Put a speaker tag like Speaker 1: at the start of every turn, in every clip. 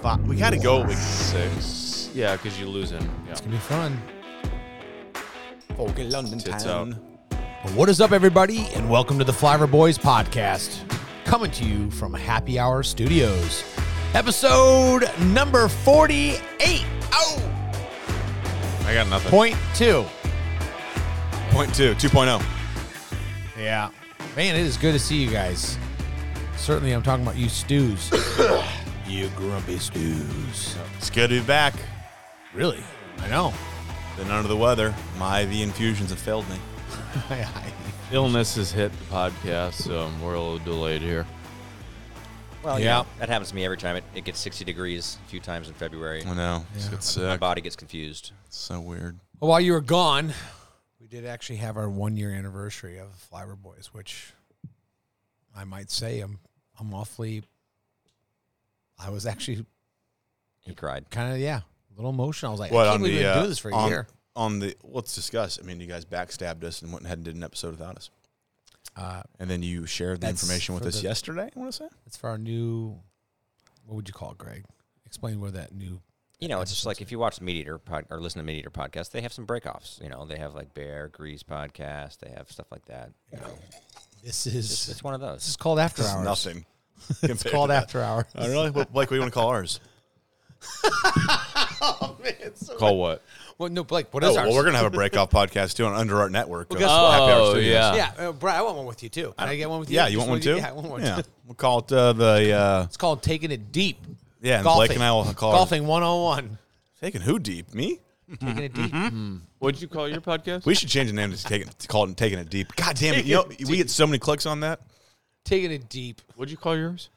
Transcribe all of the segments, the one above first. Speaker 1: five. We gotta go week six.
Speaker 2: Yeah, because you lose him. Yeah.
Speaker 3: It'll be fun.
Speaker 1: Folk in London
Speaker 2: Tits
Speaker 1: town.
Speaker 2: out.
Speaker 3: Well, what is up, everybody, and welcome to the Flavor Boys podcast, coming to you from Happy Hour Studios, episode number forty-eight. Oh,
Speaker 2: I got nothing.
Speaker 3: point two.
Speaker 1: Point oh. two, 2.0.
Speaker 3: Yeah, man, it is good to see you guys. Certainly, I'm talking about you stews. you grumpy stews.
Speaker 1: It's good to be back.
Speaker 3: Really? I know.
Speaker 1: Been under the weather. My IV infusions have failed me.
Speaker 2: Illness has hit the podcast, so we're a little delayed here.
Speaker 4: Well,
Speaker 3: Yeah.
Speaker 4: yeah, that happens to me every time. It, it gets 60 degrees a few times in February.
Speaker 1: I know. It's It's uh,
Speaker 4: My
Speaker 1: sick.
Speaker 4: body gets confused.
Speaker 1: It's so weird.
Speaker 3: Well, while you were gone, we did actually have our one year anniversary of Flower Boys, which I might say I'm I'm awfully I was actually
Speaker 4: He cried.
Speaker 3: kind of yeah, a little emotional. I was like,
Speaker 1: What,
Speaker 3: I
Speaker 1: on
Speaker 3: can't believe we
Speaker 1: the,
Speaker 3: didn't
Speaker 1: uh,
Speaker 3: do this for a
Speaker 1: on,
Speaker 3: year.
Speaker 1: On the let's discuss. I mean, you guys backstabbed us and went ahead and did an episode without us.
Speaker 3: Uh,
Speaker 1: And then you shared the
Speaker 3: That's
Speaker 1: information with
Speaker 3: for
Speaker 1: us
Speaker 3: the-
Speaker 1: yesterday. I want to say.
Speaker 3: it's for our new what would you call it, Greg? Explain where that new
Speaker 4: You know, it's just like if you watch the Meat Eater pod, or listen to Meat Eater podcast, they have some breakoffs. You know, they have like Bear Grease podcast. They have stuff like that. You know,
Speaker 3: this is
Speaker 4: it's, it's one of
Speaker 3: this is
Speaker 4: those.
Speaker 3: called after
Speaker 1: It's
Speaker 3: hours.
Speaker 1: nothing.
Speaker 3: It's called after hours.
Speaker 1: Oh, really? What, like, what do you want to call ours?
Speaker 2: Call what?
Speaker 3: Well, no, Blake, what
Speaker 1: Oh,
Speaker 3: is
Speaker 1: well,
Speaker 3: ours?
Speaker 1: we're gonna have a breakoff podcast too on Under Art Network.
Speaker 3: Well,
Speaker 1: uh,
Speaker 3: guess what?
Speaker 1: Happy Hour
Speaker 2: Oh,
Speaker 1: Studios.
Speaker 2: yeah.
Speaker 3: yeah, uh, Brad, I want one with you too. Can I, get one with you?
Speaker 1: Yeah, you
Speaker 3: Just
Speaker 1: want one too?
Speaker 3: Yeah, I want one
Speaker 1: Yeah.
Speaker 3: too.
Speaker 1: We'll call it uh, the uh,
Speaker 3: It's called taking it deep.
Speaker 1: yeah. And
Speaker 3: golfing.
Speaker 1: Blake and I will call
Speaker 3: golfing 101.
Speaker 1: It, taking who deep me.
Speaker 3: Taking it deep.
Speaker 1: mm-hmm.
Speaker 2: What'd you call your podcast?
Speaker 1: We should change the name to taking to call it and taking it deep. God damn it! You know, we get so many clicks on that.
Speaker 3: Taking it deep.
Speaker 2: What'd you call yours?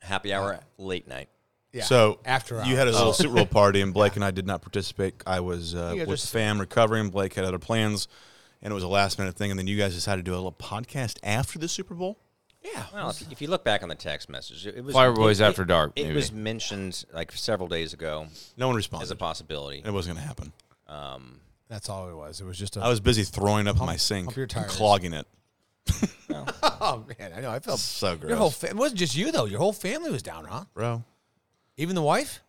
Speaker 4: Happy hour, late night.
Speaker 3: Yeah.
Speaker 1: So
Speaker 3: after Oh.
Speaker 1: you had a little Super Bowl party and Blake and I did not participate. I was uh,
Speaker 3: You guys
Speaker 1: with
Speaker 3: are
Speaker 1: the fam recovering. Blake had other plans, and it was a last minute thing. And then you guys decided to do a little podcast after the Super Bowl.
Speaker 3: yeah.
Speaker 4: Well, if, if you look back on the text message, it, it was
Speaker 2: Fire Boys
Speaker 4: it-
Speaker 2: After Dark,
Speaker 4: It,
Speaker 2: maybe.
Speaker 4: it was mentioned like several days ago
Speaker 1: No one
Speaker 4: as
Speaker 1: responded.
Speaker 4: a possibility.
Speaker 1: it wasn't going to happen.
Speaker 4: Um,
Speaker 3: That's all it was. It was just a.
Speaker 1: I was busy throwing up in my sink,
Speaker 3: pump your tires.
Speaker 1: clogging it.
Speaker 3: oh man, I know. I felt
Speaker 1: So gross,
Speaker 3: your whole. Fa- it wasn't just you though. Your whole family was down, huh?
Speaker 1: bro.
Speaker 3: Even the wife.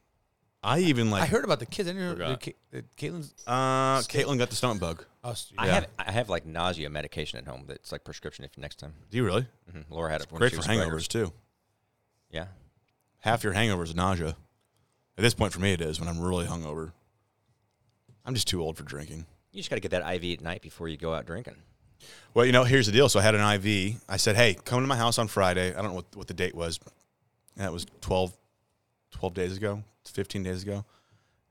Speaker 1: I even
Speaker 3: I
Speaker 1: like
Speaker 3: heard about the kids. I didn't know
Speaker 2: Forgot.
Speaker 3: Ca- that Caitlin's.
Speaker 1: Uh, Caitlin got the stomach bug.
Speaker 3: Oh, st-
Speaker 4: I
Speaker 1: Yeah.
Speaker 4: have I have like nausea medication at home that's like prescription if next time.
Speaker 1: Do you really?
Speaker 4: Mhm. Laura had it when
Speaker 1: Great
Speaker 4: she
Speaker 1: for
Speaker 4: was
Speaker 1: hangovers too.
Speaker 4: pregnant. Yeah.
Speaker 1: Half your hangovers is nausea. At this point, for me, it is when I'm really hungover. I'm just too old for drinking.
Speaker 4: You just got to get that IV at night before you go out drinking.
Speaker 1: Well, you know, here's the deal. So I had an IV. I said, hey, come to my house on Friday. I don't know what, what the date was. And that was 12, 12 days ago, 15 days ago.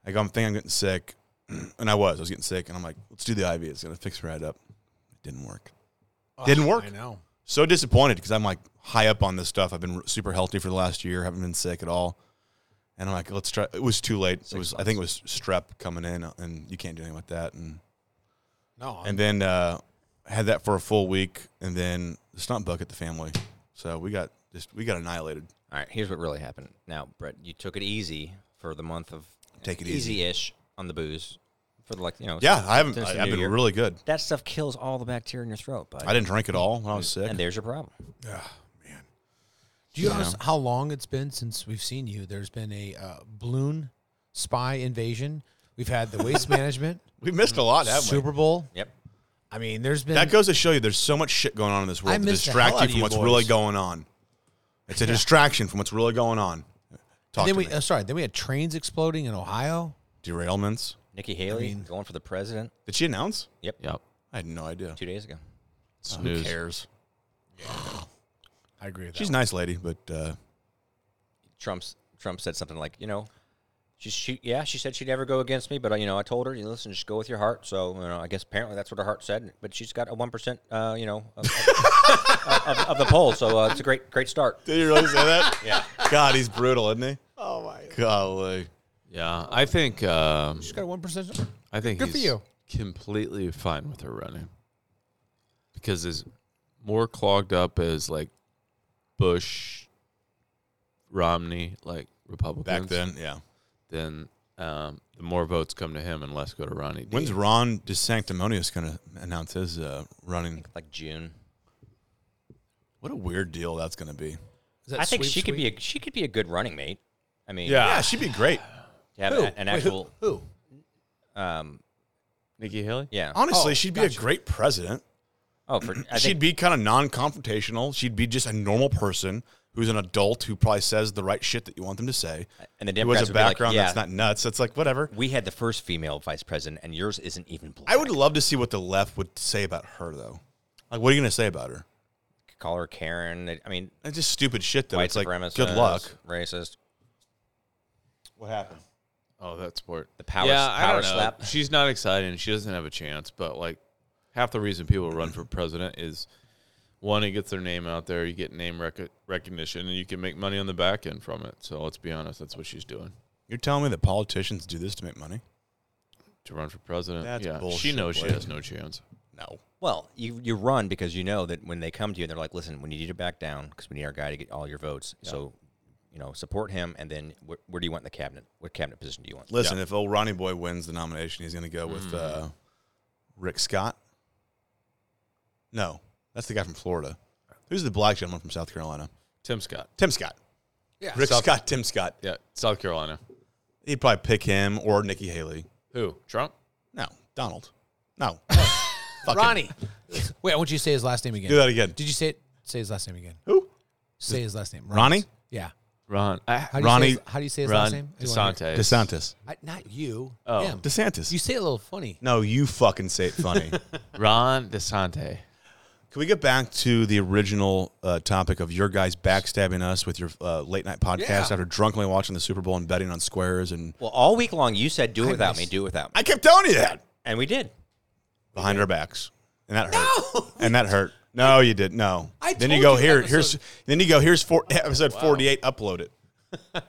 Speaker 1: I go, I'm thinking I'm getting sick. And I was. I was getting sick. And I'm like, let's do the IV. It's going to fix me right up. It didn't work. didn't work.
Speaker 3: Oh, I know.
Speaker 1: so disappointed because I'm like high up on this stuff. I've been r- super healthy for the last year, haven't been sick at all. And I'm like, let's try. It was too late. it was, I think it was strep coming in, uh, and you can't do anything about that. And
Speaker 3: No.
Speaker 1: and then uh, had that for a full week, and then the stump bug at the family. So we got just we got annihilated.
Speaker 4: All right, here's what really happened. Now, Brett, you took it easy for the month of
Speaker 1: Take it
Speaker 4: easy-ish on the booze for the like you know.
Speaker 1: Yeah,
Speaker 4: since-
Speaker 1: I haven't.
Speaker 4: since
Speaker 1: I,
Speaker 4: the
Speaker 1: have
Speaker 4: new
Speaker 1: been
Speaker 4: year.
Speaker 1: really good.
Speaker 4: That stuff kills all the bacteria in your throat, bud.
Speaker 1: I didn't drink at all when I was sick.
Speaker 4: And there's your problem.
Speaker 3: Do you know how long it's been since we've seen you? There's been a uh, balloon spy invasion. We've had the waste management
Speaker 1: We missed a lot, haven't we?
Speaker 3: Super Bowl.
Speaker 4: Yep.
Speaker 3: I mean, there's been
Speaker 1: That goes to show you there's so much shit going on in this world
Speaker 3: I
Speaker 1: to
Speaker 3: miss the
Speaker 1: distract
Speaker 3: hell
Speaker 1: you
Speaker 3: out of
Speaker 1: from
Speaker 3: you
Speaker 1: what's
Speaker 3: boys.
Speaker 1: really going on. It's a distraction from what's really going on. Talk
Speaker 3: Then
Speaker 1: to
Speaker 3: we
Speaker 1: me.
Speaker 3: uh, sorry. Then we had trains exploding in Ohio.
Speaker 1: derailments.
Speaker 4: Nikki Haley
Speaker 3: mean-
Speaker 4: going for the president
Speaker 1: Did she announce?
Speaker 2: Yep.
Speaker 1: I had no idea. Oh,
Speaker 4: two days ago.
Speaker 1: Who
Speaker 2: Snooze.
Speaker 1: cares?
Speaker 3: I agree with that.
Speaker 1: She's a nice lady, but uh,
Speaker 4: Trump's Trump said something like, you know, she, she yeah, she said she'd never go against me, but uh, you know, I told her, you know, listen, just go with your heart. So you know, I guess apparently that's what her heart said. But she's got a one percent, uh, you know, of, of, of, of the poll. So uh, it's a great great start.
Speaker 1: did you really say that? yeah. God, he's brutal, isn't he? Oh my. Golly.
Speaker 2: Yeah, I think um,
Speaker 3: She's got a one percent.
Speaker 2: I think
Speaker 3: Good for
Speaker 2: he's
Speaker 3: you.
Speaker 2: completely fine with her running because as more clogged up as like Bush, Romney, like Republicans
Speaker 1: Back then, yeah.
Speaker 2: then um, the more votes come to him and less go to Ronnie. D.
Speaker 1: When's Ron DeSanctimonious going to announce his uh, running?
Speaker 4: Like June.
Speaker 1: What a weird deal that's going to be.
Speaker 4: I think she could be a she could be a good running mate. I mean,
Speaker 1: Yeah, she'd be great.
Speaker 4: to have
Speaker 3: Who?
Speaker 4: a- an
Speaker 3: Wait, who-
Speaker 4: actual,
Speaker 3: who?
Speaker 4: um,
Speaker 2: Nikki Haley?
Speaker 4: yeah.
Speaker 1: Honestly,
Speaker 3: Oh,
Speaker 1: she'd be a
Speaker 3: gotcha.
Speaker 1: great president.
Speaker 4: Oh, for, I
Speaker 1: she'd
Speaker 4: think,
Speaker 1: be kind of non-confrontational. She'd be just a normal person who's an adult who probably says the right shit that you want them to say.
Speaker 4: and the
Speaker 1: Who has
Speaker 4: Democrats
Speaker 1: a
Speaker 4: would be like,
Speaker 1: background
Speaker 4: yeah,
Speaker 1: that's not nuts. It's like whatever.
Speaker 4: We had the first female vice president, and yours isn't even black.
Speaker 1: I would love to see what the left would say about her though. Like, what are you gonna say about her?
Speaker 4: call her Karen. I mean,
Speaker 1: It's just stupid shit though.
Speaker 4: white
Speaker 1: it's like
Speaker 4: supremacist,
Speaker 1: good luck.
Speaker 4: racist.
Speaker 1: What happened?
Speaker 2: Oh, that sport.
Speaker 4: The power-
Speaker 2: I don't
Speaker 4: power
Speaker 2: know.
Speaker 4: slap.
Speaker 2: She's not exciting. She doesn't have a chance. But like half the reason people run for president is one, it gets their name out there. You get name rec- recognition, and you can make money on the back end from it. So let's be honest, that's what she's doing
Speaker 1: You're telling me that politicians do this to make money?
Speaker 2: to run for president.
Speaker 1: That's
Speaker 2: yeah, she
Speaker 1: bullshit,
Speaker 2: knows she
Speaker 1: Blake.
Speaker 2: has no chance.
Speaker 1: No.
Speaker 4: Well, you you run because you know that when they come to you, they're like, "Listen, we need you to back down because we need our guy to get all your votes." So, you know, support him, and then wh- where do you want in the cabinet? What cabinet position do you want?
Speaker 1: Listen, if old Ronnie Boy wins the nomination, he's gonna go with
Speaker 3: Hmm.
Speaker 1: uh, Rick Scott. No, that's the guy from Florida. Who's the black gentleman from South Carolina?
Speaker 2: Tim Scott.
Speaker 1: Tim Scott.
Speaker 3: Yeah,
Speaker 1: Rick
Speaker 2: South-
Speaker 1: Scott, Tim Scott.
Speaker 2: Yeah, South Carolina.
Speaker 1: He'd probably pick him or Nikki Haley.
Speaker 2: Who? Trump?
Speaker 1: No, Donald. No. Fuck him.
Speaker 3: Ronnie. Wait, I want you to say his last name again.
Speaker 1: Do that again.
Speaker 3: Did you say it? Say his last name again.
Speaker 1: Who?
Speaker 3: Say his last name.
Speaker 1: Ronnie?
Speaker 3: Yeah.
Speaker 2: Ron.
Speaker 3: How do
Speaker 1: Ronnie-
Speaker 3: You say his, how do you say his last name? I wanna hear-
Speaker 2: DeSantis.
Speaker 1: DeSantis.
Speaker 3: I, not you.
Speaker 2: Oh.
Speaker 3: Him.
Speaker 1: DeSantis.
Speaker 3: You say it a little funny.
Speaker 1: no, you fucking say it funny. Can
Speaker 2: Ron DeSante.
Speaker 1: we get back to the original uh, topic of your guys backstabbing us with your uh, late night podcast
Speaker 3: Yeah.
Speaker 1: after drunkenly watching the Super Bowl and betting on squares? And
Speaker 4: Well, all week long, you said, "Do it without me, do it without me,"
Speaker 1: I kept telling you that
Speaker 4: and we did.
Speaker 1: behind our backs, and that hurt. And that hurt. No, you did. No.
Speaker 3: I
Speaker 1: then
Speaker 3: told
Speaker 1: you go
Speaker 3: you
Speaker 1: here.
Speaker 3: episode-
Speaker 1: Here's then you go here's four, episode forty eight. Upload it.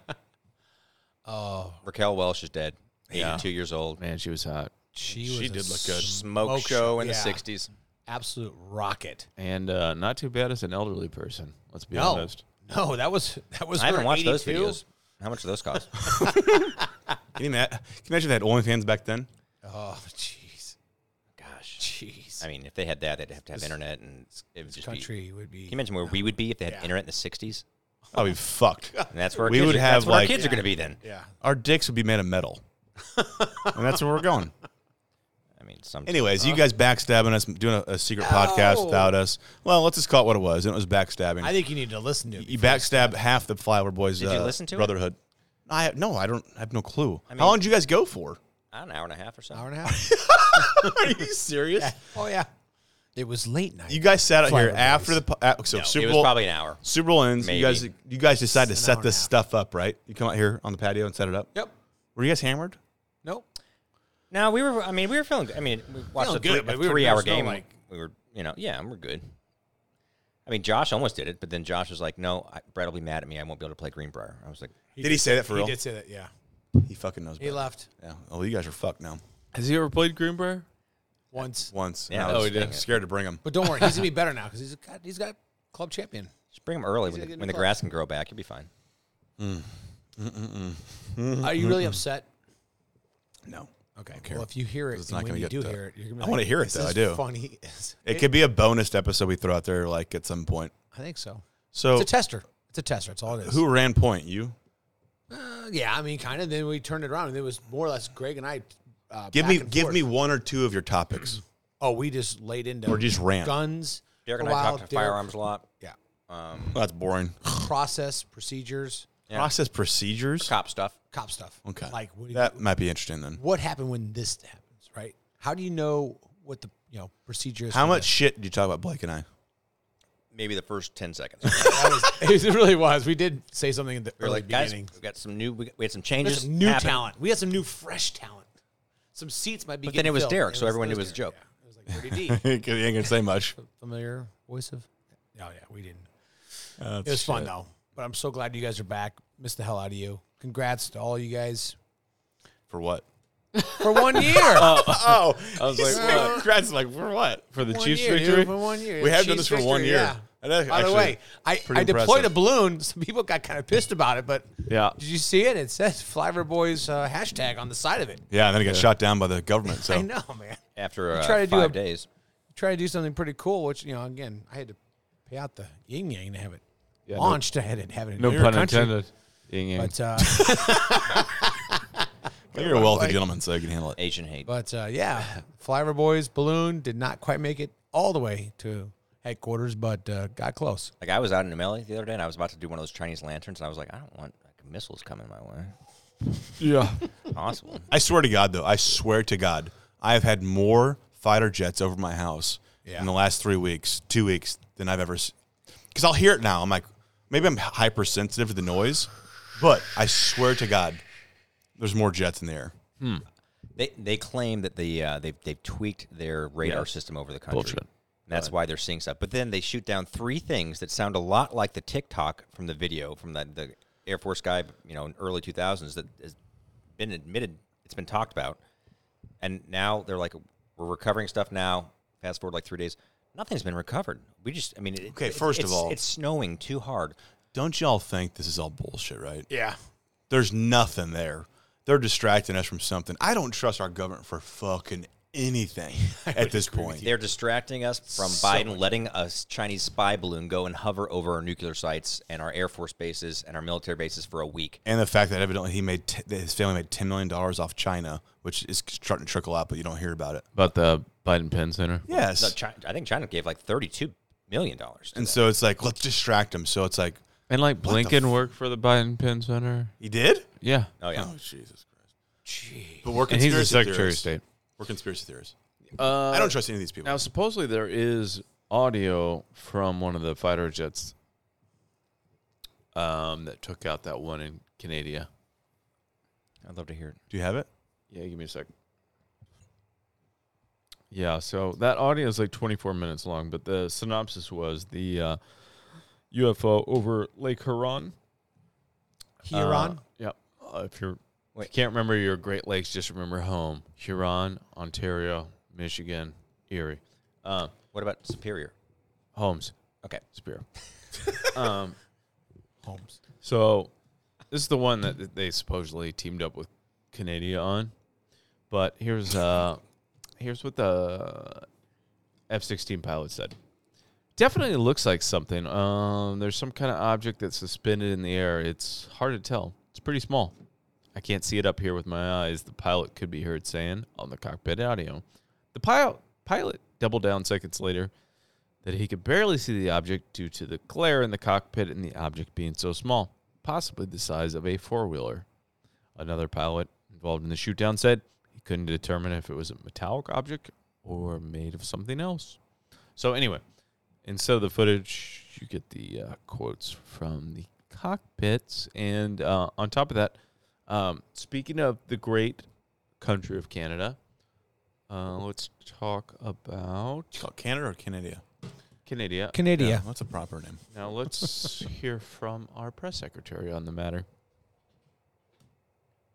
Speaker 4: Raquel Welsh is dead, eighty-two years old.
Speaker 2: Man, she was hot.
Speaker 3: She, was a
Speaker 1: did look good.
Speaker 4: Smoke,
Speaker 3: Smoke show,
Speaker 4: show in
Speaker 3: yeah.
Speaker 4: the '60s.
Speaker 3: absolute rocket.
Speaker 2: And uh, not too bad as an elderly person, let's be
Speaker 3: No,
Speaker 2: honest.
Speaker 3: no, that was that was.
Speaker 4: I
Speaker 3: her
Speaker 4: haven't watched those
Speaker 3: 82?
Speaker 4: videos. How much do those cost?
Speaker 1: Can you, ima- can you imagine they had OnlyFans back then?
Speaker 3: Oh, jeez,
Speaker 4: Gosh,
Speaker 3: jeez.
Speaker 4: I mean, if they had that, they'd have to have internet, and it would just be.
Speaker 3: Country would
Speaker 4: Can
Speaker 3: be.
Speaker 4: you imagine where we would be if they had internet in the '60s?
Speaker 1: I'll be fucked.
Speaker 4: And that's where our
Speaker 1: We
Speaker 4: kids
Speaker 1: would
Speaker 4: are- that's
Speaker 1: have,
Speaker 4: where
Speaker 1: like-
Speaker 4: our kids are going to be then.
Speaker 3: Yeah.
Speaker 1: our dicks would be made of metal. and that's where we're going.
Speaker 4: I mean, some
Speaker 1: Anyways, you guys backstabbing us, doing a, a secret podcast without us. Well, let's just call it what it was. And it was backstabbing.
Speaker 3: I think you need to listen to.
Speaker 1: you
Speaker 3: it.
Speaker 1: backstab half the Flower Boys.
Speaker 4: Did you
Speaker 1: uh,
Speaker 4: listen to it?
Speaker 1: Brotherhood. I no, I don't I have no clue.
Speaker 4: mean-
Speaker 1: How long did you guys go for?
Speaker 4: an hour and a half or
Speaker 3: Hour
Speaker 4: something.
Speaker 3: and a half.
Speaker 1: Are you serious?
Speaker 3: oh yeah. It was late night.
Speaker 1: You guys sat out
Speaker 3: Flower
Speaker 1: here
Speaker 3: Boys.
Speaker 1: after the po- uh, so
Speaker 4: It
Speaker 1: Super
Speaker 4: was
Speaker 1: Bowl.
Speaker 4: probably an hour.
Speaker 1: Super Bowl ends.
Speaker 4: Maybe.
Speaker 1: You guys, you guys decide to
Speaker 3: It's an hour
Speaker 1: set
Speaker 3: and
Speaker 1: this
Speaker 3: a half.
Speaker 1: stuff up, right? You come out here on the patio and set it up.
Speaker 3: Yep.
Speaker 1: Were you guys hammered?
Speaker 3: Nope.
Speaker 4: No, we were. I mean, we were feeling. good. I mean, we watched
Speaker 3: Feeling
Speaker 4: a
Speaker 3: good,
Speaker 4: three,
Speaker 3: but
Speaker 4: a
Speaker 3: we were-
Speaker 4: three-hour
Speaker 3: there's no,
Speaker 4: game.
Speaker 3: like-
Speaker 4: we were, you know, yeah, we're good. I mean, Josh almost did it, but then Josh was like, "No, I, Brett will be mad at me. I won't be able to play Greenbrier." I was like,
Speaker 1: Did he say that for
Speaker 3: He
Speaker 1: real?
Speaker 3: did say that. Yeah.
Speaker 1: He fucking knows.
Speaker 3: He
Speaker 1: better.
Speaker 3: left
Speaker 1: Yeah. Oh, you guys are fucked now.
Speaker 2: Has he ever played Greenbrier?
Speaker 3: once,
Speaker 1: Once.
Speaker 4: Yeah,
Speaker 1: And I
Speaker 4: oh,
Speaker 1: was
Speaker 2: he did.
Speaker 1: Scared to bring him.
Speaker 3: but don't worry, he's gonna be better now because he's got he's got club champion.
Speaker 4: "Just bring him early
Speaker 3: gonna
Speaker 4: when, the,
Speaker 3: get
Speaker 4: when
Speaker 3: me
Speaker 4: the grass can grow back. You'll be fine."
Speaker 3: Are you really upset?
Speaker 1: Mm-hmm. No.
Speaker 3: Okay. Well, if you hear it,
Speaker 1: It's
Speaker 3: and
Speaker 1: not
Speaker 3: when
Speaker 1: gonna
Speaker 3: you
Speaker 1: get
Speaker 3: do
Speaker 1: to-
Speaker 3: hear it, you're gonna be
Speaker 1: I
Speaker 3: like,
Speaker 1: wanna hear it,
Speaker 3: this
Speaker 1: though, I
Speaker 3: is
Speaker 1: do.
Speaker 3: Funny. as-
Speaker 1: It could be a bonus episode we throw out there, like at some point.
Speaker 3: I think so.
Speaker 1: So,
Speaker 3: It's a tester. It's a tester. That's all it is.
Speaker 1: who ran point? You
Speaker 3: Uh, yeah, I mean, kind of. Then we turned it around, and it was more or less Greg and I. Uh,
Speaker 1: give
Speaker 3: back
Speaker 1: me
Speaker 3: and
Speaker 1: give
Speaker 3: forth.
Speaker 1: me one or two of your topics,
Speaker 3: Oh, we just laid into
Speaker 1: or just rant.
Speaker 3: guns.
Speaker 4: Derek
Speaker 3: for
Speaker 4: and
Speaker 3: a
Speaker 4: I
Speaker 3: while,
Speaker 4: talked to
Speaker 3: Derek-
Speaker 4: firearms a lot.
Speaker 3: Yeah,
Speaker 4: Um,
Speaker 1: That's boring.
Speaker 3: process procedures,
Speaker 1: Process procedures.
Speaker 4: cop stuff.
Speaker 3: cop stuff.
Speaker 1: Okay,
Speaker 3: like what, do you-
Speaker 1: that might be interesting then.
Speaker 3: what happened when this happens, right? How do you know what the you know procedure is?
Speaker 1: How
Speaker 3: for
Speaker 1: much shit did you talk about Blake and I?
Speaker 4: Maybe the first ten seconds.
Speaker 3: this? That was- it really was. We did say something in the
Speaker 4: we were
Speaker 3: early
Speaker 4: like, guys, we
Speaker 3: beginning.
Speaker 4: got some new. We, we had some
Speaker 3: We had
Speaker 4: changes.
Speaker 3: some new
Speaker 4: happen."
Speaker 3: talent. We had some new fresh talent. Some seats might be.
Speaker 4: But then
Speaker 3: getting
Speaker 4: it was
Speaker 3: filled.
Speaker 4: Derek, so everyone knew it was a
Speaker 3: Derek,
Speaker 4: joke.
Speaker 3: yeah. It was like 30D.
Speaker 1: you ain't gonna say much.
Speaker 3: familiar voice of. Oh yeah, we didn't. it was fun though. But I'm so glad you guys are back. Missed the hell out of you. Congrats to all you guys
Speaker 1: For what?
Speaker 3: for one year.
Speaker 1: Oh, I
Speaker 2: was like, what?
Speaker 1: Congrats, like for what?
Speaker 2: For the
Speaker 3: One
Speaker 2: Chiefs
Speaker 3: year, dude,
Speaker 2: victory?
Speaker 3: for one year.
Speaker 1: We have done
Speaker 3: Chiefs
Speaker 1: this for one
Speaker 3: victory,
Speaker 1: year.
Speaker 3: yeah.
Speaker 1: And that
Speaker 3: By the
Speaker 1: actually-
Speaker 3: way, I,
Speaker 1: pretty
Speaker 3: I deployed a
Speaker 1: impressive.
Speaker 3: balloon. Some people got kind of pissed about it, but
Speaker 2: Yeah.
Speaker 3: Did you see it? It says Flyver Boys uh, hashtag on the side of it.
Speaker 1: Yeah, and then it got shot down by the government. So
Speaker 3: I know, man.
Speaker 4: After uh,
Speaker 3: try to do
Speaker 4: five
Speaker 3: a-
Speaker 4: days,
Speaker 3: Try to do something pretty cool, which you know, again, I had to pay out the yin yang to have it
Speaker 2: Yeah, no-
Speaker 3: launched. I had to have it. In
Speaker 2: No
Speaker 3: your
Speaker 2: pun
Speaker 3: country.
Speaker 2: intended. Ying, yang.
Speaker 3: But uh,
Speaker 1: You're a wealthy gentleman, so you can handle it.
Speaker 4: Asian hate.
Speaker 3: but uh, yeah, Flyover Boys balloon did not quite make it all the way to headquarters, but uh, got close.
Speaker 4: Like I was out in Nameli the other day, and I was about to do one of those Chinese lanterns, and I was like, I don't want like, missiles coming my way.
Speaker 2: yeah,
Speaker 4: Possible.
Speaker 1: I swear to God, though, I swear to God, I have had more fighter jets over my house
Speaker 3: Yeah.
Speaker 1: in the last three weeks, two weeks, than I've ever. Because I'll hear it now. I'm like, maybe I'm hypersensitive to the noise, but I swear to God, there's more jets in the air.
Speaker 4: they they claim that the uh, they've they've tweaked their radar
Speaker 2: Yeah.
Speaker 4: system over the country.
Speaker 2: Bullshit.
Speaker 4: And that's why they're seeing stuff. But then they shoot down three things that sound a lot like the TikTok from the video from the, the Air Force guy, you know, in early 2000s that has been admitted, it's been talked about. And now they're like, we're recovering stuff now. Fast forward like three days, nothing's been recovered. We just, I mean, it,
Speaker 1: Okay,
Speaker 4: it-
Speaker 1: first of
Speaker 4: it's-
Speaker 1: all-
Speaker 4: it's snowing too hard.
Speaker 1: Don't y'all think this is all bullshit, right?
Speaker 3: Yeah,
Speaker 1: There's nothing there. They're distracting us from something. I don't trust our government for fucking anything at this point.
Speaker 4: They're distracting us from Biden letting a s- Chinese spy balloon go and hover over our nuclear sites and our air force bases and our military bases for a week.
Speaker 1: and the fact that evidently he made t- that his family made ten million dollars off China, which is starting to trickle out, but you don't hear about it.
Speaker 2: about the Biden Penn Center.
Speaker 1: Yes,
Speaker 4: No, China, I think China gave like thirty-two million dollars.
Speaker 1: and so it's like let's distract him. So it's like
Speaker 2: And like
Speaker 1: What the
Speaker 2: Blinken
Speaker 1: f-
Speaker 2: worked for the Biden Penn Center.
Speaker 1: he did.
Speaker 2: Yeah,
Speaker 4: Oh yeah,
Speaker 1: Jesus Christ! But we're
Speaker 2: and he's
Speaker 1: conspiracy
Speaker 2: the Secretary of
Speaker 1: theorists.
Speaker 2: State.
Speaker 1: We're conspiracy theorists.
Speaker 2: Uh,
Speaker 1: I don't trust any of these people.
Speaker 2: Now, supposedly there is audio from one of the fighter jets um, that took out that one in Canada.
Speaker 4: I'd love to hear it.
Speaker 1: Do you have it?
Speaker 2: Yeah, give me a sec. Yeah, so that audio is like 24 minutes long, but the synopsis was the uh, UFO over Lake Huron.
Speaker 3: Huron.
Speaker 2: Uh, yep. Uh, if you're if
Speaker 4: Wait.
Speaker 2: you can't remember your Great Lakes, just remember home: Huron, Ontario, Michigan, Erie. Uh,
Speaker 4: What about Superior?
Speaker 2: Holmes,
Speaker 4: Okay,
Speaker 2: Spear. um,
Speaker 3: Holmes.
Speaker 2: so this is the one that that they supposedly teamed up with Canada on, but here's uh, here's what the F-16 pilot said. Definitely looks like something. Um, there's some kind of object that's suspended in the air. It's hard to tell. It's pretty small. I can't see it up here with my eyes. The pilot could be heard saying on the cockpit audio. The pilot pilot doubled down seconds later that he could barely see the object due to the glare in the cockpit and the object being so small, possibly the size of a four wheeler. Another pilot involved in the shoot down said he couldn't determine if it was a metallic object or made of something else. So, anyway, instead of the footage, you get the uh, quotes from the cockpits. And uh, on top of that, um, speaking of the great country of Canada, uh, let's talk about
Speaker 1: It's called Canada or Canada?
Speaker 2: Canada.
Speaker 3: Canada.
Speaker 1: Yeah, that's a proper name.
Speaker 2: Now let's hear from our press secretary on the matter.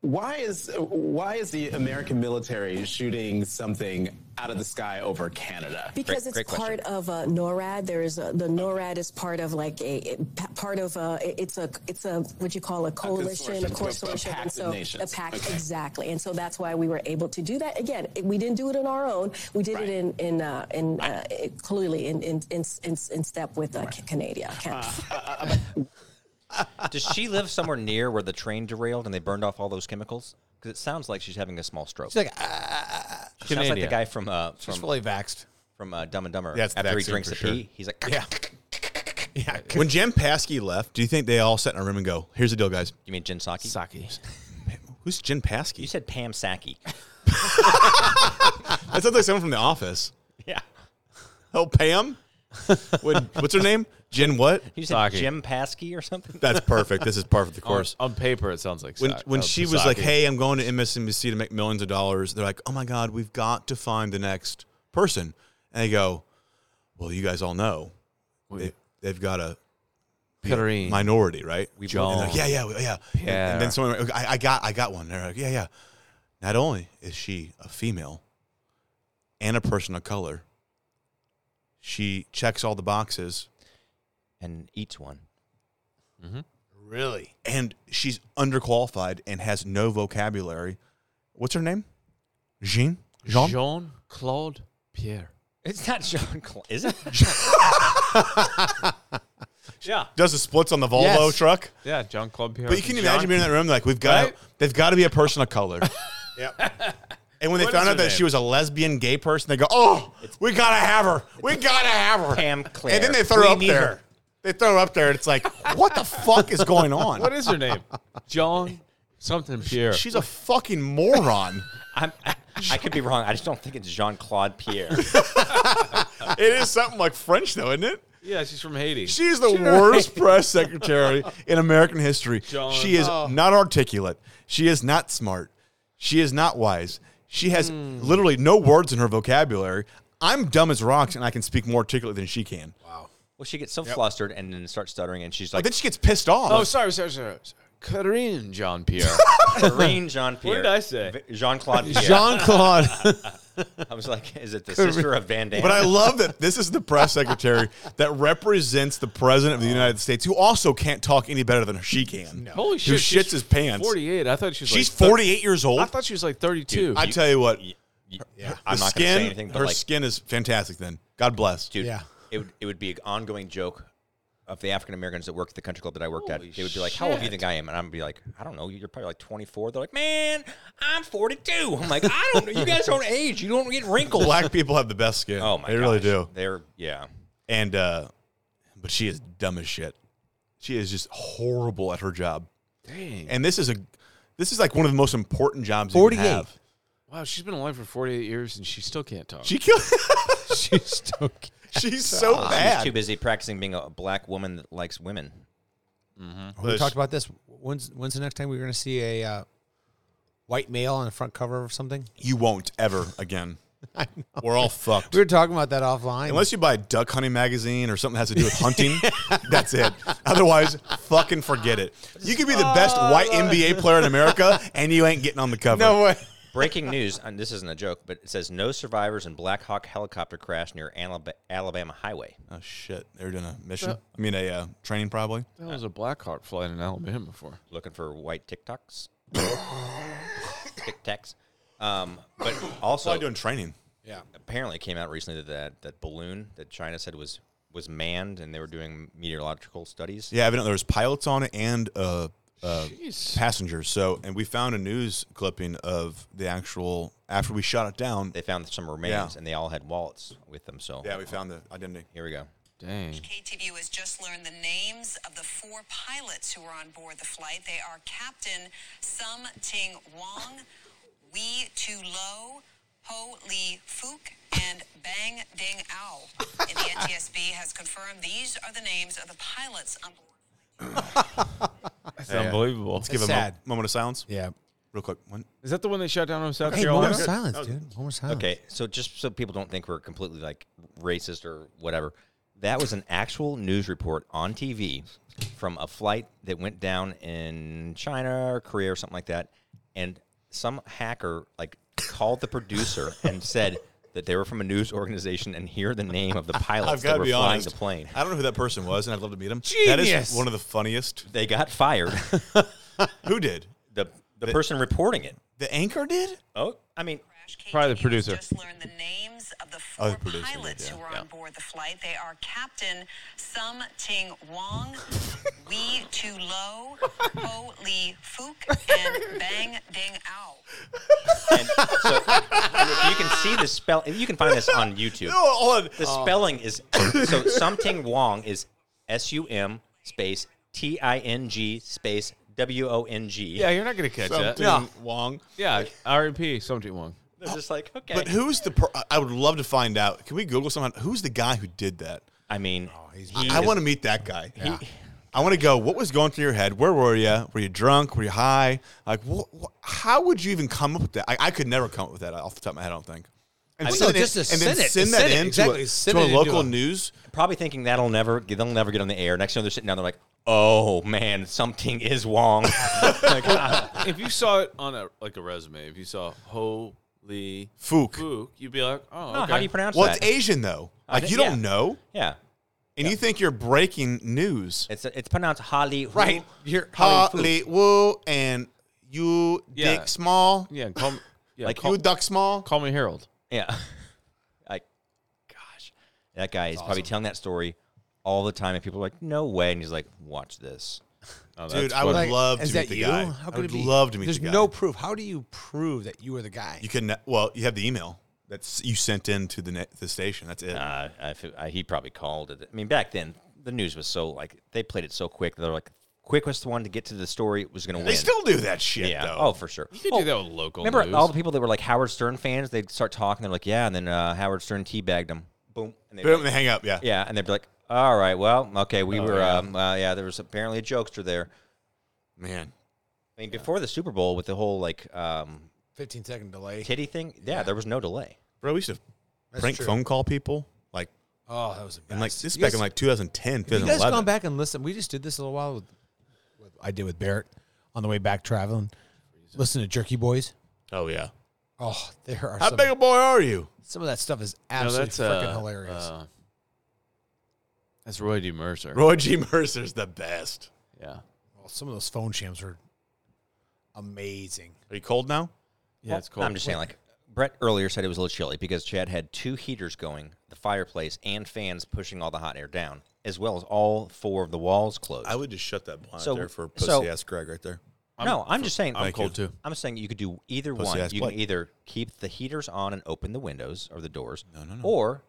Speaker 5: Why is why is the American military shooting something out of the sky over Canada?
Speaker 6: Because
Speaker 4: Great-
Speaker 6: it's
Speaker 4: great question.
Speaker 6: part of uh, NORAD. There is a, the NORAD is part of like a it- pa- part of a it's a it's a what you call a coalition, a
Speaker 5: consortium, a- a
Speaker 6: consortium,
Speaker 5: pact
Speaker 6: and
Speaker 5: of
Speaker 6: so
Speaker 5: nations.
Speaker 6: a pact
Speaker 5: Okay.
Speaker 6: exactly. And so that's why we were able to do that. Again, it, we didn't do it on our own. We did
Speaker 5: Right.
Speaker 6: it in in uh, in uh, it- clearly in in, in in in step with uh, Canada.
Speaker 4: does she live somewhere near where the train derailed and they burned off all those chemicals? Because it sounds like she's having a small stroke.
Speaker 3: She's like, ah,
Speaker 4: She sounds like the
Speaker 2: Canada.
Speaker 4: guy from uh,
Speaker 3: she's
Speaker 4: from,
Speaker 3: fully vaxxed.
Speaker 4: from uh, Dumb and Dumber.
Speaker 1: Yeah, it's the
Speaker 4: After he
Speaker 1: vaccine
Speaker 4: drinks
Speaker 1: for
Speaker 4: the
Speaker 1: sure.
Speaker 4: pee, he's like,
Speaker 1: Yeah. When Jim Paskey left, do you think they all sat in a room and go, "Here's the deal, guys"?
Speaker 4: "You mean Jin Saki?"
Speaker 2: Saki.
Speaker 1: Who's Jim Paskey?
Speaker 4: You said Pam Saki.
Speaker 1: that sounds like someone from The Office.
Speaker 4: yeah.
Speaker 1: Oh, Pam. What- what's her name? Jen what?
Speaker 4: You said
Speaker 2: Psaki.
Speaker 4: Jim Paskey or something?
Speaker 1: That's perfect. This is part of the
Speaker 2: On,
Speaker 1: course.
Speaker 2: on paper, it sounds like
Speaker 1: when
Speaker 2: Sa-
Speaker 1: when
Speaker 2: uh,
Speaker 1: she was like,
Speaker 2: Saki.
Speaker 1: "Hey, I'm going to MSNBC to make millions of dollars," they're like, "Oh my God, we've got to find the next person," and they go, "Well, you guys all know they, they've got a be a
Speaker 2: Kareem.
Speaker 1: minority, right?" We
Speaker 2: John.
Speaker 1: like, yeah, yeah, we- yeah. And- And
Speaker 2: Pierre.
Speaker 1: then someone, went, I, I got, I got one. They're like, "Yeah, yeah." Not only is she a female and a person of color, she checks all the boxes,
Speaker 4: And eats one.
Speaker 1: really, and she's underqualified and has no vocabulary. What's her name? Jean. Jean.
Speaker 2: Jean Claude Pierre.
Speaker 4: It's not John Cl- Is it?
Speaker 2: Yeah.
Speaker 1: does the splits on the Volvo
Speaker 3: Yes.
Speaker 1: truck.
Speaker 2: Yeah, John Club here.
Speaker 1: But you can imagine being in that room, like we've got
Speaker 2: Right?
Speaker 1: they've got to be a person of color. yep. And when they
Speaker 2: What
Speaker 1: found
Speaker 2: is
Speaker 1: out
Speaker 2: her
Speaker 1: that
Speaker 2: name?
Speaker 1: she was a lesbian gay person, they go, "Oh, we gotta have her. We gotta have her."
Speaker 4: Pam Clare.
Speaker 1: And then they throw
Speaker 4: We
Speaker 1: her up
Speaker 4: need
Speaker 1: there.
Speaker 4: her.
Speaker 1: They throw her up there, and it's like, what the fuck is going on?
Speaker 2: What is her name? John something Pierre.
Speaker 1: She's a fucking moron.
Speaker 4: I'm, I could be wrong. I just don't think it's Jean Claude Pierre.
Speaker 1: it is something like French, though, isn't it?
Speaker 2: yeah, she's from Haiti.
Speaker 1: She is the worst press secretary in American history.
Speaker 2: John.
Speaker 1: She is not articulate. She is not smart. She is not wise. She has literally no words in her vocabulary. I'm dumb as rocks, and I can speak more articulate than she can.
Speaker 4: well, she gets so flustered and then starts stuttering, and she's
Speaker 1: But
Speaker 4: like,
Speaker 1: then she gets pissed off.
Speaker 2: oh, sorry, sorry, sorry. Karine John Pierre.
Speaker 4: Karine Jean Pierre.
Speaker 2: What did I say?
Speaker 4: Jean Claude Pierre.
Speaker 3: Jean Claude.
Speaker 4: I was like, is it the sister of Van Damme?
Speaker 1: But I love that this is the press secretary that represents the president of the United States, who also can't talk any better than she can.
Speaker 2: Holy shit.
Speaker 1: Who
Speaker 2: she's
Speaker 1: shits his pants?
Speaker 2: Forty-eight. I thought she was.
Speaker 1: She's
Speaker 2: like thir-
Speaker 1: 48 years old.
Speaker 2: I thought she was like thirty-two.
Speaker 1: I tell you what,
Speaker 4: I'm
Speaker 1: the
Speaker 4: not
Speaker 1: skin,
Speaker 4: gonna say anything, but
Speaker 1: her
Speaker 4: like,
Speaker 1: skin is fantastic. Then God bless.
Speaker 4: dude,
Speaker 3: Yeah.
Speaker 4: it would, it would be an ongoing joke of the African Americans that worked at the country club that I worked at. They would be like, "How old do you think I am?" And I'm be like, "I don't know. You're probably like 24." They're like, "Man, I'm 42." I'm like, "I don't know. You guys don't age. You don't get wrinkles."
Speaker 1: Black people have the best skin.
Speaker 4: Oh my,
Speaker 1: they really
Speaker 4: gosh.
Speaker 1: do.
Speaker 4: They're yeah.
Speaker 1: And uh, but she is dumb as shit. She is just horrible at her job. Dang. And this is a this is like one of the most important jobs. you can
Speaker 3: 48.
Speaker 1: have.
Speaker 2: wow, she's been alive for forty-eight years and she still can't talk.
Speaker 1: She killed.
Speaker 3: She's stoked.
Speaker 1: she's so
Speaker 4: She's too
Speaker 1: bad.
Speaker 4: busy practicing being a black woman that likes women.
Speaker 3: We talked about this. When's when's the next time we're going to see a uh, white male on the front cover of something?
Speaker 1: You won't ever again. We're all fucked.
Speaker 3: We were talking about that offline.
Speaker 1: Unless you buy a duck hunting magazine or something that has to do with hunting, that's it. Otherwise, fucking forget it. You could be the best white NBA player in America, and you ain't getting on the cover.
Speaker 3: no way.
Speaker 4: Breaking news, and this isn't a joke, but it says no survivors in Black Hawk helicopter crash near Alab- Alabama highway.
Speaker 1: Oh shit! They were doing a mission. I mean, a uh, training probably.
Speaker 2: that was a Blackhawk flying in Alabama before.
Speaker 4: Looking for white TikToks. Tic Tacs. Um, but also,
Speaker 1: Probably doing training.
Speaker 4: apparently it came out recently that, that that balloon that China said was was manned and they were doing meteorological studies.
Speaker 1: Yeah, evidently there was pilots on it and uh, uh,
Speaker 2: Jeez.
Speaker 1: passengers. So, and we found a news clipping of the actual after we shot it down.
Speaker 4: They found some remains and they all had wallets with them. So
Speaker 1: Yeah, we found the identity.
Speaker 4: here we go.
Speaker 2: Dang.
Speaker 7: KTVU has just learned the names of the four pilots who were on board the flight. They are Captain Sum Ting Wong, Wee Tu Lo, Ho Lee Fook, and Bang Ding Ao. And the NTSB has confirmed these are the names of the pilots on board.
Speaker 2: That's unbelievable.
Speaker 1: Let's give
Speaker 3: That's
Speaker 1: a mo-
Speaker 3: sad.
Speaker 1: moment of silence,
Speaker 3: Yeah.
Speaker 1: real quick. One.
Speaker 2: Is that the one they shot down on South
Speaker 3: Hey,
Speaker 2: Carolina?
Speaker 3: moment of silence, dude. Moment of silence.
Speaker 4: Okay, so just so people don't think we're completely like racist or whatever, that was an actual news report on TV from a flight that went down in China or Korea or something like that, and some hacker like called the producer and said that they were from a news organization and here are the name of the pilots that
Speaker 1: gotta
Speaker 4: were flying the plane.
Speaker 1: I don't know who that person was, and I'd love to meet him. That
Speaker 3: Genius.
Speaker 1: is one of the funniest.
Speaker 4: They got fired.
Speaker 1: Who did?
Speaker 4: the the person reporting it.
Speaker 1: The anchor did?
Speaker 4: Oh, I mean,
Speaker 7: Crash.
Speaker 2: Probably the
Speaker 7: KTVU has
Speaker 2: producer.
Speaker 7: Just learned the names of the
Speaker 1: Oh, the
Speaker 7: four
Speaker 1: producer did,
Speaker 7: pilots
Speaker 1: yeah.
Speaker 7: who were on board the flight. They are Captain Sum Ting Wong, Wee Tu Lo, Ho Lee Fook, and Bang Ding Ao.
Speaker 4: and so you can see the spell. You can find this on YouTube.
Speaker 1: No, hold on.
Speaker 4: The spelling is so something Wong is S U M space T I N G space W O N G.
Speaker 2: Yeah, you're not gonna catch that.
Speaker 1: Something
Speaker 2: Yeah,
Speaker 1: Wong.
Speaker 2: yeah. R.E.P. Something Wong.
Speaker 4: They're just like okay.
Speaker 1: But who's the? Per- I would love to find out. Can we Google someone? Who's the guy who did that?
Speaker 4: I mean,
Speaker 1: I want to meet that guy. I want to go. What was going through your head? Where were you? Were you drunk? Were you high? Like, wh- wh- how would you even come up with that? I, I could never come up with that off the top of my head. I don't think. And
Speaker 3: I mean,
Speaker 1: send
Speaker 3: no, just to
Speaker 1: and
Speaker 3: send it,
Speaker 1: send
Speaker 3: to
Speaker 1: that
Speaker 3: send it,
Speaker 1: in
Speaker 3: exactly,
Speaker 1: to a,
Speaker 3: send
Speaker 1: to
Speaker 3: it
Speaker 1: a
Speaker 3: into
Speaker 1: local
Speaker 3: a-
Speaker 1: news.
Speaker 4: probably thinking that'll never they'll never get on the air. Next time they're sitting down, they're like, oh man, something is Wong. like, uh,
Speaker 2: if you saw it on a like a resume, if you saw holy
Speaker 1: Fook.
Speaker 2: fook, you'd be like, oh,
Speaker 4: no,
Speaker 2: okay.
Speaker 4: How do you pronounce
Speaker 1: Well,
Speaker 4: that?
Speaker 1: it's Asian though. Like
Speaker 4: thi-
Speaker 1: you don't
Speaker 4: yeah.
Speaker 1: know,
Speaker 4: yeah,
Speaker 1: and you think you're breaking news.
Speaker 4: it's it's pronounced Holly.
Speaker 3: Right. You're
Speaker 1: Holly Woo and you
Speaker 2: Yeah.
Speaker 1: Dick Small,
Speaker 2: Yeah, call me, yeah,
Speaker 4: Like,
Speaker 2: call,
Speaker 1: you Duck Small.
Speaker 2: call me Harold.
Speaker 4: Yeah. Like, gosh, that guy is probably telling that story all the time, and people are like, "No way!" And he's like, "Watch this."
Speaker 2: Oh,
Speaker 1: Dude,
Speaker 2: that's
Speaker 1: I would
Speaker 2: funny.
Speaker 1: love
Speaker 3: Is
Speaker 1: to meet
Speaker 3: that
Speaker 1: the
Speaker 3: you?
Speaker 1: guy.
Speaker 3: How
Speaker 1: I
Speaker 3: could
Speaker 1: would
Speaker 3: it be?
Speaker 1: love to meet
Speaker 3: There's
Speaker 1: the guy.
Speaker 3: no proof. How do you prove that you were the guy?
Speaker 1: You can well, you have the email that's you sent in to the net, the station. That's it.
Speaker 4: Uh, I, fe- I, he probably called it. I mean, back then the news was so like they played it so quick. They're like, quickest one to get to the story was going to win.
Speaker 1: they still do that shit
Speaker 4: yeah.
Speaker 1: though.
Speaker 4: Oh, for sure.
Speaker 2: You could do that with local.
Speaker 4: Remember
Speaker 2: news.
Speaker 4: all the people that were like Howard Stern fans? They'd start talking. They're like, "Yeah," and then uh, Howard Stern teabagged them. Boom. And they'd be
Speaker 1: Boom,
Speaker 4: like-
Speaker 1: they hang up. Yeah.
Speaker 4: yeah, and they'd be like, "All right, well, okay, we were,
Speaker 2: Oh, yeah.
Speaker 4: um, uh, yeah, there was apparently a jokester there."
Speaker 1: Man.
Speaker 4: I mean, before the Super Bowl with the whole like um,
Speaker 3: 15 second delay.
Speaker 4: titty thing, yeah, there was no delay.
Speaker 1: Bro, we used to
Speaker 3: That's
Speaker 1: prank
Speaker 3: true.
Speaker 1: phone call people. Like
Speaker 3: Oh, that was a
Speaker 1: and like this is
Speaker 3: You
Speaker 1: back
Speaker 3: guys-
Speaker 1: in like 2010,
Speaker 3: Have you guys
Speaker 1: 2011.
Speaker 3: gone back and listened? We just did this a little while. With, with, I did with Barrett on the way back traveling. Listen to Jerky Boys.
Speaker 1: Oh yeah.
Speaker 3: Oh, there are
Speaker 1: How
Speaker 3: some,
Speaker 1: big a boy are you?
Speaker 3: some of that stuff is
Speaker 2: No,
Speaker 3: absolutely
Speaker 2: uh,
Speaker 3: freaking hilarious.
Speaker 2: uh, that's Roy D. Mercer.
Speaker 1: Roy G. Mercer's the best.
Speaker 2: Yeah.
Speaker 3: Well, some of those phone shams are amazing.
Speaker 1: Are you cold now?
Speaker 2: Yeah, it's cool.
Speaker 4: I'm just saying, like Brett earlier said, it was a little chilly because Chad had two heaters going, the fireplace and fans pushing all the hot air down, as well as all four of the walls closed.
Speaker 1: I would just shut that blind
Speaker 4: So-
Speaker 1: there for pussy
Speaker 4: so-
Speaker 1: ass Greg right there.
Speaker 4: no, I'm just saying.
Speaker 2: I'm
Speaker 1: Thank
Speaker 2: cold
Speaker 1: you.
Speaker 2: too.
Speaker 4: I'm saying you could do either
Speaker 1: Pussy
Speaker 4: one.
Speaker 1: ass
Speaker 4: You can
Speaker 1: Blake.
Speaker 4: either keep the heaters on and open the windows or the doors, no, no, no. or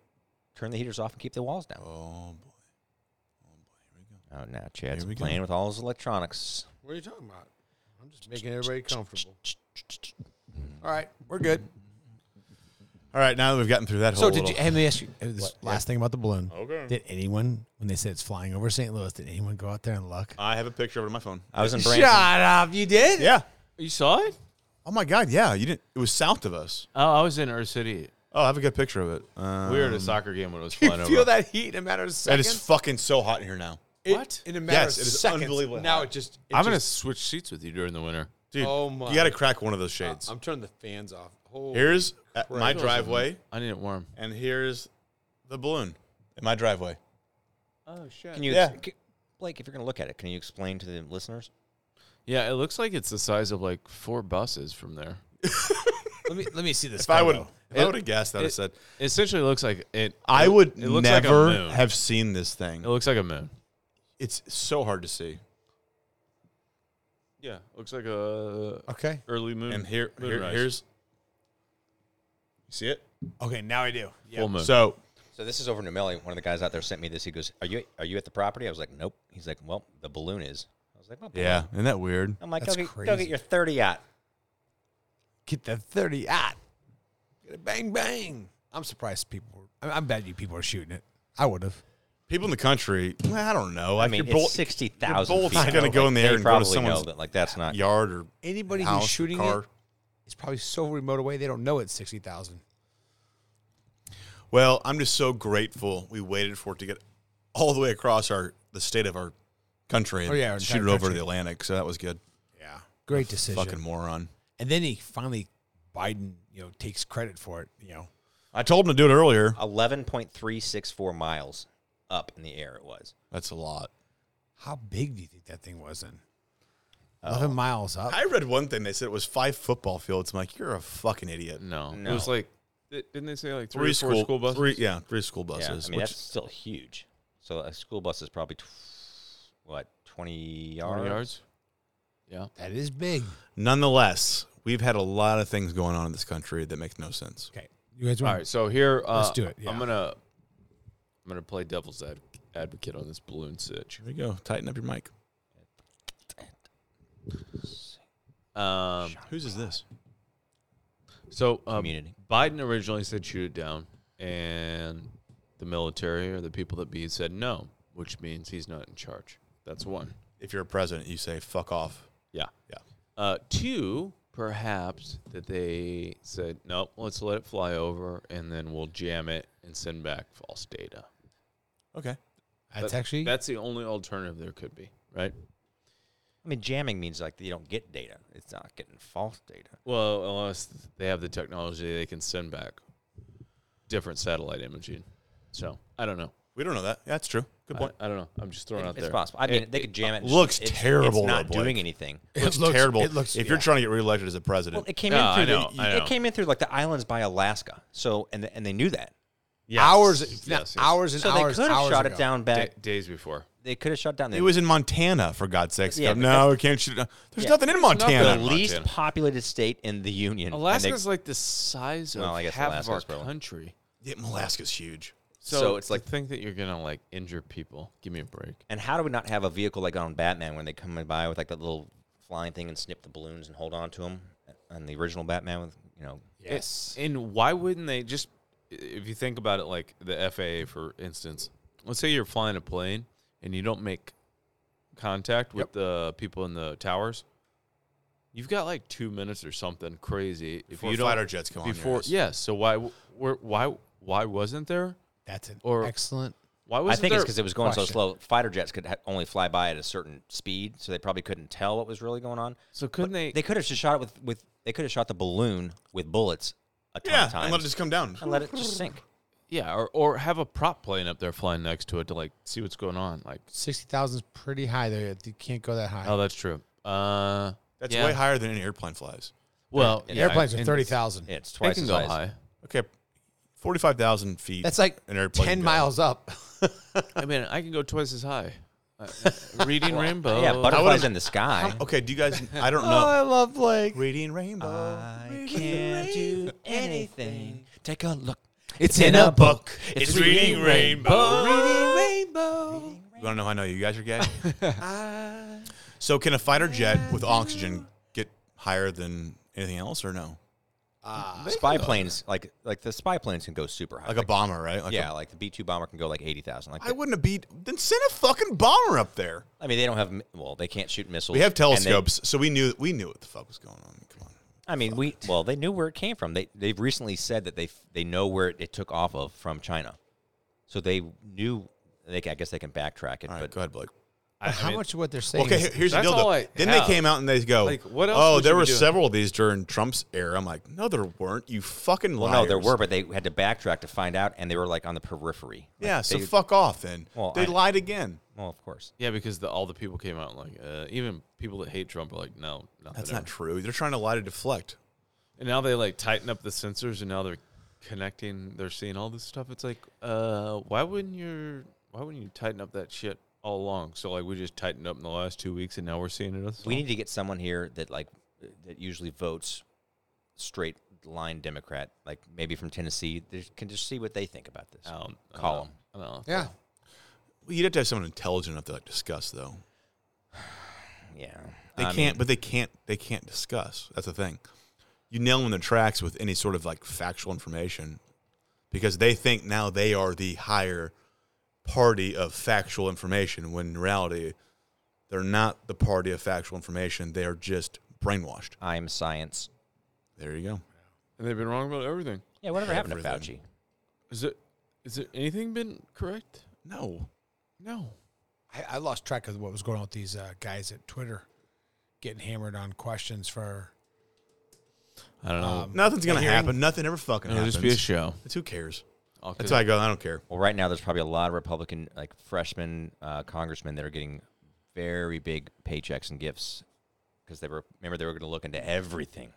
Speaker 4: turn the heaters off and keep the walls down. Oh boy! Oh boy! Here we go. Oh, now Chad's
Speaker 1: Here we go.
Speaker 4: playing with all his electronics.
Speaker 3: What are you talking about? I'm just making everybody comfortable. All right, we're good.
Speaker 1: All right, now that we've gotten through that
Speaker 3: So
Speaker 1: whole
Speaker 3: did
Speaker 1: little,
Speaker 3: you? Hey, let me ask you uh, this last thing about the balloon. Okay. Did anyone, when they said it's flying over St. Louis, did anyone go out there and look?
Speaker 2: Uh,
Speaker 1: I have a picture of it on my phone.
Speaker 4: I was in
Speaker 3: Shut
Speaker 4: Branson.
Speaker 3: up! You did?
Speaker 1: Yeah.
Speaker 2: You saw it?
Speaker 1: Oh my god, yeah. You didn't it was south of us.
Speaker 2: Oh, I was in Earth City.
Speaker 1: Oh, I have a good picture of it. Um,
Speaker 2: We were at a soccer game when it was
Speaker 3: You
Speaker 2: flying
Speaker 3: feel
Speaker 2: over.
Speaker 3: that heat in a matter of
Speaker 1: It
Speaker 3: seconds.
Speaker 1: is fucking so hot in here now.
Speaker 3: It-
Speaker 2: What?
Speaker 3: in a matter
Speaker 1: Yes,
Speaker 3: of
Speaker 1: it is
Speaker 3: seconds.
Speaker 1: unbelievably
Speaker 3: Now
Speaker 1: hot.
Speaker 3: it just. It
Speaker 2: I'm gonna
Speaker 3: just,
Speaker 2: switch seats with you during the winter.
Speaker 1: Dude,
Speaker 3: Oh my-
Speaker 1: you got to crack one of those shades.
Speaker 3: I'm turning the fans off. Holy
Speaker 1: here's uh, my
Speaker 3: crap.
Speaker 1: driveway,
Speaker 2: I need it warm.
Speaker 1: and here's the balloon in my driveway.
Speaker 2: Oh shit.
Speaker 4: Can you,
Speaker 1: Yeah.
Speaker 4: c- Blake? If you're going to look at it, can you explain to the listeners?
Speaker 2: Yeah, it looks like it's the size of like four buses from there.
Speaker 3: Let me let me see this.
Speaker 1: If I would,
Speaker 3: photo.
Speaker 1: if I would have guessed that, I
Speaker 2: it-
Speaker 1: said
Speaker 2: It essentially looks like it.
Speaker 1: I would
Speaker 2: It looks like a
Speaker 1: never
Speaker 2: moon.
Speaker 1: have seen this thing.
Speaker 2: It looks like a moon.
Speaker 1: It's so hard to see.
Speaker 2: Yeah, looks like a
Speaker 3: Okay.
Speaker 2: early moon.
Speaker 1: And here, here here's. You see it?
Speaker 3: Okay, now I do. Yeah.
Speaker 2: full moon.
Speaker 1: So
Speaker 4: So this is over in Melly. One of the guys out there sent me this. He goes, "Are you are you at the property?" I was like, "Nope." He's like, "Well, the balloon is." I was like, "Well,
Speaker 1: yeah, isn't that weird?
Speaker 4: I'm like, go
Speaker 3: That's
Speaker 4: get, go
Speaker 3: crazy.
Speaker 4: get your thirty yacht.
Speaker 3: Get the thirty out. Get a bang bang. I'm surprised people. Were, I, I bet you people are shooting it. I would have.
Speaker 1: People in the country, well, I don't know.
Speaker 4: I
Speaker 1: Like
Speaker 4: mean,
Speaker 1: your bull-
Speaker 4: it's sixty thousand.
Speaker 1: your bullet's gonna go in the air and go to someone's
Speaker 4: that, like that's not.
Speaker 1: yard or
Speaker 3: Anybody
Speaker 1: house
Speaker 3: who's
Speaker 1: or
Speaker 3: shooting
Speaker 1: car.
Speaker 3: it is probably so remote away they don't know it's sixty thousand.
Speaker 1: Well, I'm just so grateful we waited for it to get all the way across our the state of our country and
Speaker 3: Oh, yeah, our
Speaker 1: shoot it
Speaker 3: entire
Speaker 1: over
Speaker 3: country.
Speaker 1: the Atlantic. So that was good.
Speaker 3: Yeah, great decision.
Speaker 1: Fucking moron.
Speaker 3: and then he finally Biden, you know, takes credit for it. You know,
Speaker 1: I told him to do it earlier.
Speaker 4: Eleven point three six four miles up in the air. It was.
Speaker 1: That's a lot.
Speaker 3: how big do you think that thing was Oh. in? Eleven miles up.
Speaker 1: I read one thing. They said it was five football fields. I'm like, you're a fucking idiot.
Speaker 2: no,
Speaker 4: No.
Speaker 2: it was like di- didn't they say like Mm. three, or four school, buses?
Speaker 1: Three, yeah, three school
Speaker 4: Yeah, I mean
Speaker 1: buses.
Speaker 4: that's
Speaker 1: which,
Speaker 4: still huge. So a school bus is probably tw- what twenty yards.
Speaker 2: 20 yards. Yeah,
Speaker 3: that is big.
Speaker 1: nonetheless, we've had a lot of things going on in this country that makes no sense.
Speaker 3: Okay, you guys
Speaker 2: All
Speaker 3: want?
Speaker 2: right, so here uh,
Speaker 3: Let's do it, yeah.
Speaker 2: I'm gonna I'm gonna play devil's ad- advocate on this balloon sitch.
Speaker 1: Here we go. Tighten up your mic.
Speaker 2: Um,
Speaker 1: Whose is this?
Speaker 2: so um,
Speaker 4: Community.
Speaker 2: Biden originally said shoot it down, and the military or the people that be said no, which means he's not in charge. That's one.
Speaker 1: If you're a president, you say fuck off.
Speaker 2: Yeah.
Speaker 1: Yeah.
Speaker 2: Uh, two, perhaps that they said nope, let's let it fly over, and then we'll jam it and send back false data.
Speaker 1: Okay.
Speaker 3: That's
Speaker 2: That-
Speaker 3: actually
Speaker 2: that's the only alternative there could be, right?
Speaker 4: I mean, jamming means like you don't get data. It's not getting false data.
Speaker 2: Well, unless they have the technology, they can send back different satellite imaging. So I don't know.
Speaker 1: We don't know that. Yeah, that's true. Good point.
Speaker 2: I, I don't know. I'm just throwing out
Speaker 4: It's
Speaker 2: there.
Speaker 4: possible. I mean, they could jam it. and
Speaker 1: looks
Speaker 4: it's- it's,
Speaker 1: terrible,
Speaker 4: It's not
Speaker 1: though, Blake.
Speaker 4: doing anything.
Speaker 1: It looks,
Speaker 3: looks-
Speaker 1: terrible.
Speaker 3: it looks-
Speaker 1: if you're
Speaker 3: yeah.
Speaker 1: trying to get reelected as a
Speaker 4: Well,
Speaker 1: president,
Speaker 4: it came
Speaker 2: No,
Speaker 4: in
Speaker 2: I
Speaker 4: through
Speaker 2: know,
Speaker 4: the,
Speaker 2: I know.
Speaker 4: it came in through like the islands by Alaska. So and the, and they knew that.
Speaker 2: Yes.
Speaker 3: Hours,
Speaker 2: Yes,
Speaker 3: now,
Speaker 2: yes.
Speaker 3: hours and
Speaker 4: So they
Speaker 3: hours.
Speaker 4: could have
Speaker 3: hours
Speaker 4: shot
Speaker 3: ago.
Speaker 4: it down
Speaker 2: Da-
Speaker 4: back.
Speaker 2: days before.
Speaker 4: They could have shot down. the
Speaker 1: It was in Montana, for God's sakes.
Speaker 4: Yeah,
Speaker 1: Go,
Speaker 4: but
Speaker 1: no, we can't shoot. it down." There's nothing in Montana.
Speaker 2: nothing.
Speaker 4: least
Speaker 2: Montana.
Speaker 4: populated state in the union. and they-
Speaker 2: Alaska's like the size of
Speaker 4: Well, I guess
Speaker 2: half
Speaker 4: Alaska's
Speaker 2: of our
Speaker 4: probably-
Speaker 2: country.
Speaker 1: Yeah, Alaska's huge.
Speaker 2: So,
Speaker 4: So it's
Speaker 2: it's like
Speaker 4: like-
Speaker 2: to think that you're gonna like injure people. Give me a break.
Speaker 4: And how do we not have a vehicle like on Batman when they come by with like that little flying thing and snip the balloons and hold on to them? And the original Batman with you know,
Speaker 3: Yes.
Speaker 2: And why wouldn't they just? If you think about it, like the FAA, for instance, let's say you're flying a plane and you don't make contact with the people in the towers. You've got like two minutes or something crazy if
Speaker 1: Before
Speaker 2: you don't-
Speaker 1: fighter jets come on your
Speaker 2: before.
Speaker 1: ass.
Speaker 2: Yes. so why? w- Where, why? Why wasn't there?
Speaker 3: That's an
Speaker 2: Or-
Speaker 3: excellent.
Speaker 2: Why was
Speaker 4: I think
Speaker 2: there,
Speaker 4: it's because it was going so
Speaker 3: question.
Speaker 4: slow. Fighter jets could ha- only fly by at a certain speed, so they probably couldn't tell what was really going on.
Speaker 2: So couldn't they?
Speaker 4: They could have just shot it with, with they could have shot the balloon with bullets a ton
Speaker 1: Yeah,
Speaker 4: of times
Speaker 1: and let it just come down.
Speaker 4: and let it just sink.
Speaker 2: yeah, or, or have a prop plane up there flying next to it to like see what's going on. Like,
Speaker 3: 60,000 is pretty high there. You can't go that high.
Speaker 2: oh, that's true. Uh,
Speaker 1: That's
Speaker 2: yeah.
Speaker 1: way higher than any airplane flies.
Speaker 2: Well,
Speaker 3: The
Speaker 2: yeah,
Speaker 3: airplanes are
Speaker 2: and
Speaker 3: 30,000.
Speaker 4: Yeah, it's
Speaker 2: They
Speaker 4: twice
Speaker 2: can
Speaker 4: as
Speaker 2: go
Speaker 4: high. as-
Speaker 2: high.
Speaker 1: Okay, forty-five thousand feet.
Speaker 3: That's like
Speaker 1: an airplane
Speaker 3: 10
Speaker 1: goes.
Speaker 3: miles up.
Speaker 2: I mean, I can go twice as high. Uh, reading Rainbow.
Speaker 4: Yeah, butterflies in the sky.
Speaker 1: Okay, do you guys? I don't
Speaker 3: Oh,
Speaker 1: know.
Speaker 3: I love Blake.
Speaker 1: Reading rainbow.
Speaker 4: can't do anything. Take a look.
Speaker 3: It's
Speaker 4: in a book.
Speaker 1: It's reading rainbow.
Speaker 3: Reading rainbow.
Speaker 1: You want to know how I know you guys are gay? Uh, so, can a fighter jet with oxygen get higher than anything else, or no?
Speaker 4: Spy planes, like like the spy planes, can go super high.
Speaker 1: Like a bomber, right? Like
Speaker 4: yeah,
Speaker 1: A,
Speaker 4: like the B two bomber can go like eighty thousand. Like
Speaker 1: I
Speaker 4: the-
Speaker 1: wouldn't have beat. Then send a fucking bomber up there.
Speaker 4: I mean, they don't have mi- well, they can't shoot missiles.
Speaker 1: We have
Speaker 4: and they-
Speaker 1: telescopes, so we knew we knew what the fuck was going on. Come on.
Speaker 4: I mean, we well, they knew where it came from. They they've recently said that they f- they know where it, it took off of from China, so they knew. They ca- I guess they can backtrack it,
Speaker 1: All right,
Speaker 4: but
Speaker 1: go ahead, Blake.
Speaker 2: I
Speaker 3: How
Speaker 2: mean,
Speaker 3: much of what they're saying
Speaker 1: Okay,
Speaker 3: is
Speaker 1: here- here's the
Speaker 2: That's
Speaker 1: deal.
Speaker 2: all
Speaker 1: Though.
Speaker 2: I
Speaker 1: Then
Speaker 2: have.
Speaker 1: they came out and they go,
Speaker 2: Like, what else
Speaker 1: "Oh,
Speaker 2: would you
Speaker 1: there
Speaker 2: be
Speaker 1: were
Speaker 2: doing?"
Speaker 1: several of these during Trump's era." I'm like, "No, there weren't. You fucking liars."
Speaker 4: well, no, there were, but they had to backtrack to find out, and they were like on the periphery. Like,
Speaker 1: Yeah, so
Speaker 4: they-
Speaker 1: fuck off then.
Speaker 4: Well,
Speaker 1: they
Speaker 4: I-
Speaker 1: lied again.
Speaker 4: Well, of course.
Speaker 2: Yeah, because the, all the people came out like, uh, even people that hate Trump are like, no, nothing
Speaker 1: That's
Speaker 2: ever.
Speaker 1: not true. They're trying to lie to deflect.
Speaker 2: And now they like tighten up the sensors, and now they're connecting. They're seeing all this stuff. It's like, uh, why wouldn't you? Why wouldn't you tighten up that shit all along? So like, we just tightened up in the last two weeks, and now we're seeing it. as
Speaker 4: We
Speaker 2: well.
Speaker 4: need to get someone here that like that usually votes straight line Democrat, like maybe from Tennessee. They can just see what they think about this.
Speaker 2: I don't- I
Speaker 4: Call
Speaker 2: don't
Speaker 4: them.
Speaker 2: know. I don't know.
Speaker 3: Yeah.
Speaker 1: Well, you'd have to have someone intelligent enough to like discuss, though.
Speaker 4: Yeah,
Speaker 1: They
Speaker 4: I
Speaker 1: can't,
Speaker 4: mean,
Speaker 1: but they can't. They can't discuss. That's the thing. You nail them in the tracks with any sort of like factual information, because they think now they are the higher party of factual information. When in reality, they're not the party of factual information. They are just brainwashed.
Speaker 4: I'm science.
Speaker 1: There you go.
Speaker 2: And they've been wrong about everything.
Speaker 4: Yeah, whatever happened to Fauci?
Speaker 1: Everything.
Speaker 2: Is it? Is there anything been correct?
Speaker 1: No,
Speaker 2: No.
Speaker 3: I, I lost track of what was going on with these uh, guys at Twitter getting hammered on questions for.
Speaker 2: I don't know.
Speaker 1: nothing's gonna
Speaker 3: a hearing?
Speaker 1: happen. Nothing ever fucking
Speaker 2: It'll
Speaker 1: Ah, happens.
Speaker 2: just be a show.
Speaker 1: It's who cares.
Speaker 2: All 'cause
Speaker 1: That's why I go. I don't care.
Speaker 4: Well, right now there's probably a lot of Republican, like freshmen uh, congressmen, that are getting very big paychecks and gifts because they were remember they were going to look into everything,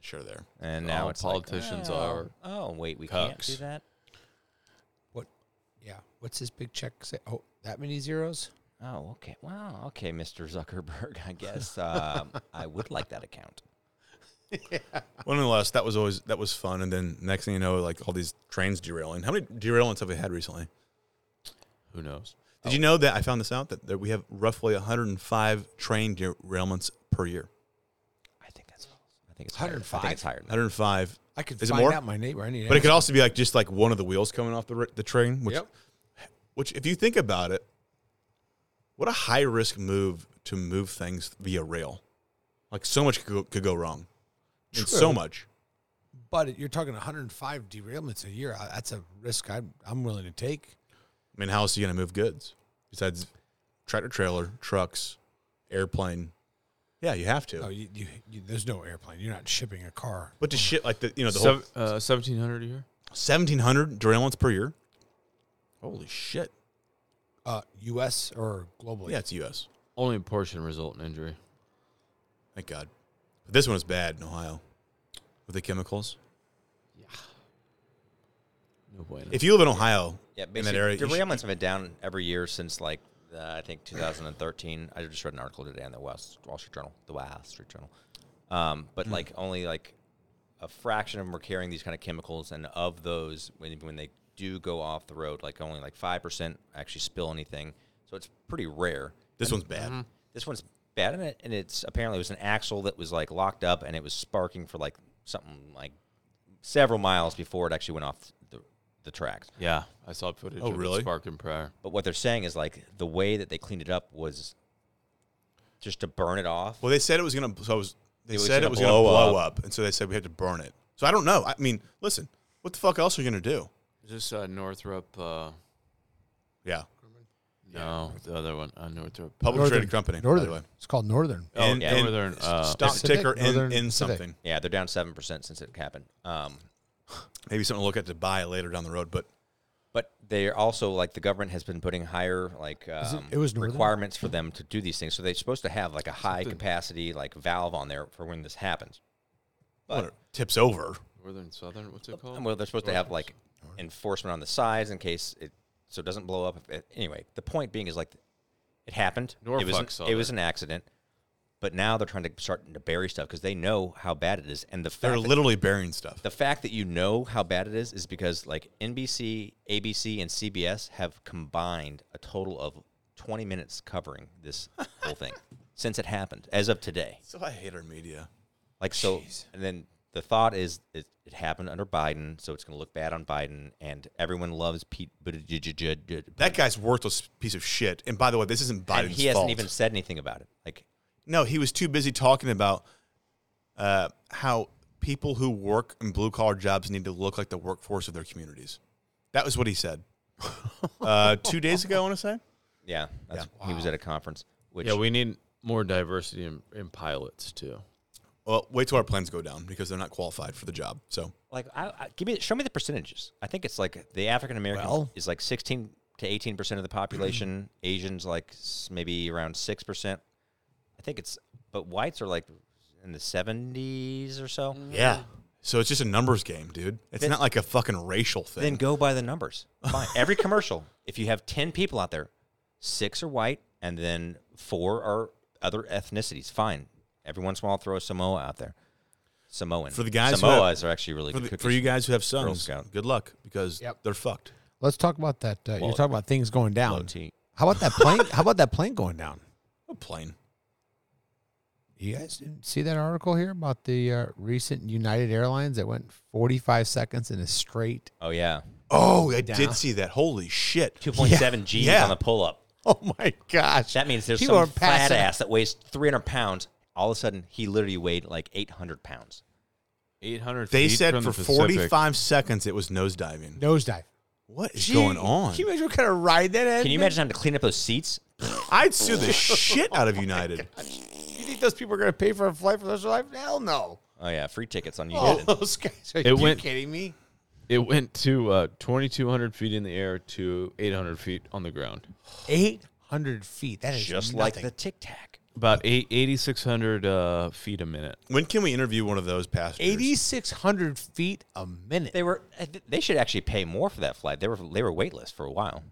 Speaker 1: Sure, there.
Speaker 4: and
Speaker 2: all
Speaker 4: now Oh, it's like,
Speaker 2: politicians are.
Speaker 4: oh, wait, we can't do
Speaker 2: cucks.
Speaker 4: that.
Speaker 3: What? Yeah. What's this big check say? Oh, that many zeros?
Speaker 4: Oh, okay. Wow. Okay, Mr. Zuckerberg. I guess um, I would like that account.
Speaker 1: Well, nonetheless, that was always that was fun. And then next thing you know, like all these trains derailing. How many derailments have we had recently?
Speaker 2: Who knows?
Speaker 1: Did you know that I found this out that, that we have roughly 105 train derailments per year?
Speaker 4: I think that's false. I think it's higher. I
Speaker 3: 105?
Speaker 4: think it's higher. Than that.
Speaker 1: 105.
Speaker 3: I could
Speaker 1: Is it
Speaker 3: find
Speaker 1: more?
Speaker 3: out my neighbor. I need
Speaker 1: But it
Speaker 3: to
Speaker 1: could also be like just like one of the wheels coming off the r- the train, which
Speaker 3: Yep.
Speaker 1: which if you think about it, what a high risk move to move things via rail. Like so much could go, could go wrong. And
Speaker 3: True.
Speaker 1: so much.
Speaker 3: But you're talking 105 derailments a year. I- That's a risk I'm, I'm willing to take.
Speaker 1: I mean, how else are you going to move goods besides tractor trailer, trucks, airplane? Yeah, you have to.
Speaker 3: No, Oh, you, you, you, there's no airplane. You're not shipping a car.
Speaker 1: But to shit like the you know the whole
Speaker 2: Sev- uh, 1700 a year?
Speaker 1: 1700 derailments per year. Holy shit.
Speaker 3: Uh, U.S. or globally?
Speaker 1: Yeah, it's US.
Speaker 2: Only a portion result in injury.
Speaker 1: Thank God. But this one was bad in Ohio with the chemicals.
Speaker 2: No bueno.
Speaker 1: If you live in Ohio,
Speaker 4: Yeah,
Speaker 1: in that
Speaker 4: basically,
Speaker 1: area, you should-
Speaker 4: derailments have been down every year since like uh, I think 2013. I just read an article today on the West Wall Street Journal, the Wall Street Journal. Um, but
Speaker 1: Hmm.
Speaker 4: like only like a fraction of them were carrying these kind of chemicals, and of those, when when they do go off the road, like only like five percent actually spill anything. So it's pretty rare.
Speaker 1: this one's bad.
Speaker 4: This one's bad, and, it, and it's apparently it was an axle that was like locked up, and it was sparking for like something like several miles before it actually went off the, the tracks.
Speaker 2: yeah, I saw footage.
Speaker 1: Oh,
Speaker 2: of it
Speaker 1: really?
Speaker 2: Sparking prayer.
Speaker 4: But what they're saying is like the way that they cleaned it up was just to burn it off.
Speaker 1: Well, they said it was gonna. So I was. They
Speaker 4: It was
Speaker 1: said
Speaker 4: gonna
Speaker 1: it was gonna
Speaker 4: blow
Speaker 1: blow up. and so they said we had to burn it. So I don't know. I mean, listen, what the fuck else are you gonna do?
Speaker 2: Is this uh, Northrop? Uh,
Speaker 1: Yeah,
Speaker 2: no, the other one. Uh, Northrop.
Speaker 1: public
Speaker 3: Northern
Speaker 1: traded company.
Speaker 3: Northern.
Speaker 1: By the way.
Speaker 3: It's called Northern.
Speaker 2: Oh,
Speaker 1: In- in-
Speaker 2: Northern. Uh,
Speaker 1: stock
Speaker 3: Pacific?
Speaker 1: ticker in,
Speaker 3: Northern
Speaker 1: in
Speaker 3: Pacific.
Speaker 1: something.
Speaker 4: yeah, they're down seven percent since it happened. Um,
Speaker 1: Maybe something to look at to buy later down the road. But
Speaker 4: but they're also like the government has been putting higher like um,
Speaker 3: it was Northern?
Speaker 4: requirements for them to do these things. So they're supposed to have like a high capacity like valve on there for when this happens.
Speaker 1: what it tips over.
Speaker 2: Northern Southern. What's it called?
Speaker 4: And well, they're supposed to have like enforcement on the sides in case it so it doesn't blow up. If it- anyway, the point being is like it happened. it
Speaker 2: Norfolk
Speaker 4: was an, it was an accident, but now they're trying to start to bury stuff because they know how bad it is. And the fact
Speaker 1: They're
Speaker 4: that,
Speaker 1: literally burying stuff.
Speaker 4: the fact that you know how bad it is is because like NBC, ABC, and CBS have combined a total of 20 minutes covering this whole thing since it happened as of today.
Speaker 1: So I hate our media.
Speaker 4: Like so, and then the thought is it, it happened under Biden, so it's going to look bad on Biden, and everyone loves Pete Buttigieg.
Speaker 1: That guy's worthless piece of shit. And by the way, this isn't Biden's
Speaker 4: and he hasn't
Speaker 1: fault.
Speaker 4: even said anything about it. Like,
Speaker 1: No, he was too busy talking about uh, how people who work in blue collar jobs need to look like the workforce of their communities. That was what he said uh, two days ago. I want to say.
Speaker 4: yeah, that's, he was at a conference. Which
Speaker 2: yeah, we need more diversity in, in pilots too.
Speaker 1: Well, wait till our plans go down because they're not qualified for the job. So
Speaker 4: like, I, I, give me show me the percentages. I think it's like the African American
Speaker 3: Well-
Speaker 4: is like sixteen to eighteen percent of the population. Asians like s- maybe around six percent. I think it's, but whites are like in the seventies or so.
Speaker 1: yeah, so it's just a numbers game, dude. It's not like a fucking racial thing.
Speaker 4: Then go by the numbers. Fine. Every commercial, if you have 10 people out there, six are white and then four are other ethnicities. Fine. Every once in a while, throw a Samoa out there. Samoan.
Speaker 1: For the guys who have-
Speaker 4: Samoas are actually really
Speaker 1: for,
Speaker 4: good
Speaker 1: the,
Speaker 4: cookies.
Speaker 1: for you guys who have sons,
Speaker 4: Scout.
Speaker 1: good luck because
Speaker 3: Yep.
Speaker 1: they're fucked.
Speaker 3: Let's talk about that. Uh, you're
Speaker 4: Well,
Speaker 3: talking about things going down.
Speaker 4: tea.
Speaker 3: How about that plane? how about that plane going down?
Speaker 1: A plane.
Speaker 3: You guys didn't see that article here about the uh, recent United Airlines that went 45 seconds in a straight.
Speaker 4: Oh, yeah.
Speaker 1: Oh, I
Speaker 3: Down.
Speaker 1: did see that. Holy shit!
Speaker 4: 2.7 G's
Speaker 1: Yeah.
Speaker 4: on the pull up.
Speaker 3: Oh my gosh!
Speaker 4: That means there's
Speaker 3: People are
Speaker 4: some fat
Speaker 3: passing-
Speaker 4: ass that weighs 300 pounds. All of a sudden, he literally weighed like 800 pounds.
Speaker 2: Eight hundred.
Speaker 1: They said for 45 seconds it was nosediving.
Speaker 3: nosedive.
Speaker 1: What is going on?
Speaker 3: Can you imagine what kind of ride that is?
Speaker 4: Can you imagine having to clean up those seats?
Speaker 1: I'd sue the shit out of United.
Speaker 3: You think those people are going to pay for a flight for the rest of their life? Hell no!
Speaker 4: Oh, yeah. Free tickets on
Speaker 3: All
Speaker 1: Oh.
Speaker 4: United.
Speaker 3: those guys. Are
Speaker 2: It
Speaker 3: you
Speaker 2: went-
Speaker 3: kidding me?
Speaker 2: It went to uh, twenty two hundred feet in the air to eight hundred feet on the ground.
Speaker 3: 800 feet. That is
Speaker 4: Just like
Speaker 3: nothing.
Speaker 4: the Tic Tac.
Speaker 2: About eight eighty six hundred uh, feet a minute.
Speaker 1: When can we interview one of those passengers?
Speaker 3: 8,600 feet a minute.
Speaker 4: They were. They should actually pay more for that flight. They were. They were waitlist for a while.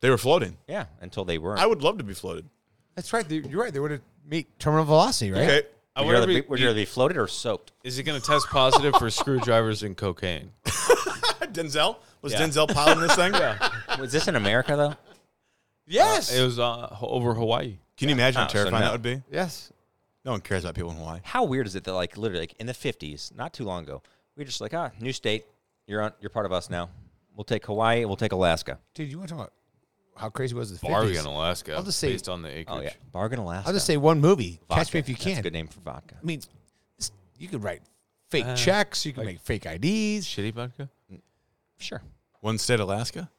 Speaker 1: They were floating.
Speaker 4: Yeah, until they weren't.
Speaker 1: I would love to be floated.
Speaker 3: That's right. they- You're right. They would have meet terminal velocity, right?
Speaker 1: Okay.
Speaker 2: I
Speaker 4: would you rather be, would you rather be floated or soaked?
Speaker 2: is it going to test positive for screwdrivers and cocaine?
Speaker 1: Denzel? Was Denzel piloting this thing?
Speaker 4: Was this in America though?
Speaker 3: Yes.
Speaker 2: It was uh, ho- over Hawaii.
Speaker 1: Can you imagine
Speaker 4: Oh,
Speaker 1: how
Speaker 4: so
Speaker 1: terrifying
Speaker 4: no.
Speaker 1: that would be?
Speaker 3: yes.
Speaker 1: No one cares about people in Hawaii.
Speaker 4: How weird is it that like literally like in the fifties, not too long ago, we were just like ah, new state, you're on, you're part of us now. We'll take Hawaii. We'll take Alaska.
Speaker 3: Dude, you want to talk about how crazy was the
Speaker 2: Bargain,
Speaker 3: 50s?
Speaker 2: Alaska.
Speaker 3: I'll just say-
Speaker 2: based on the acreage.
Speaker 4: Oh yeah, bargain Alaska.
Speaker 3: I'll just say one movie.
Speaker 4: Vodka.
Speaker 3: Catch me if you can.
Speaker 4: That's a good Uh, name for vodka.
Speaker 3: I mean, this- you could write fake checks. You can make fake IDs.
Speaker 2: Shitty vodka.
Speaker 4: Sure.
Speaker 1: One state, Alaska?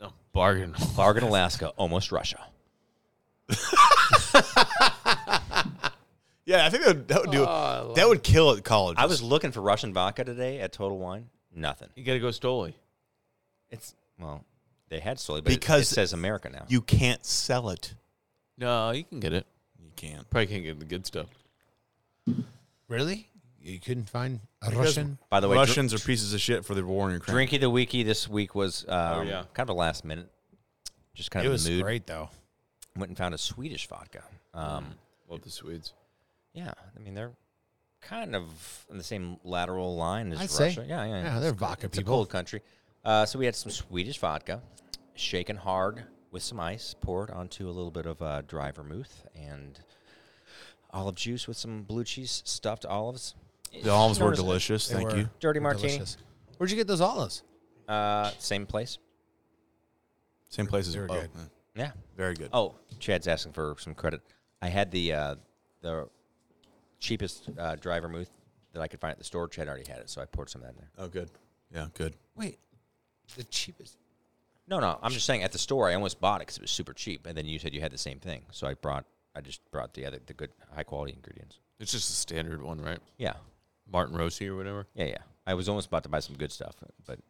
Speaker 2: No, bargain.
Speaker 4: Bargain Alaska, almost Russia.
Speaker 1: Yeah, I think that would, that would do it. That would kill at college.
Speaker 4: I was looking for Russian vodka today at Total Wine. Nothing.
Speaker 2: You got to go Stoli.
Speaker 4: It's well, they had slowly, but because
Speaker 1: Because
Speaker 4: it, says America now.
Speaker 1: You can't sell it.
Speaker 2: No, you can get it.
Speaker 1: You can't.
Speaker 2: Probably can't get the good stuff.
Speaker 3: Really? you couldn't find a Russian.
Speaker 4: By the way, Dr-
Speaker 1: Russians are pieces of shit for the war in Ukraine.
Speaker 4: Drinky the Weeky this week was um,
Speaker 2: yeah.
Speaker 4: kind of a last minute. Just kind
Speaker 3: Oh, It
Speaker 4: of
Speaker 3: was
Speaker 4: the mood.
Speaker 3: great though.
Speaker 4: Went and found a Swedish vodka.
Speaker 3: Hmm.
Speaker 4: Um,
Speaker 2: Love the Swedes.
Speaker 4: yeah, I mean they're kind of in the same lateral line as
Speaker 3: I'd say.
Speaker 4: Russia. Yeah, yeah,
Speaker 3: Yeah, they're vodka
Speaker 4: it's
Speaker 3: people.
Speaker 4: A cold country. Uh, so we had some Swedish vodka, shaken hard with some ice, poured onto a little bit of uh, dry vermouth and olive juice with some blue cheese stuffed olives.
Speaker 1: The olives were
Speaker 4: Notice-
Speaker 1: delicious.
Speaker 3: They
Speaker 1: Thank
Speaker 3: were-
Speaker 1: you.
Speaker 4: Dirty
Speaker 3: were
Speaker 4: martini.
Speaker 3: Where'd you get those olives?
Speaker 4: Uh, same place.
Speaker 1: Same place as
Speaker 3: They were
Speaker 1: oh,
Speaker 3: good.
Speaker 1: yeah.
Speaker 4: Yeah.
Speaker 1: Very good.
Speaker 4: Oh, Chad's asking for some credit. I had the uh, the cheapest uh, dry vermouth that I could find at the store. Chad already had it, so I poured some of that in there.
Speaker 1: Oh, good. Yeah, good.
Speaker 3: Wait, the cheapest.
Speaker 4: No, no, I'm just saying at the store I almost bought it because it was super cheap, and then you said you had the same thing, so I brought I just brought the other the good high quality ingredients.
Speaker 2: It's just a standard one, right?
Speaker 4: Yeah,
Speaker 2: Martin Rossi or whatever.
Speaker 4: yeah, yeah. I was almost about to buy some good stuff, but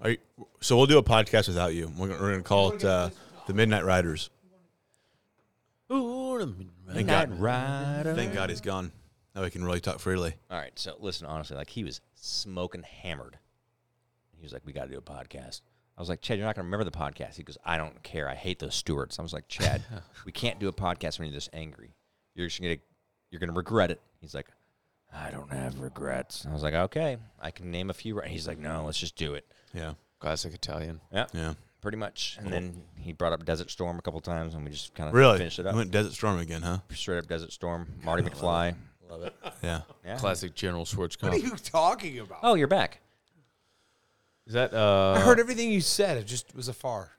Speaker 1: Are you, so we'll do a podcast without you. We're gonna, we're gonna call it uh, the Midnight Riders. Thank God. Thank God he's gone. Now we can really talk freely.
Speaker 4: all right. So listen, honestly, like he was smoking hammered. He was like, "We got to do a podcast." I was like, "Chad, you're not going to remember the podcast." He goes, "I don't care. I hate those stewards." I was like, "Chad, we can't do a podcast when you're this angry. You're just going to you're going to regret it." He's like, "I don't have regrets." I was like, "Okay, I can name a few." Right? He's like, "No, let's just do it."
Speaker 1: Yeah,
Speaker 2: Classic Italian.
Speaker 4: Yeah,
Speaker 1: yeah.
Speaker 4: pretty much. And then he brought up Desert Storm a couple times, and we just kind of
Speaker 1: Really?
Speaker 4: finished it up.
Speaker 1: We went Desert Storm again, huh?
Speaker 4: Straight up Desert Storm, Marty McFly.
Speaker 1: Yeah.
Speaker 4: Yeah.
Speaker 2: Classic General Schwarzkopf.
Speaker 3: talking about?
Speaker 4: Oh, you're back.
Speaker 2: Is that uh?
Speaker 3: I heard everything you said. It just was afar.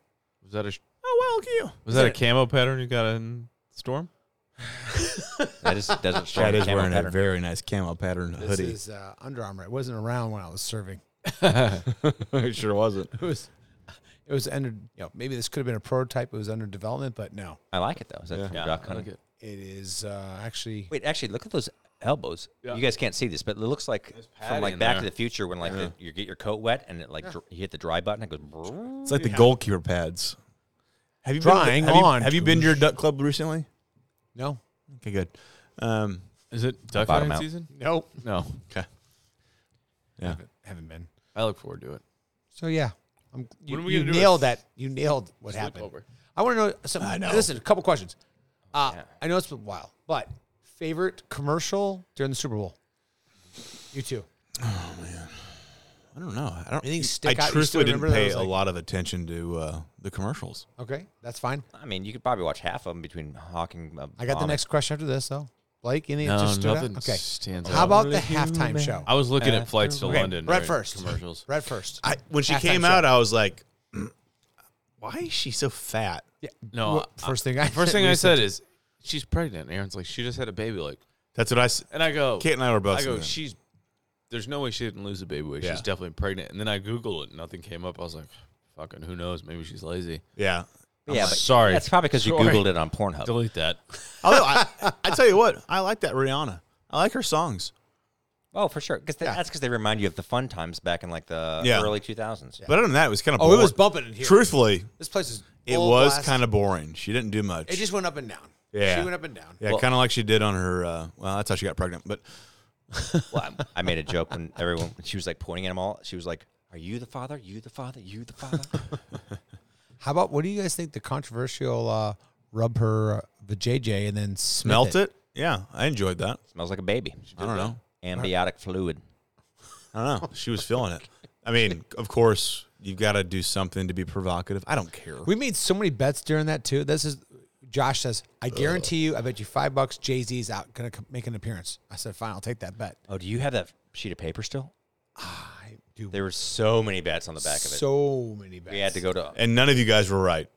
Speaker 2: Was that a sh-
Speaker 1: Oh well, you.
Speaker 2: was that a camo pattern you got in Storm?
Speaker 4: That is Desert Storm.
Speaker 1: Chad is
Speaker 4: camo
Speaker 1: wearing a
Speaker 4: pattern.
Speaker 1: very nice camo pattern
Speaker 3: This
Speaker 1: hoodie.
Speaker 3: is uh, Under Armour. It wasn't around when I was serving.
Speaker 1: it sure wasn't.
Speaker 3: It was. It was under. You know, maybe this could have been a prototype. It was under development, but no.
Speaker 4: I like it though. Is that from Doc Hunter?
Speaker 3: It is uh, actually.
Speaker 4: Wait, actually, look at those elbows. You guys can't see this, but it looks like from like
Speaker 2: padding
Speaker 4: Back to
Speaker 2: there.
Speaker 4: the Future when like the, you get your coat wet and it like dr- you hit the dry button. It goes. brrrr.
Speaker 1: It's like the goalkeeper pads. Have you
Speaker 3: Drying
Speaker 1: been, have you-
Speaker 3: on.
Speaker 1: have you been to your duck club recently?
Speaker 3: No.
Speaker 1: Okay, good. Um,
Speaker 2: Is it duck
Speaker 4: Bottom
Speaker 2: hunting
Speaker 4: out.
Speaker 2: season?
Speaker 3: Nope.
Speaker 2: No,
Speaker 1: okay.
Speaker 3: Haven't, haven't been.
Speaker 2: I look forward to it.
Speaker 3: So yeah, I'm, you,
Speaker 2: When are we
Speaker 3: you
Speaker 2: gonna do a
Speaker 3: nailed
Speaker 2: s-
Speaker 3: that. You nailed what happened.
Speaker 2: over? Oh,
Speaker 3: I want to know. Some, I know. Listen, a couple questions. Uh, I know it's been a while, but favorite commercial during the Super Bowl. You too.
Speaker 1: I don't know. I don't.
Speaker 3: Anything stick out? You
Speaker 1: I
Speaker 3: still
Speaker 1: truthfully didn't
Speaker 3: remember that
Speaker 1: pay
Speaker 3: was
Speaker 1: a
Speaker 3: like-
Speaker 1: lot of attention to uh, the commercials.
Speaker 3: Okay, that's fine.
Speaker 4: I mean, you could probably watch half of them between Hawking. Uh,
Speaker 3: I got the
Speaker 4: Ahmed.
Speaker 3: next question after this though. Blake, anything
Speaker 2: No,
Speaker 3: that just stood out?
Speaker 2: Uh, nothing
Speaker 3: Okay.
Speaker 2: stands
Speaker 3: How
Speaker 2: out.
Speaker 3: about the halftime show?
Speaker 2: I was looking at flights to
Speaker 3: Okay,
Speaker 2: London.
Speaker 3: Red
Speaker 2: during
Speaker 3: first.
Speaker 2: commercials.
Speaker 3: Red first.
Speaker 1: I, when she
Speaker 3: Halftime
Speaker 1: came
Speaker 3: show.
Speaker 1: out, I was like, "Why is she so fat?"
Speaker 3: Yeah.
Speaker 2: No,
Speaker 3: Well,
Speaker 2: I-
Speaker 3: first thing I
Speaker 2: First thing I said is she's pregnant. And Aaron's like she just had a baby. Like,
Speaker 1: That's what I. s-
Speaker 2: and I go.
Speaker 1: Kate and I were both.
Speaker 2: Oh. I go.
Speaker 1: saying that.
Speaker 2: She's. There's no way she didn't lose a baby. weight.
Speaker 1: Yeah.
Speaker 2: She's definitely pregnant. And then I googled it. and Nothing came up. I was like, fucking who knows? Maybe she's lazy.
Speaker 1: yeah.
Speaker 4: Yeah, but
Speaker 2: sorry.
Speaker 4: That's probably because you
Speaker 2: Sorry.
Speaker 4: googled it on Pornhub.
Speaker 2: Delete that.
Speaker 1: Although I, I tell you what, I like that Rihanna. I like her songs,
Speaker 4: Oh, for sure. Because that's because they remind you of the fun times back in like the
Speaker 1: Yeah.
Speaker 4: early 2000s.
Speaker 1: but other than that, it was kind of.
Speaker 3: Oh, it was bumping in here.
Speaker 1: Truthfully,
Speaker 3: This place is.
Speaker 1: it
Speaker 3: full
Speaker 1: was
Speaker 3: blast.
Speaker 1: kind of boring. She didn't do much.
Speaker 3: It just went up and down.
Speaker 1: Yeah.
Speaker 3: She went up and down.
Speaker 1: yeah, kind of like she did on her. Uh, well, that's how she got pregnant. But
Speaker 4: Well, I- I made a joke when everyone she was like pointing at them all. She was like, "Are you the father? You the father? You the father?"
Speaker 3: How about what do you guys think the controversial uh, rub her uh, the JJ and then sniff
Speaker 1: melt it. Yeah, I enjoyed that.
Speaker 4: Smells like a baby.
Speaker 1: I don't know.
Speaker 4: Ambiotic fluid.
Speaker 1: I don't know. She was feeling it. I mean, of course, you've got to do something to be provocative. I don't care.
Speaker 3: We made so many bets during that too. This is Josh says, I guarantee you, I bet you five bucks Jay Z's out gonna come, make an appearance. I said, fine, I'll take that bet.
Speaker 4: Oh, do you have that sheet of paper still?
Speaker 3: I do
Speaker 4: There were so many bats on the back of it.
Speaker 3: so many bets.
Speaker 4: we had to go to.
Speaker 1: and none of you guys were right.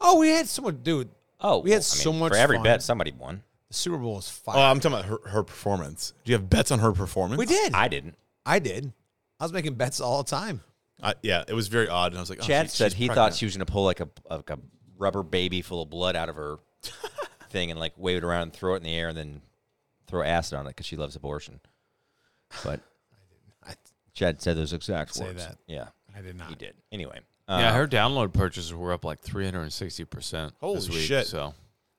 Speaker 3: Oh, we had so much, dude.
Speaker 4: Oh,
Speaker 3: we had
Speaker 4: well, I
Speaker 3: so
Speaker 4: mean,
Speaker 3: much
Speaker 4: for every
Speaker 3: fun.
Speaker 4: bet. Somebody won.
Speaker 3: The Super Bowl was
Speaker 1: Oh,
Speaker 3: fire.
Speaker 1: I'm talking about her, her performance. Do you have bets on her performance?
Speaker 3: we did. I,
Speaker 4: I didn't.
Speaker 3: did. I was making bets all the time.
Speaker 1: I, yeah, it was very odd. And I was like, oh,
Speaker 4: Chad
Speaker 1: she-
Speaker 4: said
Speaker 1: she's
Speaker 4: he
Speaker 1: pregnant.
Speaker 4: thought she was going to pull like a like a rubber baby full of blood out of her thing and like wave it around and throw it in the air and then throw acid on it because she loves abortion. But
Speaker 3: I,
Speaker 4: Chad said those exact
Speaker 3: Say
Speaker 4: words.
Speaker 3: that.
Speaker 4: Yeah,
Speaker 3: I did not.
Speaker 4: he did. Anyway,
Speaker 2: yeah,
Speaker 4: uh,
Speaker 2: her download purchases were up like 360 percent
Speaker 1: Holy
Speaker 2: this week.
Speaker 1: shit.
Speaker 2: So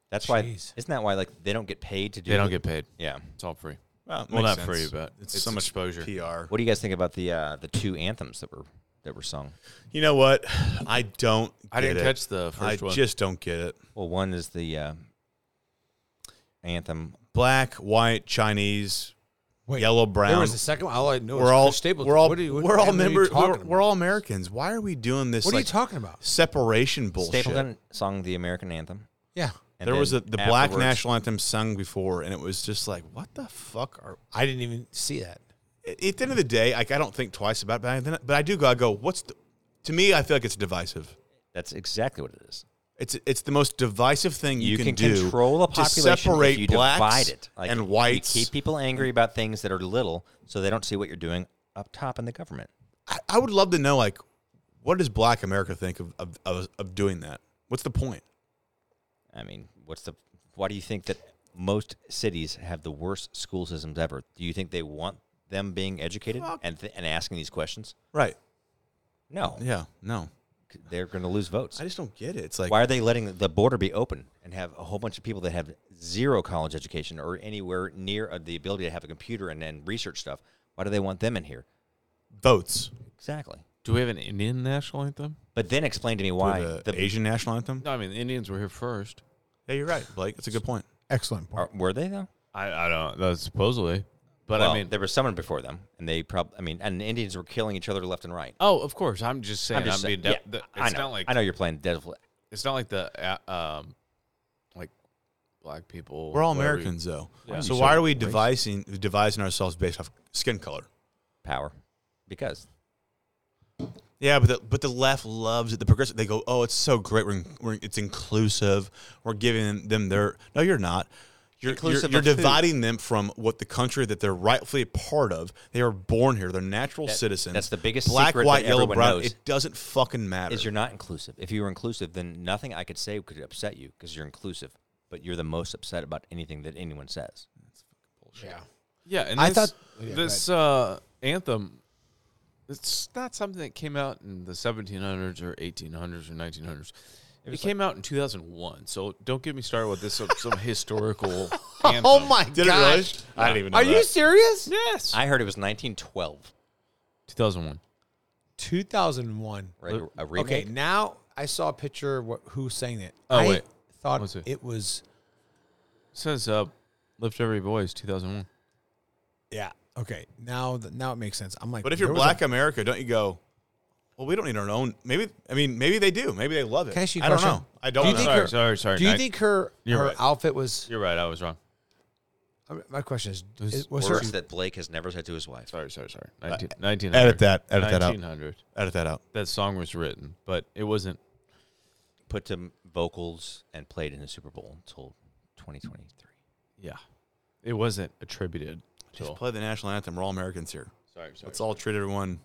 Speaker 4: that's why.
Speaker 3: Jeez.
Speaker 4: Isn't that why like they don't get paid to do?
Speaker 2: they don't
Speaker 4: the-
Speaker 2: get paid.
Speaker 4: Yeah,
Speaker 2: It's all free.
Speaker 1: Well, it
Speaker 2: Well,
Speaker 1: makes
Speaker 2: not for
Speaker 1: sense.
Speaker 2: you, but
Speaker 1: it's,
Speaker 2: it's
Speaker 1: so much
Speaker 2: exposure.
Speaker 1: PR.
Speaker 4: What do you guys think about the uh, the two anthems that were that were sung?
Speaker 1: You know what? I don't.
Speaker 2: I
Speaker 1: get
Speaker 2: didn't
Speaker 1: it.
Speaker 2: catch the first
Speaker 1: I
Speaker 2: one.
Speaker 1: just don't get it.
Speaker 4: Well, one is the uh, anthem.
Speaker 1: Black, white, Chinese,
Speaker 3: Wait,
Speaker 1: yellow, brown.
Speaker 3: There was a second one. All I know is
Speaker 1: we're all
Speaker 3: Chris Stapleton.
Speaker 1: we're all
Speaker 3: What are you- what
Speaker 1: we're all
Speaker 3: the hell are you
Speaker 1: members.
Speaker 3: talking
Speaker 1: We're,
Speaker 3: about?
Speaker 1: we're all Americans. Why are we doing this?
Speaker 3: What are you
Speaker 1: like,
Speaker 3: talking about?
Speaker 1: Separation bullshit.
Speaker 4: Stapleton sung the American anthem.
Speaker 3: Yeah,
Speaker 4: and
Speaker 1: there was a,
Speaker 4: then
Speaker 1: the black
Speaker 4: afterwards-
Speaker 1: national anthem sung before, and it was just like, what the fuck are?
Speaker 3: I didn't even see that.
Speaker 1: At the end of the day, like I don't think twice about, it, but I, then- but I do go. I go. What's the, to me? I feel like it's divisive.
Speaker 4: That's exactly what it is.
Speaker 1: It's it's the most divisive thing you,
Speaker 4: You can,
Speaker 1: do
Speaker 4: control a population
Speaker 1: to separate
Speaker 4: if you
Speaker 1: blacks
Speaker 4: divide it Like,
Speaker 1: and
Speaker 4: you
Speaker 1: whites.
Speaker 4: keep people angry about things that are little, so they don't see what you're doing up top in the government.
Speaker 1: I, I would love to know, like, what does Black America think of of, of of doing that? What's the point?
Speaker 4: I mean, what's the? Why do you think that most cities have the worst school systems ever? Do you think they want them being educated
Speaker 1: Fuck.
Speaker 4: and th- and asking these questions?
Speaker 1: Right?
Speaker 4: No,
Speaker 1: Yeah. No.
Speaker 4: they're going to lose votes.
Speaker 1: I just don't get it. It's like
Speaker 4: Why are they letting the border be open and have a whole bunch of people that have zero college education or anywhere near uh, the ability to have a computer and, and research stuff? Why do they want them in here?
Speaker 1: votes
Speaker 4: Exactly.
Speaker 2: Do we have an Indian national anthem?
Speaker 4: But then explain to me
Speaker 1: for
Speaker 4: why
Speaker 1: the,
Speaker 4: the
Speaker 1: Asian national anthem.
Speaker 2: No, I mean the Indians were here first.
Speaker 1: Yeah, you're right, Blake. That's a good point.
Speaker 3: Excellent point.
Speaker 4: are, were they though?
Speaker 2: I, I don't. That's supposedly, but
Speaker 4: well,
Speaker 2: I mean,
Speaker 4: there was someone before them, and they probably. I mean, and the Indians were killing each other left and right.
Speaker 2: oh, of course. I'm just saying.
Speaker 4: I'm
Speaker 2: I'm
Speaker 4: just saying.
Speaker 2: being de-
Speaker 4: yeah,
Speaker 2: the-
Speaker 4: I
Speaker 2: it's
Speaker 4: know.
Speaker 2: not like
Speaker 4: I know you're playing devil.
Speaker 2: it's not like the uh, um, like black people.
Speaker 1: We're all
Speaker 2: whatever you-
Speaker 1: Americans, though.
Speaker 2: Yeah.
Speaker 1: So why are we devising devising ourselves based off skin color?
Speaker 4: power because
Speaker 1: Yeah, but the, but the left loves it. The progressive they go, oh, it's so great. We're, in, we're it's inclusive. We're giving them their no. You're not. You're
Speaker 2: Inclusive
Speaker 1: you're,
Speaker 2: of
Speaker 1: you're
Speaker 2: who?
Speaker 1: dividing them from what the country that they're rightfully a part of. They are born here. They're natural citizens.
Speaker 4: that's the biggest
Speaker 1: black,
Speaker 4: secret
Speaker 1: white,
Speaker 4: that
Speaker 1: yellow,
Speaker 4: everyone
Speaker 1: brown.
Speaker 4: knows.
Speaker 1: It doesn't fucking matter.
Speaker 4: is you're not inclusive. If you were inclusive, then nothing I could say could upset you because you're inclusive. But you're the most upset about anything that anyone says.
Speaker 3: Oh, Yeah.
Speaker 2: Yeah, and
Speaker 3: I
Speaker 2: this,
Speaker 3: thought- oh, yeah,
Speaker 2: this uh, anthem. It's not something that came out in the 1700s or 1800s or 1900s. It, came out in 2001. So don't get me started with this some, some historical. Anthem.
Speaker 3: Oh my god!
Speaker 1: Did it really? I didn't even know
Speaker 3: Are you
Speaker 1: that.
Speaker 3: serious?
Speaker 2: Yes.
Speaker 4: I heard it was 1912.
Speaker 2: 2001.
Speaker 3: 2001.
Speaker 4: Right, a
Speaker 3: Okay,
Speaker 4: remake.
Speaker 3: now I saw a picture of what, who sang it.
Speaker 2: Oh,
Speaker 3: I
Speaker 2: wait.
Speaker 3: thought
Speaker 2: Let's see.
Speaker 3: it was
Speaker 2: says uh, "Lift Every Voice" 2001.
Speaker 3: yeah. Okay, now th- now it makes sense. I'm like,
Speaker 1: but if you're
Speaker 3: there was
Speaker 1: black
Speaker 3: a,
Speaker 1: America, don't you go? Well, we don't need our own. Maybe I mean maybe they do. Maybe they love it.
Speaker 3: Can I ask you a
Speaker 1: I don't
Speaker 3: question?
Speaker 1: know. I don't.
Speaker 3: Do you
Speaker 1: know.
Speaker 3: think
Speaker 2: Sorry,
Speaker 3: her,
Speaker 2: sorry, sorry,
Speaker 3: Do you
Speaker 2: Nate.
Speaker 3: think her
Speaker 2: You're
Speaker 3: her
Speaker 2: right.
Speaker 3: outfit was?
Speaker 2: You're right. I was wrong.
Speaker 3: I mean, My question is,
Speaker 2: This
Speaker 3: is- was her
Speaker 4: Words that Blake has never said to his wife.
Speaker 2: Sorry, sorry, sorry.
Speaker 3: Uh,
Speaker 2: 19, 1900.
Speaker 1: edit that. Edit that out.
Speaker 2: 1900.
Speaker 1: Edit that out.
Speaker 2: That song was written, but it wasn't.
Speaker 4: Put to vocals and played in the Super Bowl until 2023.
Speaker 2: Yeah, it wasn't attributed.
Speaker 1: Just
Speaker 2: till-
Speaker 1: play the national anthem. We're all Americans here.
Speaker 2: sorry, sorry.
Speaker 1: Let's all treat everyone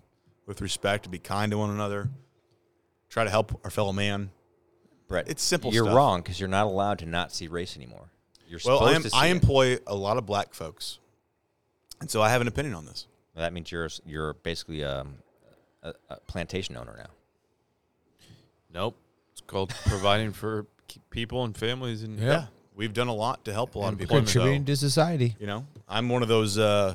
Speaker 1: with respect. Be kind to one another. Try to help our fellow man.
Speaker 4: Brett,
Speaker 1: It's simple
Speaker 4: You're
Speaker 1: stuff.
Speaker 4: wrong because you're not allowed to not see race anymore. You're
Speaker 1: Well,
Speaker 4: supposed
Speaker 1: I am.
Speaker 4: to see
Speaker 1: I
Speaker 4: it.
Speaker 1: employ a lot of black folks, and so I have an opinion on this.
Speaker 4: Well, that means you're s- you're basically um, a, a plantation owner now.
Speaker 2: Nope. It's called providing for k- people and families and
Speaker 3: Yeah.
Speaker 1: we've done a lot to help a lot of people.
Speaker 3: contributing
Speaker 1: so,
Speaker 3: to society?
Speaker 1: you know, I'm one of those uh,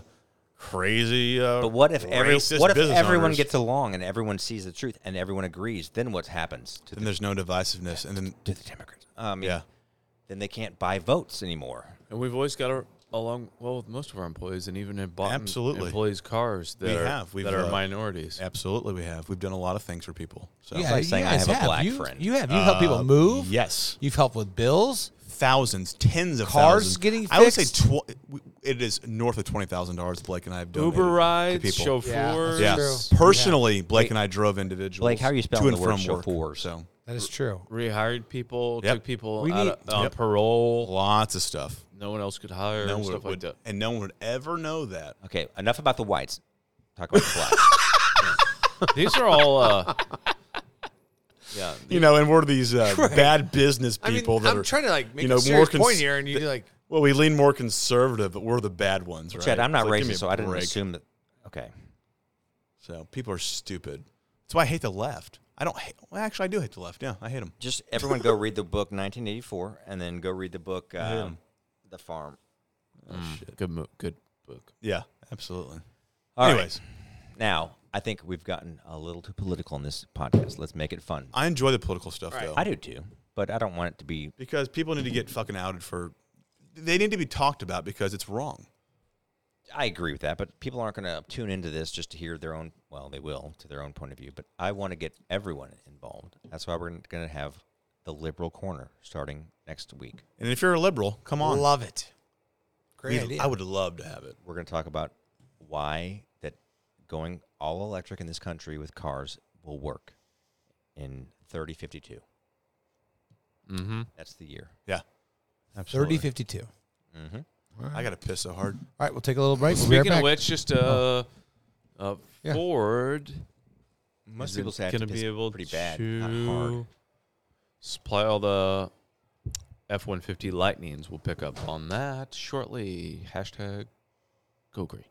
Speaker 1: crazy. Uh,
Speaker 4: But what if every
Speaker 1: racist
Speaker 4: what if
Speaker 1: business
Speaker 4: everyone
Speaker 1: owners.
Speaker 4: gets along and everyone sees the truth and everyone agrees? Then what happens to
Speaker 1: Then
Speaker 4: the,
Speaker 1: there's no divisiveness, and then
Speaker 4: to the Democrats? Um,
Speaker 1: yeah,
Speaker 4: Then they can't buy votes anymore.
Speaker 2: And we've always got our, along well with most of our employees, and even have bought
Speaker 1: Absolutely.
Speaker 2: employees' cars that
Speaker 1: We
Speaker 2: are,
Speaker 1: have. We've,
Speaker 2: that are
Speaker 1: uh,
Speaker 2: minorities.
Speaker 1: absolutely, we have. We've done a lot of things for people. So
Speaker 4: like saying I
Speaker 3: guys
Speaker 4: have a black
Speaker 3: you,
Speaker 4: friend.
Speaker 3: You have. You help people move.
Speaker 1: yes.
Speaker 3: You've helped with bills.
Speaker 1: thousands, tens of
Speaker 3: Cars
Speaker 1: thousands.
Speaker 3: getting
Speaker 1: I would say
Speaker 3: fixed?
Speaker 1: tw- it is north of twenty thousand dollars. Blake and I have donated
Speaker 2: Uber
Speaker 1: to
Speaker 2: rides,
Speaker 1: people.
Speaker 2: chauffeurs.
Speaker 1: Yeah,
Speaker 3: True.
Speaker 1: personally, Blake and I drove individuals.
Speaker 4: Blake, how are you spelling
Speaker 1: to and
Speaker 4: the word
Speaker 1: from work.
Speaker 4: chauffeur?
Speaker 1: So
Speaker 3: That is true.
Speaker 2: Rehired people,
Speaker 1: Yep.
Speaker 2: took people
Speaker 3: We
Speaker 2: out
Speaker 3: need-
Speaker 2: of- on
Speaker 1: Yep.
Speaker 2: parole.
Speaker 1: lots of stuff.
Speaker 2: No one else could hire
Speaker 1: No
Speaker 2: and
Speaker 1: one
Speaker 2: stuff like
Speaker 1: would,
Speaker 2: that.
Speaker 1: and no one would ever know that.
Speaker 4: Okay, enough about the whites. Talk about the blacks.
Speaker 2: These are all. Uh, yeah,
Speaker 1: You know, and we're these uh, bad business
Speaker 3: I mean,
Speaker 1: people that
Speaker 3: I'm
Speaker 1: are
Speaker 3: trying to, like, make
Speaker 1: you
Speaker 3: a
Speaker 1: know more
Speaker 3: serious point here, and you, like-
Speaker 1: Well, we lean more conservative, but we're the bad ones, right?
Speaker 4: Chad, I'm not
Speaker 1: It's like, give me
Speaker 4: racist,
Speaker 1: a
Speaker 4: so I didn't
Speaker 1: break.
Speaker 4: assume that. Okay,
Speaker 1: So people are stupid. That's why I hate the left. I don't. Hate, well, actually, I do hate the left. Yeah, I hate them.
Speaker 4: just everyone go read the book 1984, and then go read the book um, The Farm.
Speaker 2: good, mo- good, book.
Speaker 1: Yeah, absolutely.
Speaker 4: All right.
Speaker 1: Anyways,
Speaker 4: Now, I think we've gotten a little too political in this podcast. Let's make it fun.
Speaker 1: I enjoy the political stuff though.
Speaker 4: I do too, but I don't want it to be.
Speaker 1: because people need to get fucking outed for they need to be talked about because it's wrong.
Speaker 4: I agree with that, but people aren't going to tune into this just to hear their own. Well, they will to their own point of view, but I want to get everyone involved. That's why we're going to have the liberal corner starting next week.
Speaker 1: And if you're a liberal, come on.
Speaker 3: Love it. Great
Speaker 1: We'd-
Speaker 3: idea.
Speaker 1: I would love to have it.
Speaker 4: We're going to talk about why that going all electric in this country with cars will work in 3052.
Speaker 2: Mm-hmm.
Speaker 4: That's the year.
Speaker 1: Yeah.
Speaker 3: 30 52. All
Speaker 1: I got to piss so hard.
Speaker 3: right, we'll take a little break. We'll be right
Speaker 2: Speaking
Speaker 3: back. Oh.
Speaker 2: of which, just uh, uh
Speaker 3: Yeah.
Speaker 2: Ford
Speaker 4: Most
Speaker 2: is
Speaker 4: people say I have
Speaker 2: gonna
Speaker 4: to
Speaker 2: be
Speaker 4: piss
Speaker 2: able
Speaker 4: pretty bad,
Speaker 2: to
Speaker 4: not hard.
Speaker 2: supply all the F one fifty Lightnings. We'll pick up on that shortly. Hashtag go green.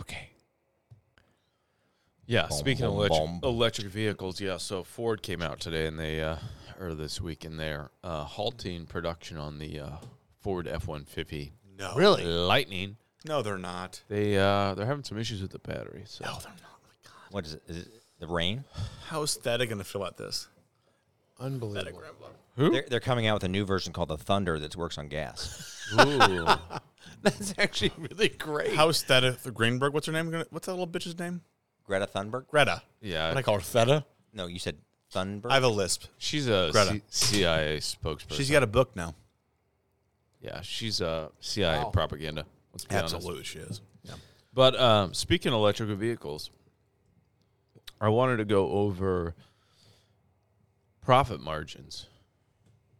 Speaker 3: okay.
Speaker 2: Yeah,
Speaker 4: Boom,
Speaker 2: speaking of
Speaker 4: boom,
Speaker 2: electric,
Speaker 4: boom.
Speaker 2: electric vehicles, yeah. So Ford came out today and they, uh, or this week, and they're uh, halting production on the uh, Ford F one fifty
Speaker 1: No.
Speaker 3: Really?
Speaker 2: Lightning.
Speaker 1: No, they're not.
Speaker 2: They uh, they're having some issues with the battery. So
Speaker 1: No, they're not.
Speaker 4: What is it? Is it the rain?
Speaker 1: How is Theta going to fill out this?
Speaker 3: Unbelievable.
Speaker 4: They're, they're coming out with a new version called the Thunder that works on gas.
Speaker 2: Ooh.
Speaker 3: That's actually really great.
Speaker 1: How is Theta Greenberg? What's her name? gonna- What's that little bitch's name?
Speaker 4: Greta Thunberg?
Speaker 1: Greta.
Speaker 2: Yeah.
Speaker 1: What I call her Theta.
Speaker 4: No, you said Thunberg.
Speaker 1: I have a lisp.
Speaker 2: she's a
Speaker 1: Greta.
Speaker 2: C- CIA spokesperson.
Speaker 1: She's got a book now.
Speaker 2: yeah, she's uh, a CIA propaganda. Let's be honest.
Speaker 1: Absolutely, she is. Yeah.
Speaker 2: But um, speaking of electrical vehicles, I wanted to go over profit margins.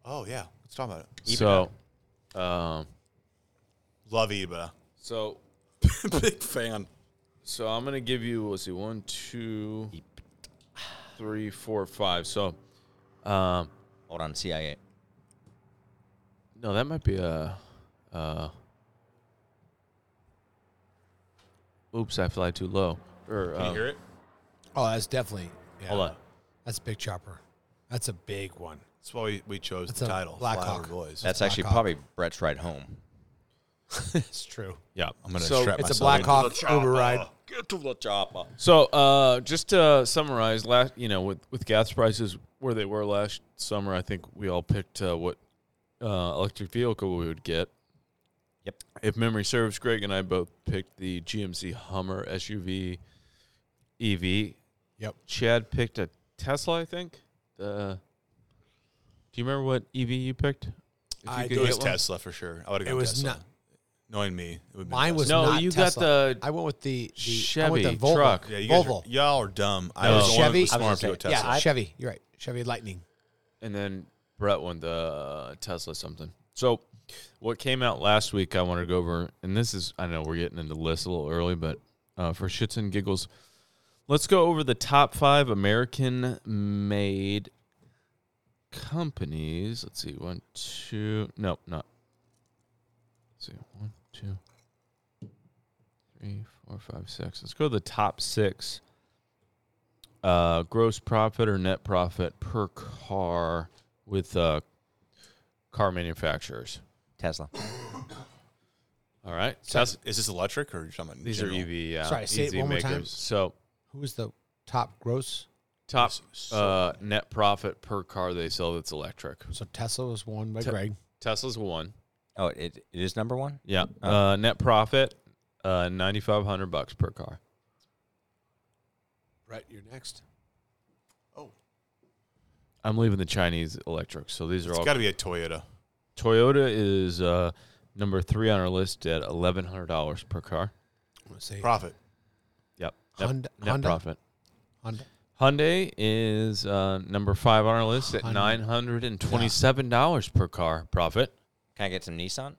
Speaker 1: Oh yeah. Let's talk about it.
Speaker 2: so, um,
Speaker 1: Love Eba.
Speaker 2: so,
Speaker 1: Big fan.
Speaker 2: so I'm gonna give you. Let's see, one, two, three, four, five. So, um,
Speaker 4: Hold on, CIA.
Speaker 2: no, that might be a. Uh, oops, I fly too low. Or uh,
Speaker 1: it?
Speaker 3: Oh, that's definitely. Yeah.
Speaker 2: hold on.
Speaker 3: That's a big chopper. That's a big one.
Speaker 1: That's why we, we chose
Speaker 3: That's
Speaker 1: the
Speaker 3: a
Speaker 1: title.
Speaker 3: Black
Speaker 1: Flyover
Speaker 3: Hawk.
Speaker 1: Boys.
Speaker 4: That's actually
Speaker 3: Blackhawk.
Speaker 4: probably Brett's ride home.
Speaker 3: It's true.
Speaker 2: Yeah,
Speaker 1: I'm gonna
Speaker 2: So,
Speaker 1: strap
Speaker 3: It's a
Speaker 1: myself
Speaker 3: Black
Speaker 1: into
Speaker 3: Hawk
Speaker 1: the chopper.
Speaker 3: override.
Speaker 4: Get to the chopper.
Speaker 2: So, uh, just to summarize, last you know, with with gas prices where they were last summer, I think we all picked uh, what uh, electric vehicle we would get.
Speaker 4: Yep.
Speaker 2: If memory serves, Greg and I both picked the GMC Hummer SUV EV.
Speaker 3: Yep.
Speaker 2: E Chad picked a Tesla, I think. The Do you remember what EV you picked? If you
Speaker 3: I
Speaker 2: could
Speaker 1: It was
Speaker 2: get one?
Speaker 1: Tesla for sure. I would have
Speaker 3: It
Speaker 1: gone
Speaker 3: was
Speaker 1: Tesla.
Speaker 3: not.
Speaker 1: Knowing me, it would be
Speaker 3: Mine was
Speaker 2: No,
Speaker 3: not
Speaker 2: you got
Speaker 3: Tesla.
Speaker 2: the
Speaker 3: I went with the, the I
Speaker 2: Chevy
Speaker 3: went the Volvo.
Speaker 2: truck.
Speaker 1: Yeah, you guys
Speaker 3: Volvo.
Speaker 1: Are, y'all are dumb. I
Speaker 2: No.
Speaker 1: was the one that
Speaker 3: Chevy?
Speaker 1: was
Speaker 3: I was
Speaker 1: smart to go
Speaker 4: gonna
Speaker 1: Tesla.
Speaker 3: yeah, Chevy. You're right. Chevy Lightning.
Speaker 2: and then Brett won the uh, Tesla something. So, what came out last week, I wanted to go over, and this is, I know we're getting into lists a little early, but uh, for shits and giggles, let's go over the top five American made companies. Let's see, one, two, no, not. Let's see, one, two, three, four, five, six. Let's go to the top six uh, gross profit or net profit per car with uh, car manufacturers.
Speaker 4: Tesla.
Speaker 2: All right,
Speaker 1: Tesla. Is this electric or are you talking about
Speaker 2: these
Speaker 1: general?
Speaker 2: are E EV. Yeah,
Speaker 3: Sorry, say it
Speaker 2: easy
Speaker 3: one more time.
Speaker 2: So
Speaker 3: Who was the top gross?
Speaker 2: top
Speaker 1: So-
Speaker 2: uh, net profit per car they sell that's electric.
Speaker 3: So Tesla was won by
Speaker 2: Te-
Speaker 3: Greg.
Speaker 2: Tesla's one.
Speaker 4: Oh, it, it is number one?
Speaker 2: Yeah, uh, net profit uh, ninety five hundred bucks per car.
Speaker 3: Brett, you're next.
Speaker 2: I'm leaving the Chinese electric. So these are
Speaker 1: It's
Speaker 2: all
Speaker 1: got to be a Toyota.
Speaker 2: Toyota is uh, number three on our list at eleven hundred dollars per car.
Speaker 3: I'm gonna say
Speaker 1: Profit.
Speaker 2: Yep, net,
Speaker 3: Honda-
Speaker 2: net
Speaker 3: Honda?
Speaker 2: profit.
Speaker 3: Honda.
Speaker 2: Hyundai is uh, number five on our list at
Speaker 3: Hyundai.
Speaker 2: nine hundred and twenty-seven dollars per car profit.
Speaker 4: Can I get some Nissan?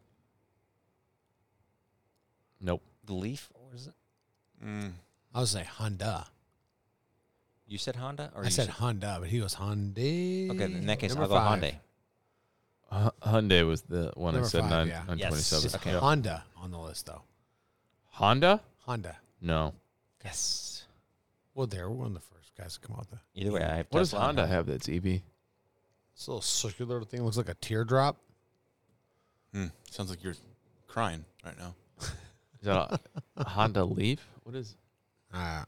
Speaker 2: Nope.
Speaker 4: The Leaf? Or is it?
Speaker 3: I was gonna say Honda.
Speaker 4: You said Honda? Or
Speaker 3: I
Speaker 4: you
Speaker 3: said Honda, but he goes Hyundai.
Speaker 4: Okay, in that case,
Speaker 3: Number
Speaker 4: I'll go
Speaker 3: five.
Speaker 4: Hyundai.
Speaker 2: Hy- Hyundai was the one I
Speaker 3: Number
Speaker 2: said
Speaker 3: five,
Speaker 2: nine,
Speaker 3: yeah.
Speaker 2: nine
Speaker 4: Yes.
Speaker 2: twenty-seven.
Speaker 3: It's
Speaker 4: Okay.
Speaker 3: Honda on the list though.
Speaker 2: Honda?
Speaker 3: Honda.
Speaker 2: No.
Speaker 4: Yes.
Speaker 3: Well, there we're one of the first guys to come out. There.
Speaker 4: Either way, I have
Speaker 2: What does
Speaker 4: Tesla and
Speaker 2: Honda have that's E EV?
Speaker 3: This little circular thing looks like a teardrop.
Speaker 1: Hmm. Sounds like you're crying right now.
Speaker 2: Is that a Honda Leaf? What is?
Speaker 3: Uh,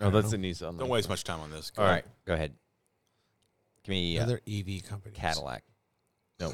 Speaker 2: No, that's the Nissan.
Speaker 1: Don't
Speaker 2: Leaf.
Speaker 1: waste much time on this. Go
Speaker 4: All
Speaker 1: ahead.
Speaker 4: right, go ahead. Give me uh,
Speaker 3: Other EV companies.
Speaker 4: Cadillac.
Speaker 1: No.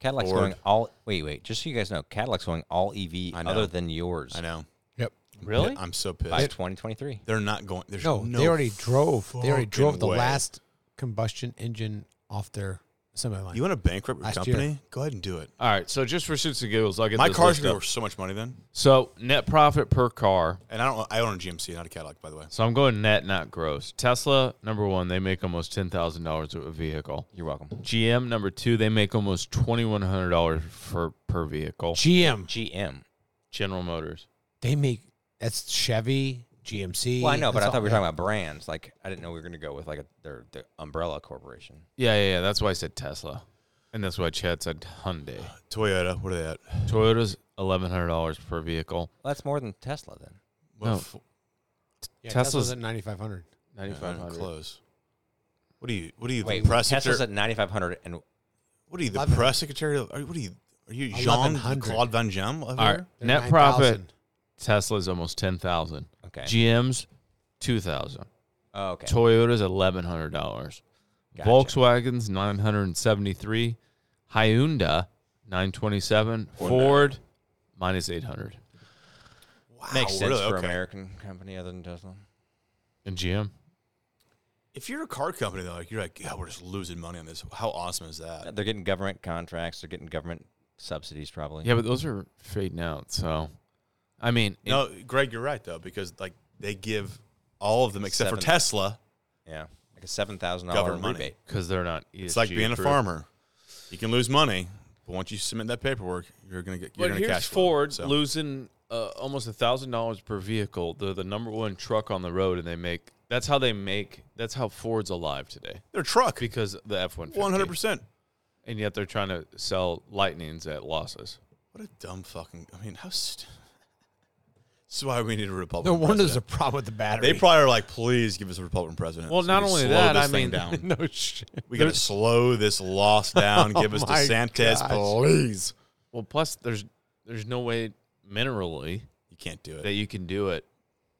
Speaker 4: Cadillac's
Speaker 1: Ford.
Speaker 4: going all. Wait, wait. Just so you guys know, Cadillac's going all EV
Speaker 1: I know.
Speaker 4: other than yours
Speaker 1: I know.
Speaker 3: Yep.
Speaker 2: Really?
Speaker 1: I'm so
Speaker 4: by
Speaker 1: pissed.
Speaker 4: 2023.
Speaker 1: They're not going. There's no.
Speaker 3: No, they already drove. They already
Speaker 1: fucking
Speaker 3: drove the
Speaker 1: way.
Speaker 3: last combustion engine off their assembly line.
Speaker 1: You want to bankrupt your
Speaker 3: Last
Speaker 1: company?
Speaker 3: year.
Speaker 1: Go ahead and do it.
Speaker 2: All right. So just for shits and giggles, I'll get
Speaker 1: My
Speaker 2: this
Speaker 1: car's
Speaker 2: list
Speaker 1: gonna
Speaker 2: up.
Speaker 1: be worth so much money then.
Speaker 2: So net profit per car.
Speaker 1: And I don't. I own a GMC, not a Cadillac, by the way.
Speaker 2: So I'm going net, not gross. Tesla number one, they make almost ten thousand dollars a vehicle.
Speaker 4: You're welcome.
Speaker 2: GM number two, they make almost twenty one hundred dollars for per vehicle.
Speaker 3: GM.
Speaker 4: GM.
Speaker 2: General Motors.
Speaker 3: They make that's Chevy, GMC.
Speaker 4: Well, I know, but
Speaker 3: that's
Speaker 4: I
Speaker 3: all-
Speaker 4: thought we were
Speaker 3: yeah.
Speaker 4: talking about brands. Like, I didn't know we were going to go with like a, their the umbrella corporation.
Speaker 2: Yeah, yeah, yeah. That's why I said Tesla, and that's why Chad said Hyundai.
Speaker 1: Toyota. What are they at?
Speaker 2: Toyota's eleven hundred dollars per vehicle.
Speaker 4: Well, that's more than Tesla then.
Speaker 1: Well,
Speaker 2: No.
Speaker 1: f-
Speaker 3: Yeah,
Speaker 2: Tesla's-
Speaker 3: Tesla's, at 9500.
Speaker 1: yeah,
Speaker 2: Ninety
Speaker 1: not
Speaker 2: five
Speaker 1: even
Speaker 2: hundred.
Speaker 1: uh, close. What are you? What are you?
Speaker 4: Wait,
Speaker 1: the press
Speaker 4: Tesla's
Speaker 1: secretary-
Speaker 4: at 9500 and
Speaker 1: What are you? The
Speaker 3: 11.
Speaker 1: press secretary? Of, are, you- what are you? Are you Jean
Speaker 3: 1100.
Speaker 1: Claude Van Gem? Over
Speaker 2: All right.
Speaker 1: there?
Speaker 3: They're
Speaker 2: Net profit.
Speaker 3: 9,000.
Speaker 2: Tesla's almost ten thousand.
Speaker 4: Okay.
Speaker 2: GM's two thousand.
Speaker 4: Oh, okay.
Speaker 2: Toyota's eleven hundred dollars.
Speaker 4: Gotcha.
Speaker 2: Volkswagen's nine hundred and seventy three. Hyundai nine twenty seven. Ford minus eight hundred.
Speaker 1: Wow,
Speaker 4: Makes sense
Speaker 1: Oh, really?
Speaker 4: for
Speaker 1: Okay.
Speaker 4: American company other than Tesla.
Speaker 2: And GM.
Speaker 1: If you're a car company, though, like you're like, yeah, we're just losing money on this. How awesome is that?
Speaker 4: They're getting government contracts. They're getting government subsidies, probably.
Speaker 2: Yeah, but those are fading out. So, I mean, it-
Speaker 1: No, Greg, you're right though, because like they give all of them except for
Speaker 4: Seven.
Speaker 1: Tesla.
Speaker 4: Yeah. Like a seven thousand dollar
Speaker 1: Government
Speaker 4: rebate.
Speaker 1: money.
Speaker 2: because they're not.
Speaker 1: It's like
Speaker 2: ESG
Speaker 1: being
Speaker 2: approved.
Speaker 1: a farmer. You can lose money, but once you submit that paperwork, you're gonna get. You're
Speaker 2: But
Speaker 1: gonna
Speaker 2: here's
Speaker 1: cash flow.
Speaker 2: Ford
Speaker 1: So,
Speaker 2: losing uh, almost a thousand dollars per vehicle. They're the number one truck on the road, and they make. That's how they make. That's how Ford's alive today
Speaker 1: their truck,
Speaker 2: because of the F one
Speaker 1: one hundred percent.
Speaker 2: And yet they're trying to sell Lightnings at losses.
Speaker 1: What a dumb fucking. I mean, how. St- this is why we need a Republican.
Speaker 3: No wonder there's a
Speaker 1: president.
Speaker 3: problem with the battery.
Speaker 1: They probably are like, please give us a Republican president.
Speaker 2: Well,
Speaker 1: so we
Speaker 2: not
Speaker 1: can
Speaker 2: only
Speaker 1: slow
Speaker 2: that,
Speaker 1: this
Speaker 2: I
Speaker 1: thing
Speaker 2: mean-
Speaker 1: down.
Speaker 3: no shit.
Speaker 1: We got to slow this loss down. Give us
Speaker 3: Oh my
Speaker 1: DeSantis,
Speaker 3: gosh.
Speaker 1: please.
Speaker 2: Well, plus there's there's no way minerally
Speaker 1: You can't do
Speaker 2: that
Speaker 1: it.
Speaker 2: you can do it.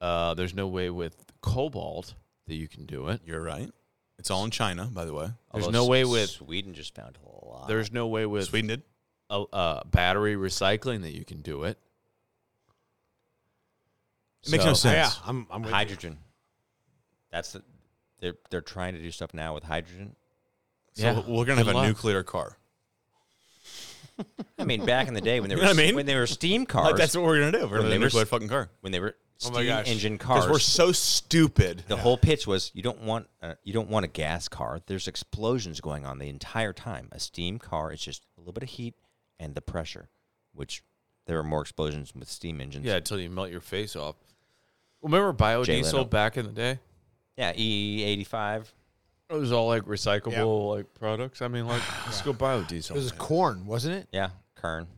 Speaker 2: Uh, there's no way with cobalt that you can do it.
Speaker 1: You're right. It's all in China, by the way.
Speaker 2: There's
Speaker 4: Although
Speaker 2: no way
Speaker 4: S-
Speaker 2: with
Speaker 4: Sweden just found a lot.
Speaker 2: there's no way with
Speaker 1: Sweden did.
Speaker 2: uh, uh, battery recycling that you can do it.
Speaker 1: It makes no
Speaker 2: So-
Speaker 1: sense.
Speaker 3: Yeah, I'm I'm with you.
Speaker 4: hydrogen. That's the, they're they're trying to do stuff now with hydrogen.
Speaker 1: So
Speaker 2: Yeah.
Speaker 1: we're gonna have
Speaker 2: Good
Speaker 1: a
Speaker 2: luck.
Speaker 1: nuclear car.
Speaker 4: I mean, back in the day when they were
Speaker 1: know what I mean?
Speaker 4: when they were steam cars,
Speaker 1: Like, that's what we're gonna do. We're
Speaker 4: When
Speaker 1: gonna have
Speaker 4: they
Speaker 1: a
Speaker 4: were
Speaker 1: nuclear
Speaker 4: s-
Speaker 1: fucking car
Speaker 4: when they were
Speaker 1: Oh
Speaker 4: steam
Speaker 1: my gosh.
Speaker 4: engine cars.
Speaker 1: because we're so stupid.
Speaker 4: the whole pitch was you don't want uh, you don't want a gas car. There's explosions going on the entire time. A steam car is just a little bit of heat and the pressure, which there are more explosions with steam engines.
Speaker 2: Yeah, until you melt your face off. Remember biodiesel
Speaker 4: Leno.
Speaker 2: back in the day?
Speaker 4: yeah. E eighty five.
Speaker 2: It was all like recyclable like products. I mean, like let's go biodiesel.
Speaker 3: It was corn, wasn't it?
Speaker 4: Yeah, Kern.
Speaker 3: It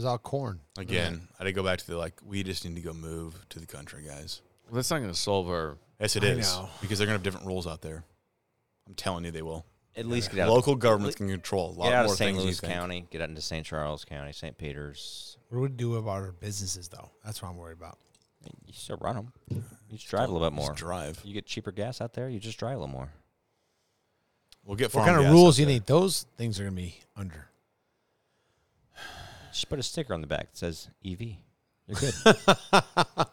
Speaker 3: was all corn.
Speaker 1: Again, I did go back to the like. We just need to go move to the country, guys.
Speaker 2: Well, that's not going to solve our.
Speaker 1: Yes, it
Speaker 3: I
Speaker 1: is
Speaker 3: know.
Speaker 1: because they're gonna have different rules out there. I'm telling you, they will.
Speaker 4: At least get out.
Speaker 1: Local governments can control a lot
Speaker 4: get out
Speaker 1: more
Speaker 4: of St.
Speaker 1: things. than you
Speaker 4: Louis
Speaker 1: think.
Speaker 4: County. Get out into St. Charles County, St. Peter's.
Speaker 3: What do we do about our businesses though? That's what I'm worried about.
Speaker 4: You still run them. You just drive a little bit more.
Speaker 1: Just drive.
Speaker 4: You get cheaper gas out there. You just drive a little more.
Speaker 1: We'll get
Speaker 3: What
Speaker 1: farm
Speaker 3: kind of
Speaker 1: gas
Speaker 3: rules
Speaker 1: out
Speaker 3: do you
Speaker 1: there.
Speaker 3: think those things are gonna be under?
Speaker 4: Just put a sticker on the back that says E EV. You're good.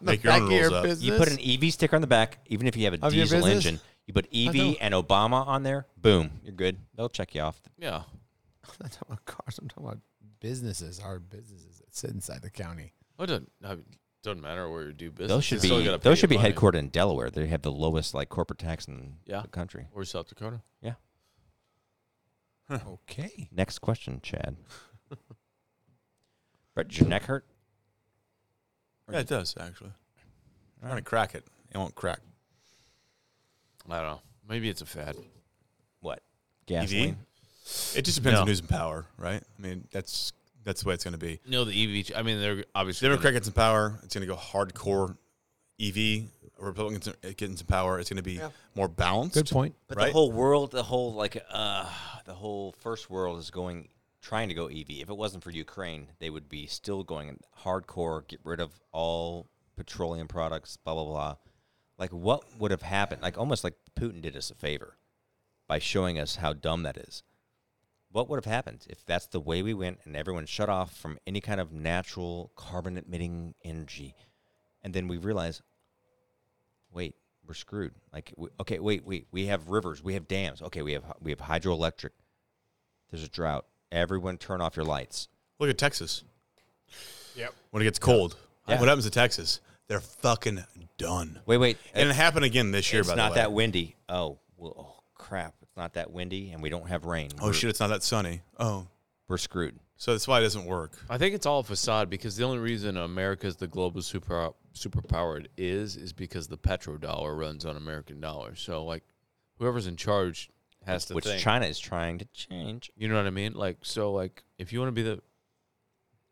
Speaker 1: Make your own rules up.
Speaker 4: you put an EV sticker on the back, even if you have a
Speaker 3: Of your
Speaker 4: diesel
Speaker 3: business?
Speaker 4: engine. You put
Speaker 3: know.
Speaker 4: EV and Obama on there. Boom, you're good. They'll check you off.
Speaker 2: Yeah.
Speaker 3: I'm not talking about cars. I'm talking about businesses. Our businesses that sit inside the county.
Speaker 2: It doesn't, I mean, doesn't matter where you do business.
Speaker 4: Those should
Speaker 2: You still
Speaker 4: be
Speaker 2: gotta pay
Speaker 4: those should be
Speaker 2: your money.
Speaker 4: headquartered in Delaware. They have the lowest like corporate tax in
Speaker 2: Yeah.
Speaker 4: the country.
Speaker 2: Or South Dakota.
Speaker 4: Yeah.
Speaker 3: Okay.
Speaker 4: Next question, Chad. Brett, did your neck hurt?
Speaker 1: Yeah, it does actually. I'm gonna crack it. It won't crack.
Speaker 2: I don't know. Maybe it's a fad.
Speaker 4: What? Gasoline.
Speaker 1: E It just depends
Speaker 2: No.
Speaker 1: on who's in power, right? I mean, that's that's the way it's gonna be.
Speaker 2: No, the EV. I mean, they're obviously. gonna-
Speaker 1: Democrat gets in power, it's gonna go hardcore EV. Republicans gets in power, it's gonna be more balanced.
Speaker 3: Good point.
Speaker 4: But
Speaker 1: right?
Speaker 4: the whole world, the whole like uh the whole first world is going trying to go EV. If it wasn't for Ukraine, they would be still going hardcore, get rid of all petroleum products, blah blah blah. Like what would have happened? Like almost like Putin did us a favor by showing us how dumb that is. What would have happened if that's the way we went and everyone shut off from any kind of natural carbon emitting energy? And then we realize, wait, we're screwed. Like, we, okay, wait, wait, we have rivers, we have dams, okay, we have we have hydroelectric. There's a drought. Everyone, turn off your lights.
Speaker 1: Look at Texas.
Speaker 3: Yep.
Speaker 1: When it gets cold,
Speaker 4: Yeah.
Speaker 1: what happens to Texas? They're fucking done.
Speaker 4: Wait, wait,
Speaker 1: and it
Speaker 4: it's,
Speaker 1: happened again this year.
Speaker 4: it's
Speaker 1: by
Speaker 4: not
Speaker 1: the way,
Speaker 4: that windy. Oh, well, oh crap, it's not that windy, and we don't have rain.
Speaker 1: oh
Speaker 4: we're,
Speaker 1: shit, it's not that sunny. Oh,
Speaker 4: we're screwed.
Speaker 1: so that's why it doesn't work.
Speaker 2: I think it's all a facade because the only reason America's the global super superpower it is is because the petrodollar runs on American dollars. So like whoever's in charge has to
Speaker 4: Which
Speaker 2: think.
Speaker 4: China is trying to change.
Speaker 2: You know what I mean? Like so like if you want to be the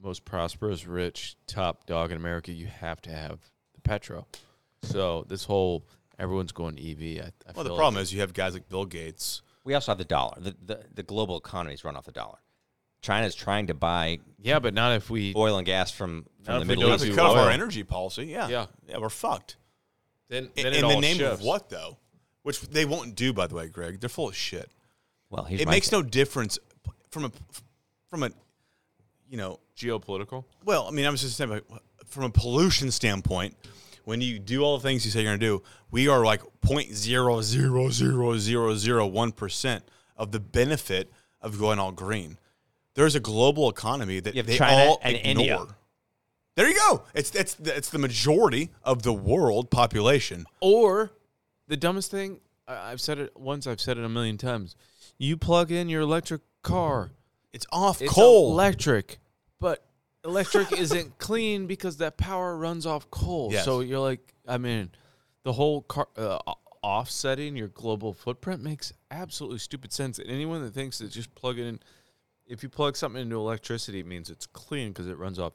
Speaker 2: most prosperous, rich, top dog in America, you have to have the petro. So this whole everyone's going EV. I, I
Speaker 1: Well, the
Speaker 2: feel
Speaker 1: problem
Speaker 2: like
Speaker 1: is you have guys like Bill Gates.
Speaker 4: We also have the dollar. The, the, the global economy is run off the dollar. China is trying to buy
Speaker 2: yeah, but not if we
Speaker 4: oil and gas from,
Speaker 2: Not
Speaker 4: from
Speaker 2: if
Speaker 4: the
Speaker 2: we
Speaker 4: Middle
Speaker 2: don't
Speaker 1: That's a
Speaker 4: East.
Speaker 2: do
Speaker 1: cut off
Speaker 2: oil.
Speaker 1: our energy policy. Yeah,
Speaker 2: Yeah.
Speaker 1: yeah, we're fucked.
Speaker 2: then,
Speaker 1: In,
Speaker 2: then it
Speaker 1: in the
Speaker 2: all
Speaker 1: name of
Speaker 2: shifts.
Speaker 1: what though? Which they won't do, by the way, Greg. They're full of shit.
Speaker 4: Well, here's
Speaker 1: it
Speaker 4: my
Speaker 1: makes
Speaker 4: thing.
Speaker 1: no difference from a from a you know
Speaker 2: geopolitical.
Speaker 1: Well, I mean, I was just saying, like, from a pollution standpoint, when you do all the things you say you're going to do, we are like 0.00001% of the benefit of going all green. There's a global economy that
Speaker 4: You have
Speaker 1: they
Speaker 4: China
Speaker 1: all
Speaker 4: and
Speaker 1: ignore.
Speaker 4: India.
Speaker 1: There you go. It's, it's, it's the majority of the world population.
Speaker 2: Or the dumbest thing I- I've said it once, I've said it a million times. You plug in your electric car.
Speaker 1: It's off
Speaker 2: It's
Speaker 1: coal.
Speaker 2: electric, but electric isn't clean because that power runs off coal.
Speaker 1: Yes.
Speaker 2: So you're like, I mean, the whole car uh, o- offsetting your global footprint makes absolutely stupid sense. And anyone that thinks that just plugging in, if you plug something into electricity, it means it's clean because it runs off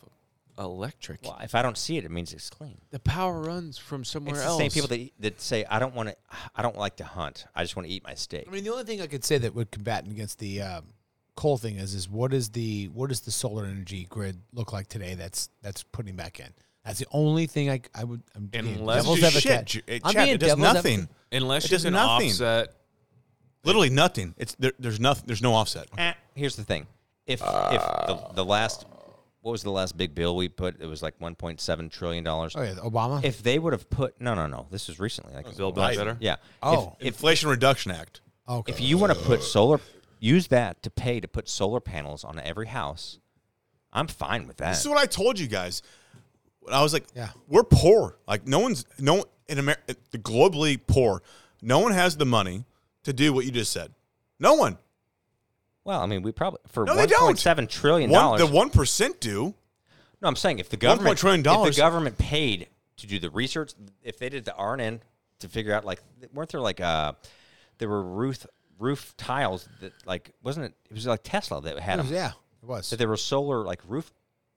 Speaker 2: electric.
Speaker 4: Well, if I don't see it, it means it's clean.
Speaker 2: The power runs from somewhere
Speaker 4: It's the
Speaker 2: else.
Speaker 4: same people that, that say, I don't want to, I don't like to hunt. I just want to eat my steak.
Speaker 3: I mean, the only thing I could say that would combat against the um, coal thing is is what is the what does the solar energy grid look like today? That's that's putting back in. That's the only thing I, I would. I'm being
Speaker 2: Unless-
Speaker 3: devil's
Speaker 1: It does
Speaker 3: advocate.
Speaker 1: shit. It-
Speaker 3: I'm
Speaker 1: Chad,
Speaker 3: being
Speaker 1: it does
Speaker 3: devil's
Speaker 1: nothing.
Speaker 3: advocate.
Speaker 2: unless
Speaker 1: It
Speaker 2: you
Speaker 1: does
Speaker 2: can
Speaker 1: nothing.
Speaker 2: offset
Speaker 1: Literally nothing. It's there, there's nothing. There's no offset.
Speaker 4: Eh, Here's the thing: if if the, the last, what was the last big bill we put? It was like 1.7 trillion dollars.
Speaker 3: Oh yeah, Obama.
Speaker 4: If they would have put, no, no, no, this is recently, like
Speaker 2: Build Back
Speaker 1: Biden.
Speaker 2: Better.
Speaker 4: yeah. If-
Speaker 3: Oh.
Speaker 4: if
Speaker 1: Inflation Reduction Act.
Speaker 3: okay.
Speaker 4: If you want to put solar, use that to pay to put solar panels on every house. I'm fine with that.
Speaker 1: This is what I told you guys. When I was like,
Speaker 3: Yeah.
Speaker 1: we're poor. Like no one's no in America, globally poor. No one has the money to do what you just said. No one.
Speaker 4: well, I mean, we probably for
Speaker 1: No, they don't.
Speaker 4: 1.7 trillion
Speaker 1: One,
Speaker 4: dollars.
Speaker 1: the one percent do.
Speaker 4: no, I'm saying if the government,
Speaker 1: trillion
Speaker 4: if
Speaker 1: dollars-
Speaker 4: the government paid to do the research, if they did the RNN to figure out, like, weren't there like uh, there were roof roof tiles that like wasn't it? It was like Tesla that had
Speaker 3: It
Speaker 4: them.
Speaker 3: was- yeah, it was
Speaker 4: So there were solar like roof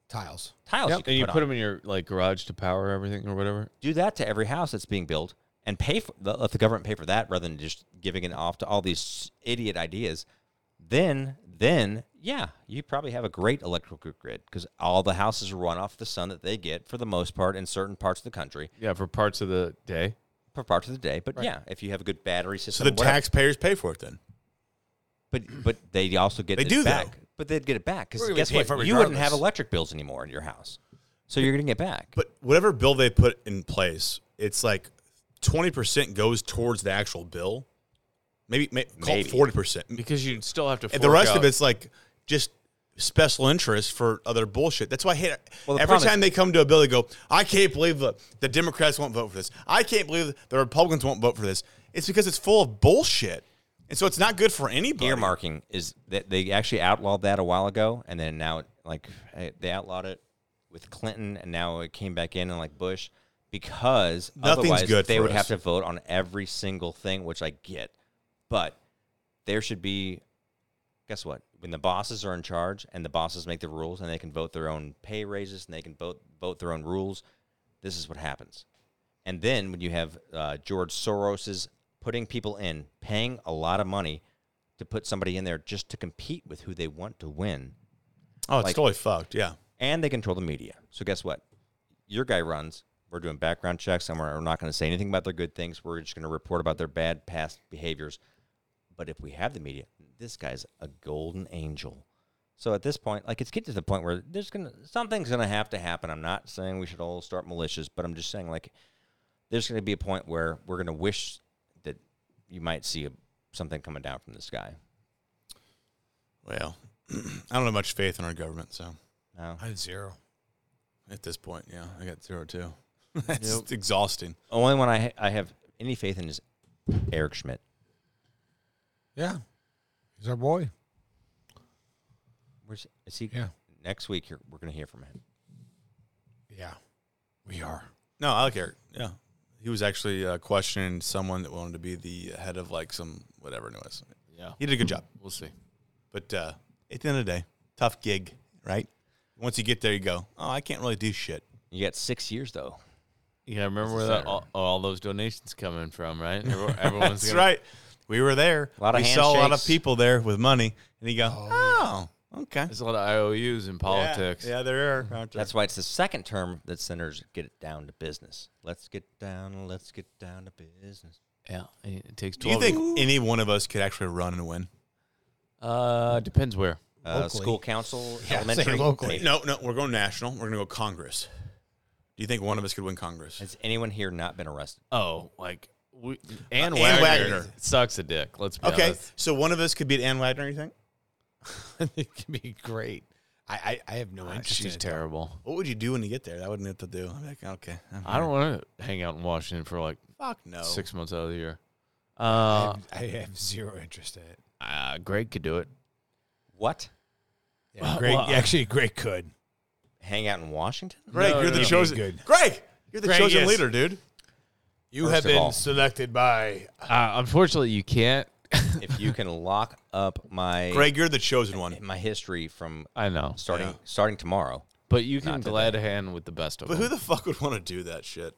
Speaker 3: tiles.
Speaker 4: tiles.
Speaker 3: Yep.
Speaker 4: You could
Speaker 2: and you
Speaker 4: put,
Speaker 2: put
Speaker 4: on.
Speaker 2: them in your like garage to power everything or whatever.
Speaker 4: do that to every house that's being built and pay for let the government pay for that rather than just giving it off to all these idiot ideas then then yeah you probably have a great electrical grid because all the houses run off the sun that they get for the most part in certain parts of the country
Speaker 2: Yeah, for parts of the day.
Speaker 4: for parts of the day but yeah if you have a good battery
Speaker 1: So
Speaker 4: system
Speaker 1: the
Speaker 4: whatever.
Speaker 1: taxpayers pay for it then.
Speaker 4: but but they also get
Speaker 1: They
Speaker 4: it
Speaker 1: do, though.
Speaker 4: back but they'd get it back because
Speaker 3: We're gonna
Speaker 4: guess
Speaker 3: pay
Speaker 4: what
Speaker 3: for it
Speaker 4: you wouldn't have
Speaker 3: regardless.
Speaker 4: electric bills anymore in your house so you're gonna get back
Speaker 1: But whatever bill they put in place, it's like twenty percent goes towards the actual bill. Maybe, may call it
Speaker 4: Maybe.
Speaker 1: forty percent.
Speaker 2: Because you'd still have to.
Speaker 1: And
Speaker 2: Fork
Speaker 1: the rest
Speaker 2: out.
Speaker 1: of it's like just special interest for other bullshit. That's why I hate it.
Speaker 4: Well, the
Speaker 1: Every
Speaker 4: problem is-
Speaker 1: time they come to a bill, they go, I can't believe the, the Democrats won't vote for this. I can't believe the Republicans won't vote for this. It's because it's full of bullshit. And so it's not good for anybody.
Speaker 4: earmarking is that they actually outlawed that a while ago, and then now like eh, they outlawed it with Clinton, and now it came back in and like Bush because
Speaker 1: Nothing's
Speaker 4: otherwise
Speaker 1: good
Speaker 4: they
Speaker 1: for
Speaker 4: would
Speaker 1: us.
Speaker 4: have to vote on every single thing, which I get, but there should be. Guess what? When the bosses are in charge and the bosses make the rules and they can vote their own pay raises and they can vote vote their own rules, this is what happens. And then when you have uh, George Soros's putting people in, paying a lot of money to put somebody in there just to compete with who they want to win.
Speaker 1: Oh, it's
Speaker 4: Like-
Speaker 1: totally fucked. Yeah.
Speaker 4: and they control the media. So guess what? Your guy runs. We're doing background checks, and we're we're not going to say anything about their good things. We're just going to report about their bad past behaviors. But if we have the media, this guy's a golden angel. So at this point, like it's getting to the point where there's gonna something's gonna have to happen. I'm not saying we should all start malicious, but I'm just saying like there's gonna be a point where we're gonna wish that you might see a, something coming down from the sky.
Speaker 1: Well, I don't have much faith in our government, so
Speaker 4: No?
Speaker 3: I had zero.
Speaker 1: at this point, yeah, I got zero too. it's exhausting.
Speaker 4: Only one I ha- I have any faith in is Eric Schmidt.
Speaker 3: Yeah. He's our boy.
Speaker 4: Where's is he?
Speaker 3: Yeah.
Speaker 4: Next week you're, we're going to hear from him.
Speaker 3: Yeah. We are.
Speaker 1: No, I like Eric. Yeah, he was actually uh, questioning someone that wanted to be the head of like some whatever it was.
Speaker 2: Yeah.
Speaker 1: He did a good job,
Speaker 2: We'll see.
Speaker 1: but uh, at the end of the day, tough gig, right? Once you get there, you go, oh, I can't really do shit.
Speaker 4: You got six years though.
Speaker 2: Yeah, remember where that, all, all those donations come in from, right? Everyone- Everyone's
Speaker 1: That's
Speaker 2: gonna,
Speaker 1: right. We were there.
Speaker 4: A lot of
Speaker 1: we saw a lot of
Speaker 4: handshakes.
Speaker 1: people there with money, and you go, oh, okay.
Speaker 2: There's a lot of IOUs in politics.
Speaker 1: Yeah, yeah there are.
Speaker 4: That's why it's the second term that senators get it down to business. Let's get down. Let's get down to business.
Speaker 2: yeah. It takes
Speaker 1: Do you
Speaker 2: twelve.
Speaker 1: think any one of us could actually run and win?
Speaker 2: Uh, depends where.
Speaker 4: Uh,
Speaker 3: Locally.
Speaker 4: school council,
Speaker 3: Yeah, say
Speaker 4: elementary.
Speaker 3: locally.
Speaker 4: maybe.
Speaker 1: No, no, we're going national. We're going to go Congress. Do you think one of us could win Congress?
Speaker 4: Has anyone here not been arrested?
Speaker 2: Oh, like we, Ann,
Speaker 1: Ann
Speaker 2: Wagner,
Speaker 1: Wagner.
Speaker 2: sucks a dick. Let's be
Speaker 1: Okay,
Speaker 2: honest.
Speaker 1: so one of us could beat Ann Wagner. You think?
Speaker 3: it can be great. I, I, I have no interest.
Speaker 2: She's
Speaker 3: in it.
Speaker 2: terrible.
Speaker 1: What would you do when you get there? That wouldn't have to do. I'm like, okay, I'm
Speaker 2: I don't want to hang out in Washington for like
Speaker 1: fuck no.
Speaker 2: Uh, six months out of the year. Uh,
Speaker 3: I have zero interest in it.
Speaker 1: Ah,
Speaker 2: uh, Greg could do it.
Speaker 4: What?
Speaker 3: Yeah, Greg,
Speaker 2: well,
Speaker 3: actually, Greg could.
Speaker 4: Hang out in Washington?
Speaker 1: Greg,
Speaker 2: No,
Speaker 1: you're
Speaker 2: no,
Speaker 1: the
Speaker 2: no.
Speaker 1: chosen.
Speaker 3: Good.
Speaker 1: Greg, you're the
Speaker 3: Greg,
Speaker 1: chosen
Speaker 3: yes.
Speaker 1: leader, dude.
Speaker 3: You
Speaker 4: First have of been all-
Speaker 3: selected by.
Speaker 2: Uh, unfortunately, you can't.
Speaker 4: if you can lock up my
Speaker 1: Greg, you're the chosen one.
Speaker 4: my history from
Speaker 2: I know,
Speaker 4: starting
Speaker 1: Yeah.
Speaker 4: starting tomorrow.
Speaker 2: but you can
Speaker 4: Not today.
Speaker 2: glad hand with the best of
Speaker 1: But
Speaker 2: them.
Speaker 1: who the fuck would want to do that shit?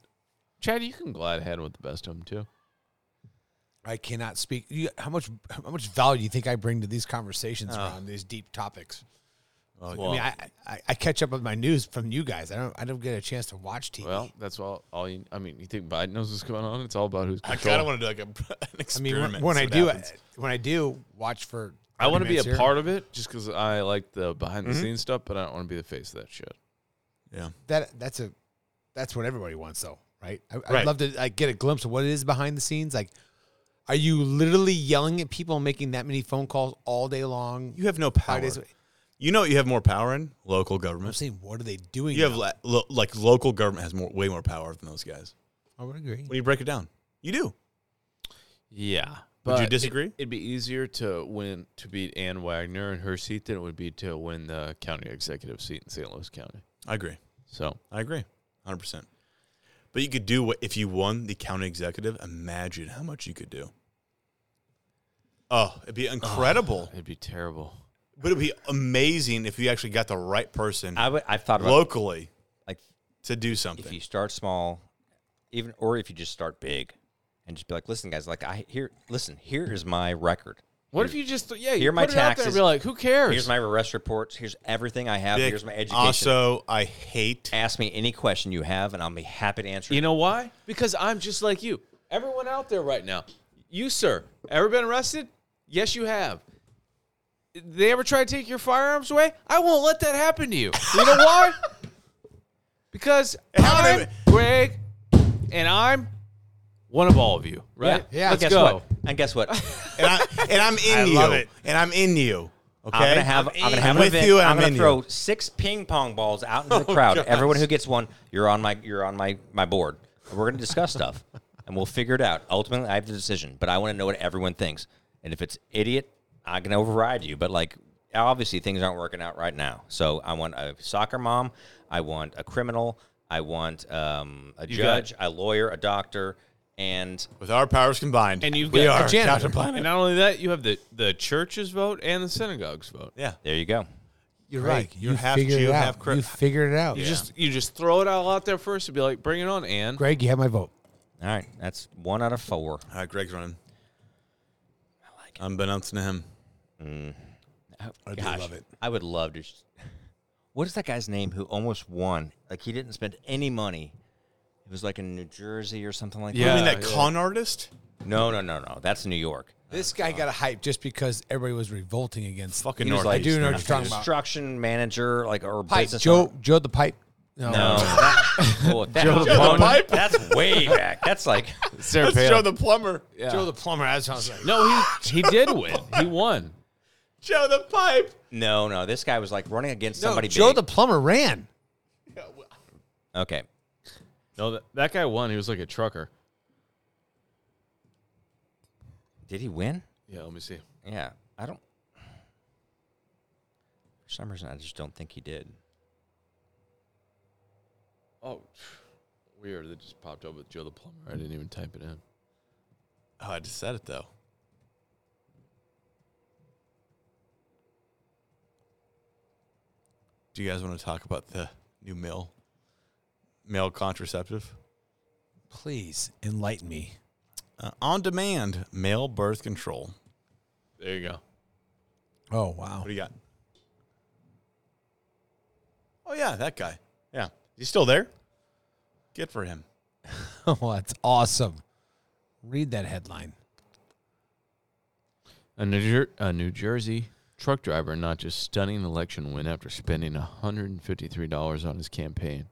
Speaker 2: Chad, you can glad hand with the best of them too.
Speaker 3: I cannot speak. You, how much how much value do you think I bring to these conversations around these deep topics? I mean, I, I, I catch up with my news from you guys. I don't I don't get a chance to watch TV.
Speaker 2: Well, that's all. All you. I mean, you think Biden knows what's going on? It's all about who's.
Speaker 1: I
Speaker 2: Control.
Speaker 1: kind of want to do like a, an
Speaker 3: I mean,
Speaker 1: experiment.
Speaker 3: when, when
Speaker 1: see
Speaker 3: I
Speaker 1: what
Speaker 3: do uh,
Speaker 1: happens.
Speaker 3: when I do watch for.
Speaker 2: I want to be a
Speaker 3: minutes here.
Speaker 2: part of it just because I like the behind
Speaker 1: Mm-hmm.
Speaker 2: the scenes stuff, but I don't want to be the face of that shit.
Speaker 1: yeah.
Speaker 3: that that's a that's what everybody wants though right I, i'd
Speaker 1: Right.
Speaker 3: love to like get a glimpse of what it is behind the scenes like are you literally yelling at people and making that many phone calls all day long
Speaker 1: You have no power.
Speaker 3: days a-
Speaker 1: You know what you have more power in local
Speaker 3: i'm
Speaker 1: government.
Speaker 3: saying what are they doing
Speaker 1: You have
Speaker 3: now?
Speaker 1: la- lo- like local government has more way more power than those guys.
Speaker 3: i would agree
Speaker 1: When you break it down, you do.
Speaker 2: Yeah.
Speaker 1: Would you
Speaker 2: it-
Speaker 1: disagree?
Speaker 2: it'd be easier to win to beat Ann Wagner in her seat than it would be to win the county executive seat in St. Louis County.
Speaker 1: I agree.
Speaker 2: So
Speaker 1: I agree, hundred percent. But you could do what if you won the county executive. Imagine how much you could do. Oh, it'd be incredible.
Speaker 2: it'd be terrible.
Speaker 1: But it'd be amazing if you actually got the right person
Speaker 4: I would. I thought about
Speaker 1: locally
Speaker 4: like
Speaker 1: to do
Speaker 4: if you
Speaker 1: something.
Speaker 4: start small, even or if you just start big, and just be like, listen, guys, like I here, listen, here is my record.
Speaker 2: What if you just yeah?
Speaker 4: Here
Speaker 2: You
Speaker 4: are my
Speaker 2: put it out there and
Speaker 4: taxes.
Speaker 2: be like, who cares?
Speaker 4: Here's my arrest reports. Here's everything I have.
Speaker 1: Dick,
Speaker 4: Here's my education.
Speaker 1: Also, I hate.
Speaker 4: ask me any question you have, and I'll be happy to answer.
Speaker 2: You
Speaker 4: it.
Speaker 2: know why? Because I'm just like you. Everyone out there right now. You, sir, ever been arrested? Yes, you have. They ever try to take your firearms away? I won't let that happen to you. You know why? Because
Speaker 1: happened
Speaker 2: I'm Greg, and I'm one of all of you, right?
Speaker 3: Yeah, yeah,
Speaker 2: Let's
Speaker 4: guess
Speaker 2: go.
Speaker 4: what? And guess what?
Speaker 1: And, I, and I'm in
Speaker 3: I
Speaker 1: you.
Speaker 3: love it.
Speaker 1: And I'm in you. Okay.
Speaker 4: I'm gonna have. I'm, gonna have
Speaker 1: I'm
Speaker 4: an
Speaker 1: with
Speaker 4: event.
Speaker 1: you and
Speaker 4: I'm,
Speaker 1: I'm
Speaker 4: gonna
Speaker 1: in
Speaker 4: throw
Speaker 1: you. Oh,
Speaker 4: six ping pong balls out into the crowd. Everyone who gets one, you're on my. You're on my my board. And we're gonna discuss stuff, and we'll figure it out. Ultimately, I have the decision, but I want to know what everyone thinks. And if it's idiot, I can override you. But like, obviously, things aren't working out right now. So I want a soccer mom. I want a criminal. I want um, a
Speaker 2: got-
Speaker 4: judge, a lawyer, a doctor, and
Speaker 1: With our powers combined,
Speaker 2: And you've
Speaker 1: we
Speaker 2: got
Speaker 1: are
Speaker 2: the janitor.
Speaker 1: Captain Planet.
Speaker 2: And not only that, you have the, the church's vote and the synagogue's vote.
Speaker 1: Yeah.
Speaker 4: there you go.
Speaker 3: you're
Speaker 1: Greg,
Speaker 3: right
Speaker 1: you're
Speaker 3: you
Speaker 1: half
Speaker 3: figured
Speaker 1: Jew,
Speaker 3: it out
Speaker 1: half cri-
Speaker 3: you figured it out
Speaker 2: You just you just throw it all out there first and be like, bring it on, and
Speaker 3: greg you have my vote
Speaker 4: All right, that's one out of four.
Speaker 1: All right, Greg's running.
Speaker 4: I like it. Mm. Oh,
Speaker 1: unbeknownst to him.
Speaker 3: I do
Speaker 4: Gosh,
Speaker 3: love it.
Speaker 4: I would love to. Just, what is that guy's name who almost won? Like he didn't spend any money. It was like in New Jersey or something like
Speaker 1: You
Speaker 2: Yeah,
Speaker 1: mean that
Speaker 2: yeah.
Speaker 1: con artist?
Speaker 4: that. No, no, no, no. That's New York.
Speaker 3: This guy got a hype just because everybody was revolting against
Speaker 1: Fucking
Speaker 4: He was
Speaker 1: Northeast,
Speaker 4: like-
Speaker 3: I do know
Speaker 1: man.
Speaker 3: what you're talking about.
Speaker 4: Construction manager, like or
Speaker 3: Pipe
Speaker 4: business
Speaker 3: Joe
Speaker 4: owner.
Speaker 3: Joe the pipe. No.
Speaker 4: No, that, well, that-
Speaker 2: Joe the Plumber?
Speaker 4: Pipe? That's way back. That's like
Speaker 2: Sarah
Speaker 1: That's Joe the plumber.
Speaker 3: Joe the plumber. That sounds like
Speaker 2: no, he he did win. He won.
Speaker 1: Joe the pipe.
Speaker 4: no, no. This guy was like running against
Speaker 3: no,
Speaker 4: somebody.
Speaker 3: Joe
Speaker 4: big.
Speaker 3: the plumber ran.
Speaker 4: okay.
Speaker 2: No, that, that guy won. He was like a trucker.
Speaker 4: Did he win?
Speaker 2: Yeah, let me see.
Speaker 4: Yeah, I don't. For some reason, I just don't think he did.
Speaker 2: Oh, weird. It just popped up with Joe the plumber. I didn't even type it in.
Speaker 1: Oh, I just said it though. Do you guys want to talk about the new mill male contraceptive?
Speaker 3: Please enlighten me.
Speaker 1: Uh, on demand male birth control.
Speaker 2: There you go.
Speaker 3: Oh wow.
Speaker 1: What do you got? Oh yeah, that guy. Yeah. He's still there? Good for him.
Speaker 3: well, Oh, that's awesome. Read that headline.
Speaker 2: A New, Jer- a New Jersey truck driver not just stunning election win after spending $153 on his campaign.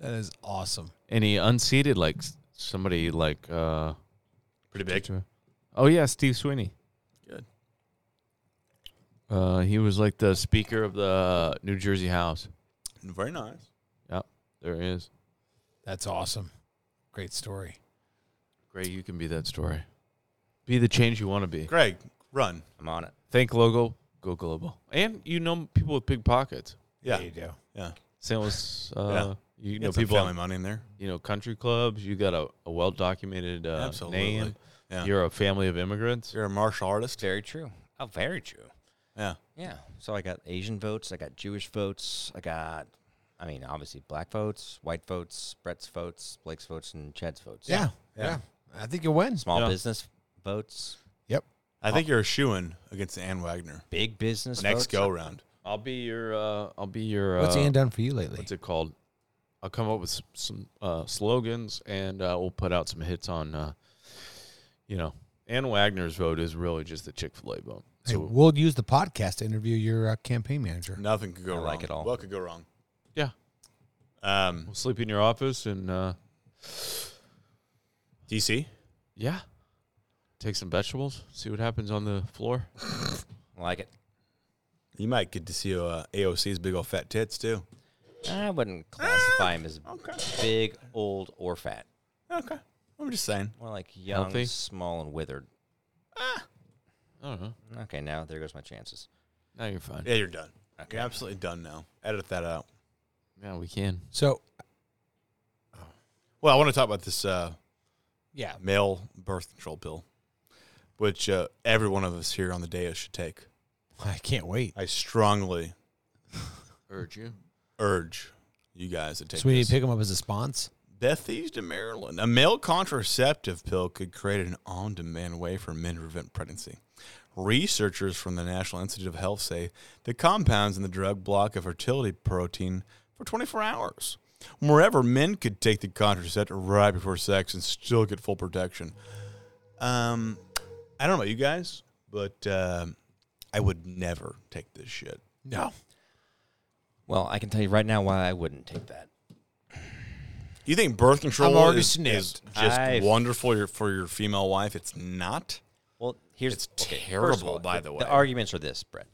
Speaker 3: That is awesome.
Speaker 2: And he unseated like s- somebody like uh
Speaker 1: Pretty big.
Speaker 2: oh yeah, Steve Sweeney.
Speaker 1: Good.
Speaker 2: Uh he was like the speaker of the New Jersey House.
Speaker 1: Very nice.
Speaker 2: Yep, there he is.
Speaker 3: That's awesome. Great story.
Speaker 2: Greg, you can be that story. Be the change you want to be.
Speaker 1: Greg, run.
Speaker 4: I'm on it.
Speaker 2: Think logo, go global. And you know people with big pockets.
Speaker 1: Yeah.
Speaker 3: There you go.
Speaker 1: Yeah.
Speaker 2: St. Louis uh you know
Speaker 1: Get some
Speaker 2: people
Speaker 1: family money in there.
Speaker 2: you know, country clubs. You got a, a well documented uh,
Speaker 1: Absolutely.
Speaker 2: name.
Speaker 1: Yeah.
Speaker 2: You're a family of immigrants.
Speaker 1: You're a martial artist.
Speaker 4: Very true. Oh, very true.
Speaker 1: Yeah.
Speaker 4: Yeah. So I got Asian votes. I got Jewish votes. I got, I mean, obviously black votes, white votes, Brett's votes, Blake's votes, and Chad's votes.
Speaker 3: Yeah. Yeah. I think it wins.
Speaker 4: Small
Speaker 2: Yeah.
Speaker 4: business votes,
Speaker 3: Yep.
Speaker 1: I think you're a shoo in against Ann Wagner.
Speaker 4: big business.
Speaker 1: Next
Speaker 4: votes.
Speaker 1: go round.
Speaker 2: I'll be your. Uh, I'll be your.
Speaker 3: What's
Speaker 2: uh,
Speaker 3: Ian done for you lately?
Speaker 2: What's it called? I'll come up with some, some uh, slogans, and uh, we'll put out some hits on. Uh, you know, Ann Wagner's vote is really just the Chick Fil A vote.
Speaker 3: Hey,
Speaker 2: So
Speaker 3: we'll use the podcast to interview your uh, campaign manager.
Speaker 1: Nothing could go
Speaker 4: I
Speaker 1: wrong.
Speaker 4: like it all.
Speaker 1: What could go wrong?
Speaker 2: yeah,
Speaker 1: Um,
Speaker 2: we'll sleep in your office and uh,
Speaker 1: DC.
Speaker 2: yeah, take some vegetables. See what happens on the floor.
Speaker 4: I like it.
Speaker 1: You might get to see uh, AOC's big old fat tits too.
Speaker 4: I wouldn't classify him as big, old, or fat.
Speaker 1: Okay. I'm just saying.
Speaker 4: More like young,
Speaker 2: Healthy?
Speaker 4: small, and withered.
Speaker 2: I don't know.
Speaker 4: Okay, now there goes my chances.
Speaker 2: Now you're fine.
Speaker 1: Yeah, you're done. You're absolutely done now. Edit that out.
Speaker 2: Yeah, we can.
Speaker 3: So,
Speaker 1: Well, I want to talk about this uh,
Speaker 3: yeah,
Speaker 1: male birth control pill, which uh, every one of us here on the day should take.
Speaker 3: I can't wait.
Speaker 1: I strongly
Speaker 2: Urge you.
Speaker 1: urge you guys to take
Speaker 3: So we need
Speaker 1: this.
Speaker 3: to pick him up as a sponsor.
Speaker 1: Bethesda, Maryland. A male contraceptive pill could create an on demand way for men to prevent pregnancy. Researchers from the National Institute of Health say the compounds in the drug block a fertility protein for 24 hours. Moreover, men could take the contraceptive right before sex and still get full protection. Um, I don't know about you guys, but um I would never take this shit.
Speaker 3: No.
Speaker 4: Well, I can tell you right now why I wouldn't take that.
Speaker 1: You think birth control
Speaker 3: I'm already
Speaker 1: is,
Speaker 3: sniffed.
Speaker 1: is just
Speaker 4: I've-
Speaker 1: wonderful your- for your female wife? It's not.
Speaker 4: Well, here's
Speaker 1: It's
Speaker 4: okay, first of
Speaker 1: terrible,
Speaker 4: all,
Speaker 1: by the way.
Speaker 4: The arguments are this, Brett.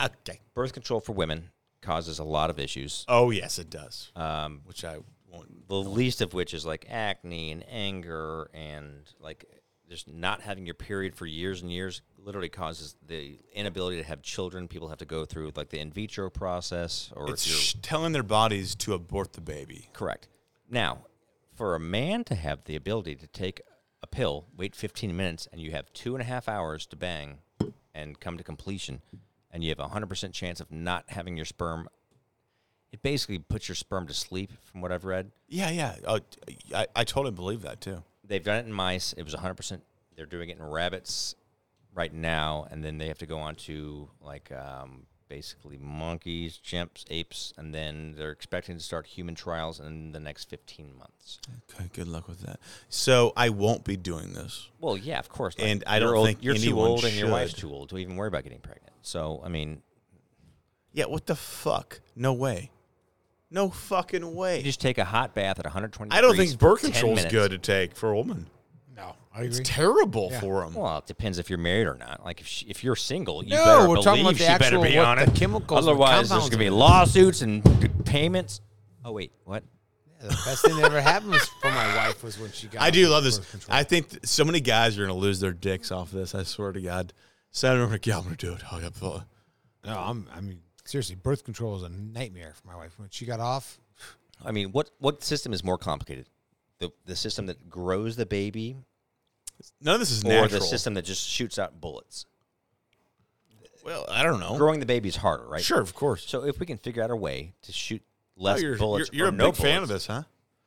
Speaker 1: Okay.
Speaker 4: Birth control for women causes a lot of issues.
Speaker 1: Oh yes, it does.
Speaker 4: Um,
Speaker 1: Which I won't.
Speaker 4: the least of which is like acne and anger and like just not having your period for years and years literally causes the inability to have children people have to go through like the in vitro process or
Speaker 1: It's
Speaker 4: if you're
Speaker 1: sh- telling their bodies to abort the baby.
Speaker 4: correct now for a man to have the ability to take a pill wait 15 minutes and you have two and a half hours to bang and come to completion and you have a 100% chance of not having your sperm it basically puts your sperm to sleep from what i've read
Speaker 1: Yeah, yeah. Uh, I I totally believe that too.
Speaker 4: They've done it in mice. It was 100%. They're doing it in rabbits. right now, and then they have to go on to like um, basically monkeys, chimps, apes, and then they're expecting to start human trials in the next 15 months.
Speaker 1: Okay, good luck with that. So I won't be doing this.
Speaker 4: Well, yeah, of course.
Speaker 1: And I
Speaker 4: you're
Speaker 1: don't
Speaker 4: old-
Speaker 1: think
Speaker 4: you're too
Speaker 1: anyone
Speaker 4: old, and your wife's
Speaker 1: should.
Speaker 4: too old to even worry about getting pregnant. So I mean,
Speaker 1: Yeah, what the fuck? No way. No fucking way.
Speaker 4: you just take a hot bath at 120.
Speaker 1: I don't
Speaker 4: degrees
Speaker 1: think birth
Speaker 4: for 10
Speaker 1: control's
Speaker 4: minutes.
Speaker 1: good to take for a woman.
Speaker 3: No, I agree.
Speaker 1: It's terrible for them.
Speaker 4: Well, it depends if you're married or not. Like if she, if you're single, you better
Speaker 3: no, we're
Speaker 4: believe
Speaker 3: talking about
Speaker 4: she
Speaker 3: the actual
Speaker 4: better be
Speaker 3: what
Speaker 4: on
Speaker 3: the
Speaker 4: it.
Speaker 3: chemicals. and
Speaker 4: Otherwise, there's
Speaker 3: compounds
Speaker 4: gonna be
Speaker 3: are.
Speaker 4: lawsuits and d- payments. Oh wait, what?
Speaker 3: Yeah, the best thing that ever happened was for my wife was when she got.
Speaker 1: I do love this.
Speaker 3: birth control.
Speaker 1: I think th- so many guys are going to lose their dicks off this. I swear to God. So I'm like, yeah, I'm going to do it. Oh, yeah, fuck.
Speaker 3: no, I'm. I mean, seriously, birth control is a nightmare for my wife. When she got off,
Speaker 4: I mean, what what system is more complicated? The the system that grows the baby,
Speaker 1: None of this is
Speaker 4: or
Speaker 1: natural.
Speaker 4: the system that just shoots out bullets?
Speaker 1: Well, I don't know.
Speaker 4: Growing the baby is harder, right?
Speaker 1: Oh. Sure, of course.
Speaker 4: So if we can figure out a way to shoot
Speaker 1: Oh,
Speaker 4: less
Speaker 1: you're
Speaker 4: bullets,
Speaker 1: you're, you're
Speaker 4: or
Speaker 1: a
Speaker 4: no
Speaker 1: big fan of
Speaker 4: bullets,
Speaker 1: this, huh?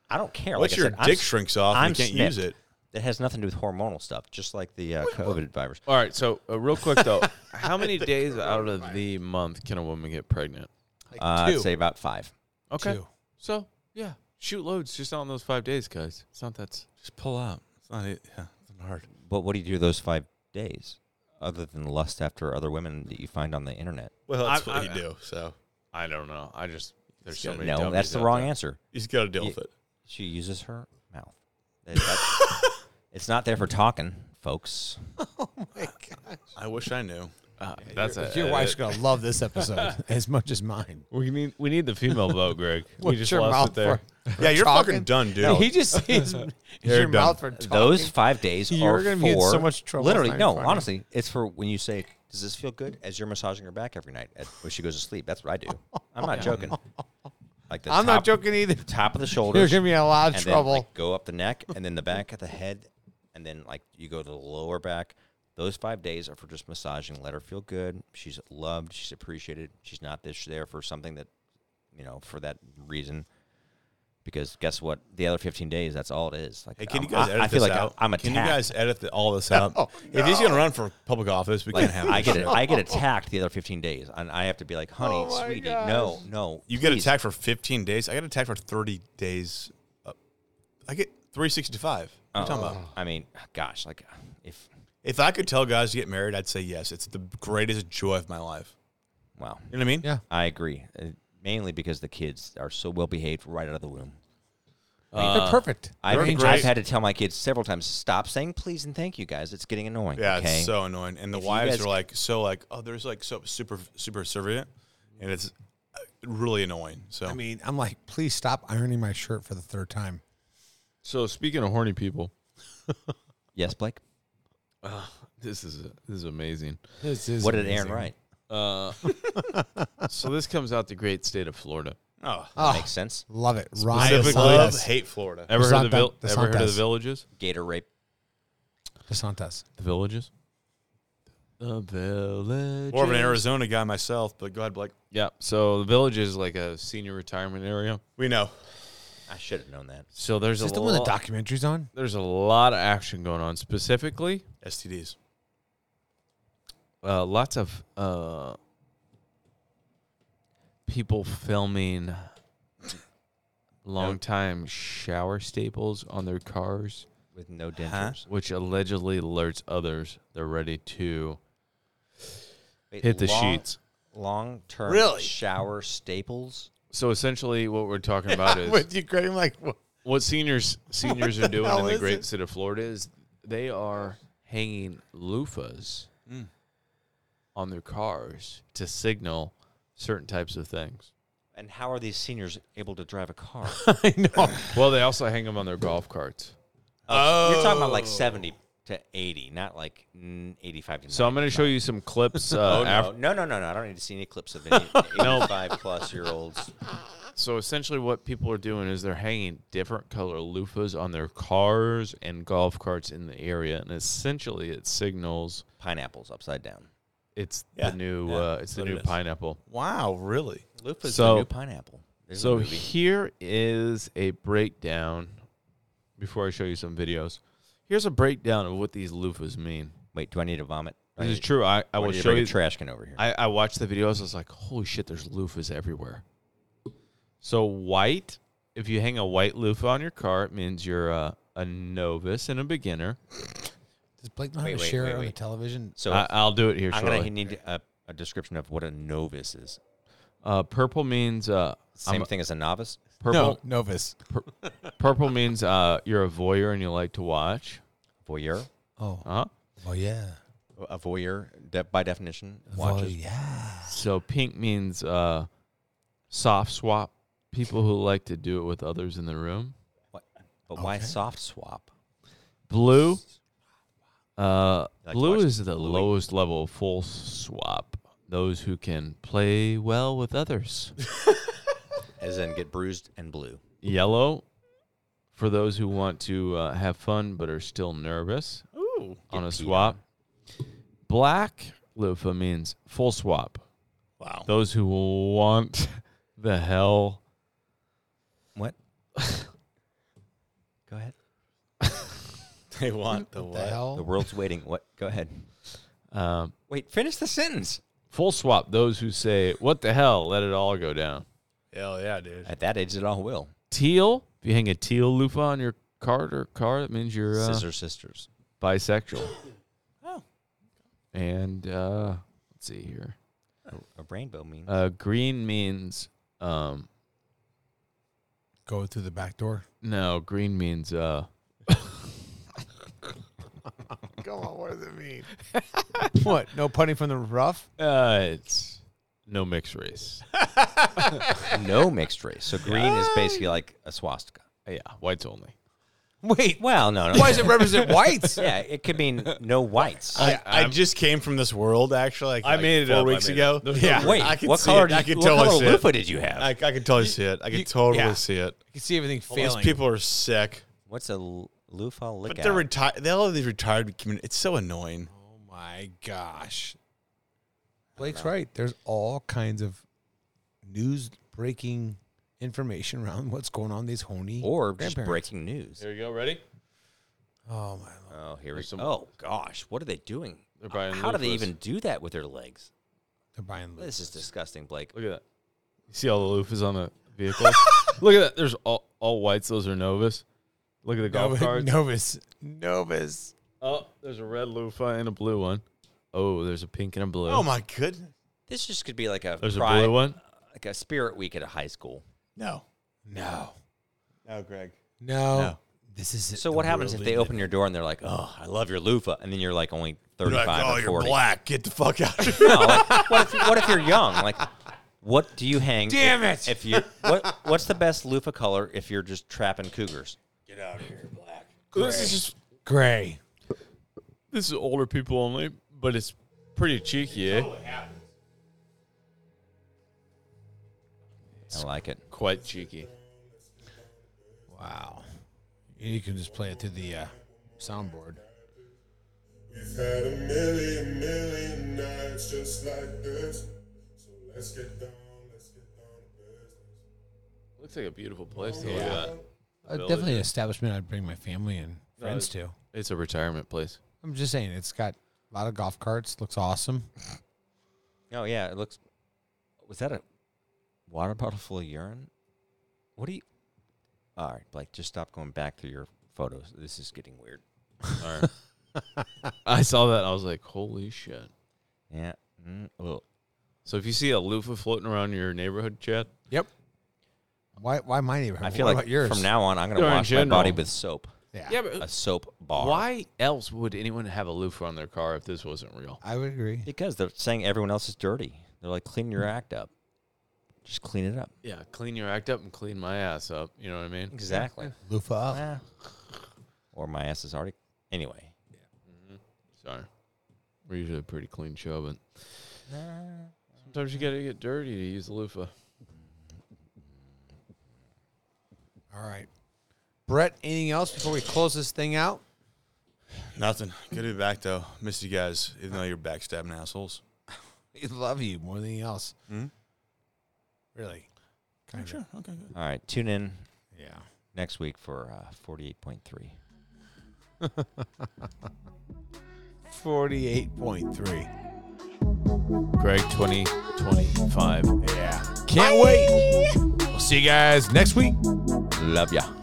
Speaker 4: I don't care.
Speaker 1: Once
Speaker 4: like
Speaker 1: your
Speaker 4: I said, I'm
Speaker 1: dick
Speaker 4: s-
Speaker 1: shrinks off, you
Speaker 4: I'm
Speaker 1: can't use
Speaker 4: snipped. It has nothing to do with hormonal stuff, just like the uh, COVID virus.
Speaker 2: All right, so uh, real quick though, how many days out of the month can a woman get pregnant?
Speaker 3: like
Speaker 4: Uh,
Speaker 3: two.
Speaker 4: I'd say about five.
Speaker 2: Okay,
Speaker 3: Two.
Speaker 2: so yeah, shoot loads just out in those five days, guys. It's not that. s-
Speaker 1: Just pull out. It's not, it- yeah, it's not hard.
Speaker 4: But what do you do those five days, other than lust after other women that you find on the internet?
Speaker 1: Well, that's
Speaker 2: I-
Speaker 1: what
Speaker 2: I-
Speaker 1: you do. So
Speaker 2: I don't know. I just there's so
Speaker 1: Yeah,
Speaker 2: many.
Speaker 4: no,
Speaker 2: dummies
Speaker 4: that's the
Speaker 2: out
Speaker 4: wrong
Speaker 2: there.
Speaker 4: answer.
Speaker 1: you just got to deal
Speaker 4: Ye-
Speaker 1: with it.
Speaker 4: She uses her mouth. That- that- it's not there for talking, folks.
Speaker 1: I wish I knew.
Speaker 2: Uh, that's a,
Speaker 3: Your wife's gonna love this episode as much as mine.
Speaker 2: We need we need the female vote, Greg. we
Speaker 3: What's
Speaker 2: just
Speaker 3: your
Speaker 2: lost
Speaker 3: mouth
Speaker 2: it there.
Speaker 3: for- for
Speaker 1: Yeah, you're
Speaker 3: talking?
Speaker 1: fucking done, dude.
Speaker 3: He just sees your
Speaker 1: done.
Speaker 3: mouth for talking.
Speaker 4: Those five days
Speaker 3: You're
Speaker 4: are
Speaker 3: gonna
Speaker 4: for
Speaker 3: be in so much trouble
Speaker 4: Literally,
Speaker 3: finding
Speaker 4: no.
Speaker 3: funny.
Speaker 4: Honestly, it's for when you say, "Does this feel good?" As you're massaging her back every night at, when she goes to sleep. That's what I do. I'm not joking. Like the
Speaker 3: I'm not
Speaker 4: top-
Speaker 3: joking either.
Speaker 4: Top of the shoulders.
Speaker 3: You're gonna be in a lot of
Speaker 4: and
Speaker 3: trouble.
Speaker 4: Then, like, go up the neck, and then the back of the head, and then like you go to the lower back. Those five days are for just massaging. Let her feel good. She's loved. She's appreciated. She's not this there for something that, you know, for that reason. Because guess what? The other fifteen days, that's all it is. Like,
Speaker 1: Hey, can
Speaker 4: I'm-
Speaker 1: you guys
Speaker 4: I,
Speaker 1: edit
Speaker 4: I feel
Speaker 1: this
Speaker 4: like
Speaker 1: out?
Speaker 4: I, am attacked.
Speaker 1: Can you guys edit the, all this out? If he's gonna run for public office, we
Speaker 4: Oh, like,
Speaker 1: can't have.
Speaker 4: I
Speaker 1: this
Speaker 4: get
Speaker 1: shit.
Speaker 4: it. I get attacked the other fifteen days, and I have to be like, "Honey,
Speaker 3: Oh my
Speaker 4: sweetie,
Speaker 3: gosh.
Speaker 4: no, no."
Speaker 1: You get
Speaker 4: please."
Speaker 1: attacked for 15 days. I get attacked for 30 days. Uh, I get 365. What are you talking about?
Speaker 4: I mean, gosh, like if
Speaker 1: If I could tell guys to get married, I'd say yes. It's the greatest joy of my life.
Speaker 4: wow,
Speaker 1: You know what I mean?
Speaker 3: Yeah.
Speaker 4: I agree. Uh, mainly because the kids are so well behaved right out of the womb.
Speaker 3: They're perfect.
Speaker 4: I've,
Speaker 1: They're
Speaker 4: I've
Speaker 1: great.
Speaker 4: had to tell my kids several times, stop saying please and thank you guys. It's getting annoying.
Speaker 1: Yeah,
Speaker 4: okay?
Speaker 1: it's so annoying. And the
Speaker 4: If you
Speaker 1: wives
Speaker 4: guys-
Speaker 1: are like, so like, oh, there's like so super, super servient. And it's uh, really annoying. So,
Speaker 3: I mean, I'm like, please stop ironing my shirt for the third time.
Speaker 2: So speaking of horny people,
Speaker 4: yes, Blake.
Speaker 2: this is this is amazing.
Speaker 3: This is
Speaker 4: what did Aaron
Speaker 3: amazing.
Speaker 4: write?
Speaker 2: So this comes out the great state of Florida.
Speaker 1: oh,
Speaker 3: Oh,
Speaker 4: Makes sense.
Speaker 3: Love it.
Speaker 1: I
Speaker 3: Ryan
Speaker 1: love,
Speaker 3: Santos.
Speaker 1: hate Florida.
Speaker 2: Ever heard of
Speaker 3: Santa-
Speaker 2: the, vil-
Speaker 3: the
Speaker 2: ever heard of the
Speaker 3: Santas.
Speaker 2: villages?
Speaker 4: Gator rape.
Speaker 3: DeSantis.
Speaker 2: The villages. The village.
Speaker 1: More of an Arizona guy myself, but go ahead, Blake.
Speaker 2: Yeah. So the village is like a senior retirement area.
Speaker 1: We know.
Speaker 4: I should have known that.
Speaker 2: So there's
Speaker 3: Is this
Speaker 2: a
Speaker 3: the one the
Speaker 2: lo-
Speaker 3: documentary's on?
Speaker 2: there's a lot of action going on. Specifically,
Speaker 1: STDs.
Speaker 2: uh, lots of uh, people filming long time shower staples on their cars,
Speaker 4: With no dentures.
Speaker 2: which allegedly alerts others they're ready to
Speaker 4: Wait,
Speaker 2: hit the
Speaker 4: long-
Speaker 2: sheets.
Speaker 4: Long term
Speaker 1: Really?
Speaker 4: shower staples.
Speaker 2: So essentially, what we're talking about is
Speaker 1: you, Greg. I'm like, what?
Speaker 2: what seniors seniors are doing in
Speaker 1: hell
Speaker 2: the
Speaker 1: is
Speaker 2: great
Speaker 1: it?
Speaker 2: state of Florida is they are hanging loofahs
Speaker 1: Mm.
Speaker 2: on their cars to signal certain types of things.
Speaker 4: And how are these seniors able to drive a car?
Speaker 3: I know.
Speaker 2: Well, they also hang them on their golf carts.
Speaker 4: oh. You're talking about like 70 to 80, not like mm, 85 to
Speaker 2: So I'm going to show you some clips.
Speaker 1: Oh,
Speaker 2: Uh,
Speaker 4: No,
Speaker 2: af-
Speaker 4: no, no, no, no. I don't need to see any clips of any 85 plus year olds.
Speaker 2: So essentially, what people are doing is they're hanging different color loofahs on their cars and golf carts in the area, and essentially it signals
Speaker 4: Pineapples upside down.
Speaker 2: it's
Speaker 1: Yeah,
Speaker 2: the new uh, it's the
Speaker 1: what it
Speaker 2: new
Speaker 1: is.
Speaker 2: pineapple.
Speaker 1: Wow, really?
Speaker 4: Lupa's
Speaker 2: So-
Speaker 4: the new pineapple. There's a
Speaker 2: So
Speaker 4: movie.
Speaker 2: here is a breakdown. Before I show you some videos, here's a breakdown of what these loofahs mean.
Speaker 4: Wait, do I need to vomit?
Speaker 2: This is true. I, I
Speaker 4: Why
Speaker 2: will
Speaker 4: did you
Speaker 2: show
Speaker 4: bring
Speaker 2: you.
Speaker 4: a trash can over here.
Speaker 2: I, I watched the videos. I was like, holy shit, there's loofahs everywhere. So white, if you hang a white loofah on your car, it means you're a, a novice and a beginner.
Speaker 3: Does Blake know how
Speaker 4: Wait,
Speaker 3: to
Speaker 4: wait,
Speaker 3: share
Speaker 4: wait,
Speaker 3: it on the
Speaker 4: wait.
Speaker 3: television?
Speaker 4: so
Speaker 2: I,
Speaker 4: I,
Speaker 2: I'll do it here
Speaker 4: am
Speaker 2: shortly.
Speaker 4: gonna need a, a description of what a novice is.
Speaker 2: uh, purple means uh, I'm
Speaker 4: Same
Speaker 2: a-
Speaker 4: thing as a novice.
Speaker 2: Purple
Speaker 3: No, novice.
Speaker 2: purple means uh, you're a voyeur and you like to watch.
Speaker 4: Voyeur.
Speaker 3: Oh,
Speaker 2: Uh,
Speaker 3: oh yeah.
Speaker 4: A voyeur, de- by definition,
Speaker 3: Oh
Speaker 4: watches.
Speaker 3: yeah.
Speaker 2: so pink means uh, soft swap. People who like to do it with others in the room.
Speaker 4: What? But why soft swap?
Speaker 2: Blue. Uh,
Speaker 4: Like
Speaker 2: blue
Speaker 4: watch
Speaker 2: is the lowest level of full swap. Those who can play well with others.
Speaker 4: As in get bruised and blue.
Speaker 2: Yellow, for those who want to uh, have fun but are still nervous on a swap. Black loofah means full swap.
Speaker 1: Wow.
Speaker 2: Those who want the hell
Speaker 4: What? Go ahead.
Speaker 1: They want the
Speaker 3: The
Speaker 1: what?
Speaker 3: hell?
Speaker 4: The world's waiting. What? Go ahead.
Speaker 2: um,
Speaker 4: Wait, finish the sentence.
Speaker 2: full swap. Those who say what the hell, let it all go down.
Speaker 1: Hell yeah, dude.
Speaker 4: At that age, it all will.
Speaker 2: Teal. If you hang a teal loofah on your card or car, that means you're uh,
Speaker 4: Scissor sisters.
Speaker 2: bisexual. oh. And uh, let's see here.
Speaker 4: A rainbow means.
Speaker 2: Uh, green means um,
Speaker 3: Go through the back door.
Speaker 2: no. Green means uh,
Speaker 3: what? No putting from the rough.
Speaker 2: uh, it's no mixed race.
Speaker 4: no mixed race. So green is basically like a swastika.
Speaker 2: yeah, whites only.
Speaker 4: Wait. Well, no, no.
Speaker 3: Why does it represent whites?
Speaker 4: yeah, it could mean no whites.
Speaker 1: I, I just came from this world actually. Like,
Speaker 2: I
Speaker 1: like
Speaker 2: made it
Speaker 1: four
Speaker 2: up, I
Speaker 1: weeks
Speaker 2: made it
Speaker 1: ago.
Speaker 2: up. There's no
Speaker 1: yeah,
Speaker 2: way.
Speaker 4: Wait,
Speaker 1: I can
Speaker 4: what
Speaker 1: see
Speaker 4: color
Speaker 1: it.
Speaker 4: did
Speaker 1: I
Speaker 4: you,
Speaker 1: can
Speaker 4: what
Speaker 1: totally
Speaker 4: color
Speaker 1: see it.
Speaker 4: loofah did you have?
Speaker 1: I, I can totally see it. I can totally
Speaker 3: yeah.
Speaker 1: see it.
Speaker 3: You can see everything failing.
Speaker 1: These people are sick,
Speaker 4: What's a l- loofah lick
Speaker 1: but they're
Speaker 4: out?
Speaker 1: retired. They all of these retired community. It's so annoying.
Speaker 3: Oh my gosh. Blake's right. There's all kinds of news breaking information around what's going on with these horny
Speaker 4: or just
Speaker 3: grandparents.
Speaker 4: breaking news.
Speaker 2: Here we go. Ready?
Speaker 3: Oh my.
Speaker 4: Oh, here we
Speaker 2: There's some-
Speaker 4: Oh gosh, what are they doing?
Speaker 2: They're buying
Speaker 4: How do they
Speaker 2: loofahs.
Speaker 4: even do that with their legs?
Speaker 3: They're buying loot.
Speaker 4: This is disgusting, Blake.
Speaker 2: Look at that. You see all the loofahs on the vehicle? Look at that. There's all, all whites. Those are novas. Look at the golf
Speaker 3: Novi-
Speaker 2: cards.
Speaker 3: Novus. Novus.
Speaker 2: Oh, there's a red loofah and a blue one. Oh, there's a pink and a blue.
Speaker 1: Oh my goodness.
Speaker 4: This just could be like a
Speaker 2: There's
Speaker 4: pride-
Speaker 2: a blue one.
Speaker 4: like a spirit week at a high school.
Speaker 1: No.
Speaker 3: No.
Speaker 1: No, Greg.
Speaker 3: No.
Speaker 1: No.
Speaker 3: This is
Speaker 4: So what happens if they open your door and they're like, "Oh, I love your loofah," and then you're like only 35
Speaker 1: oh,
Speaker 4: or
Speaker 1: you're
Speaker 4: 40?
Speaker 1: black. Get the fuck out. of
Speaker 4: No, like, what if what if you're young? Like, what do you hang?
Speaker 3: Damn
Speaker 4: if-
Speaker 3: it!
Speaker 4: If you what what's the best loofah color if you're just trapping cougars?
Speaker 1: Get out of here, black.
Speaker 2: This is just
Speaker 3: gray.
Speaker 2: This is older people only, but it's pretty cheeky, eh?
Speaker 4: I like it.
Speaker 2: Quite cheeky.
Speaker 3: Wow. You can just play it through the uh, soundboard.
Speaker 8: We've had a million, million nights just like this. So let's get down, let's get down to business.
Speaker 2: Looks like a beautiful place to look at.
Speaker 3: Uh, definitely an establishment I'd bring my family and friends to.
Speaker 2: It's a retirement place.
Speaker 3: I'm just saying, it's got a lot of golf carts. Looks awesome.
Speaker 4: Oh yeah, it looks. Was that a water bottle full of urine? What do you? All right, Blake, just stop going back through your photos. This is getting weird.
Speaker 2: All right. I saw that. I was like, holy shit.
Speaker 4: Yeah. Mm, well,
Speaker 2: So if you see a loofah floating around your neighborhood, Chad,
Speaker 3: Yep. Why? Why my neighborhood?
Speaker 4: I feel
Speaker 3: What
Speaker 4: like
Speaker 3: about yours?
Speaker 4: from now on, I'm going to
Speaker 2: Or in
Speaker 4: wash my body
Speaker 2: general.
Speaker 4: with soap.
Speaker 3: Yeah.
Speaker 2: but
Speaker 4: A soap bar.
Speaker 2: why else would anyone have a loofah on their car if this wasn't real?
Speaker 3: I would agree.
Speaker 4: Because they're saying everyone else is dirty. They're like, clean your act up. Just clean it up.
Speaker 2: Yeah, clean your act up and clean my ass up. You know what I mean?
Speaker 4: Exactly.
Speaker 3: Loofah. up.
Speaker 4: Eh. Or my ass is already. Anyway.
Speaker 2: Sorry. We're usually a pretty clean show, but sometimes you gotta get dirty to use a loofah.
Speaker 3: All right. Brett, anything else before we close this thing out?
Speaker 1: Nothing. Good to be back though. Missed you guys, even though you're backstabbing assholes.
Speaker 3: We love you more than anything else. Really?
Speaker 1: Sure. Okay. Good.
Speaker 4: All right. Tune in
Speaker 3: Yeah.
Speaker 4: next week for uh, 48.3.
Speaker 1: 48.3.
Speaker 9: Greg 2025.
Speaker 1: Yeah. Can't wait. We'll see you guys next week.
Speaker 4: Love ya.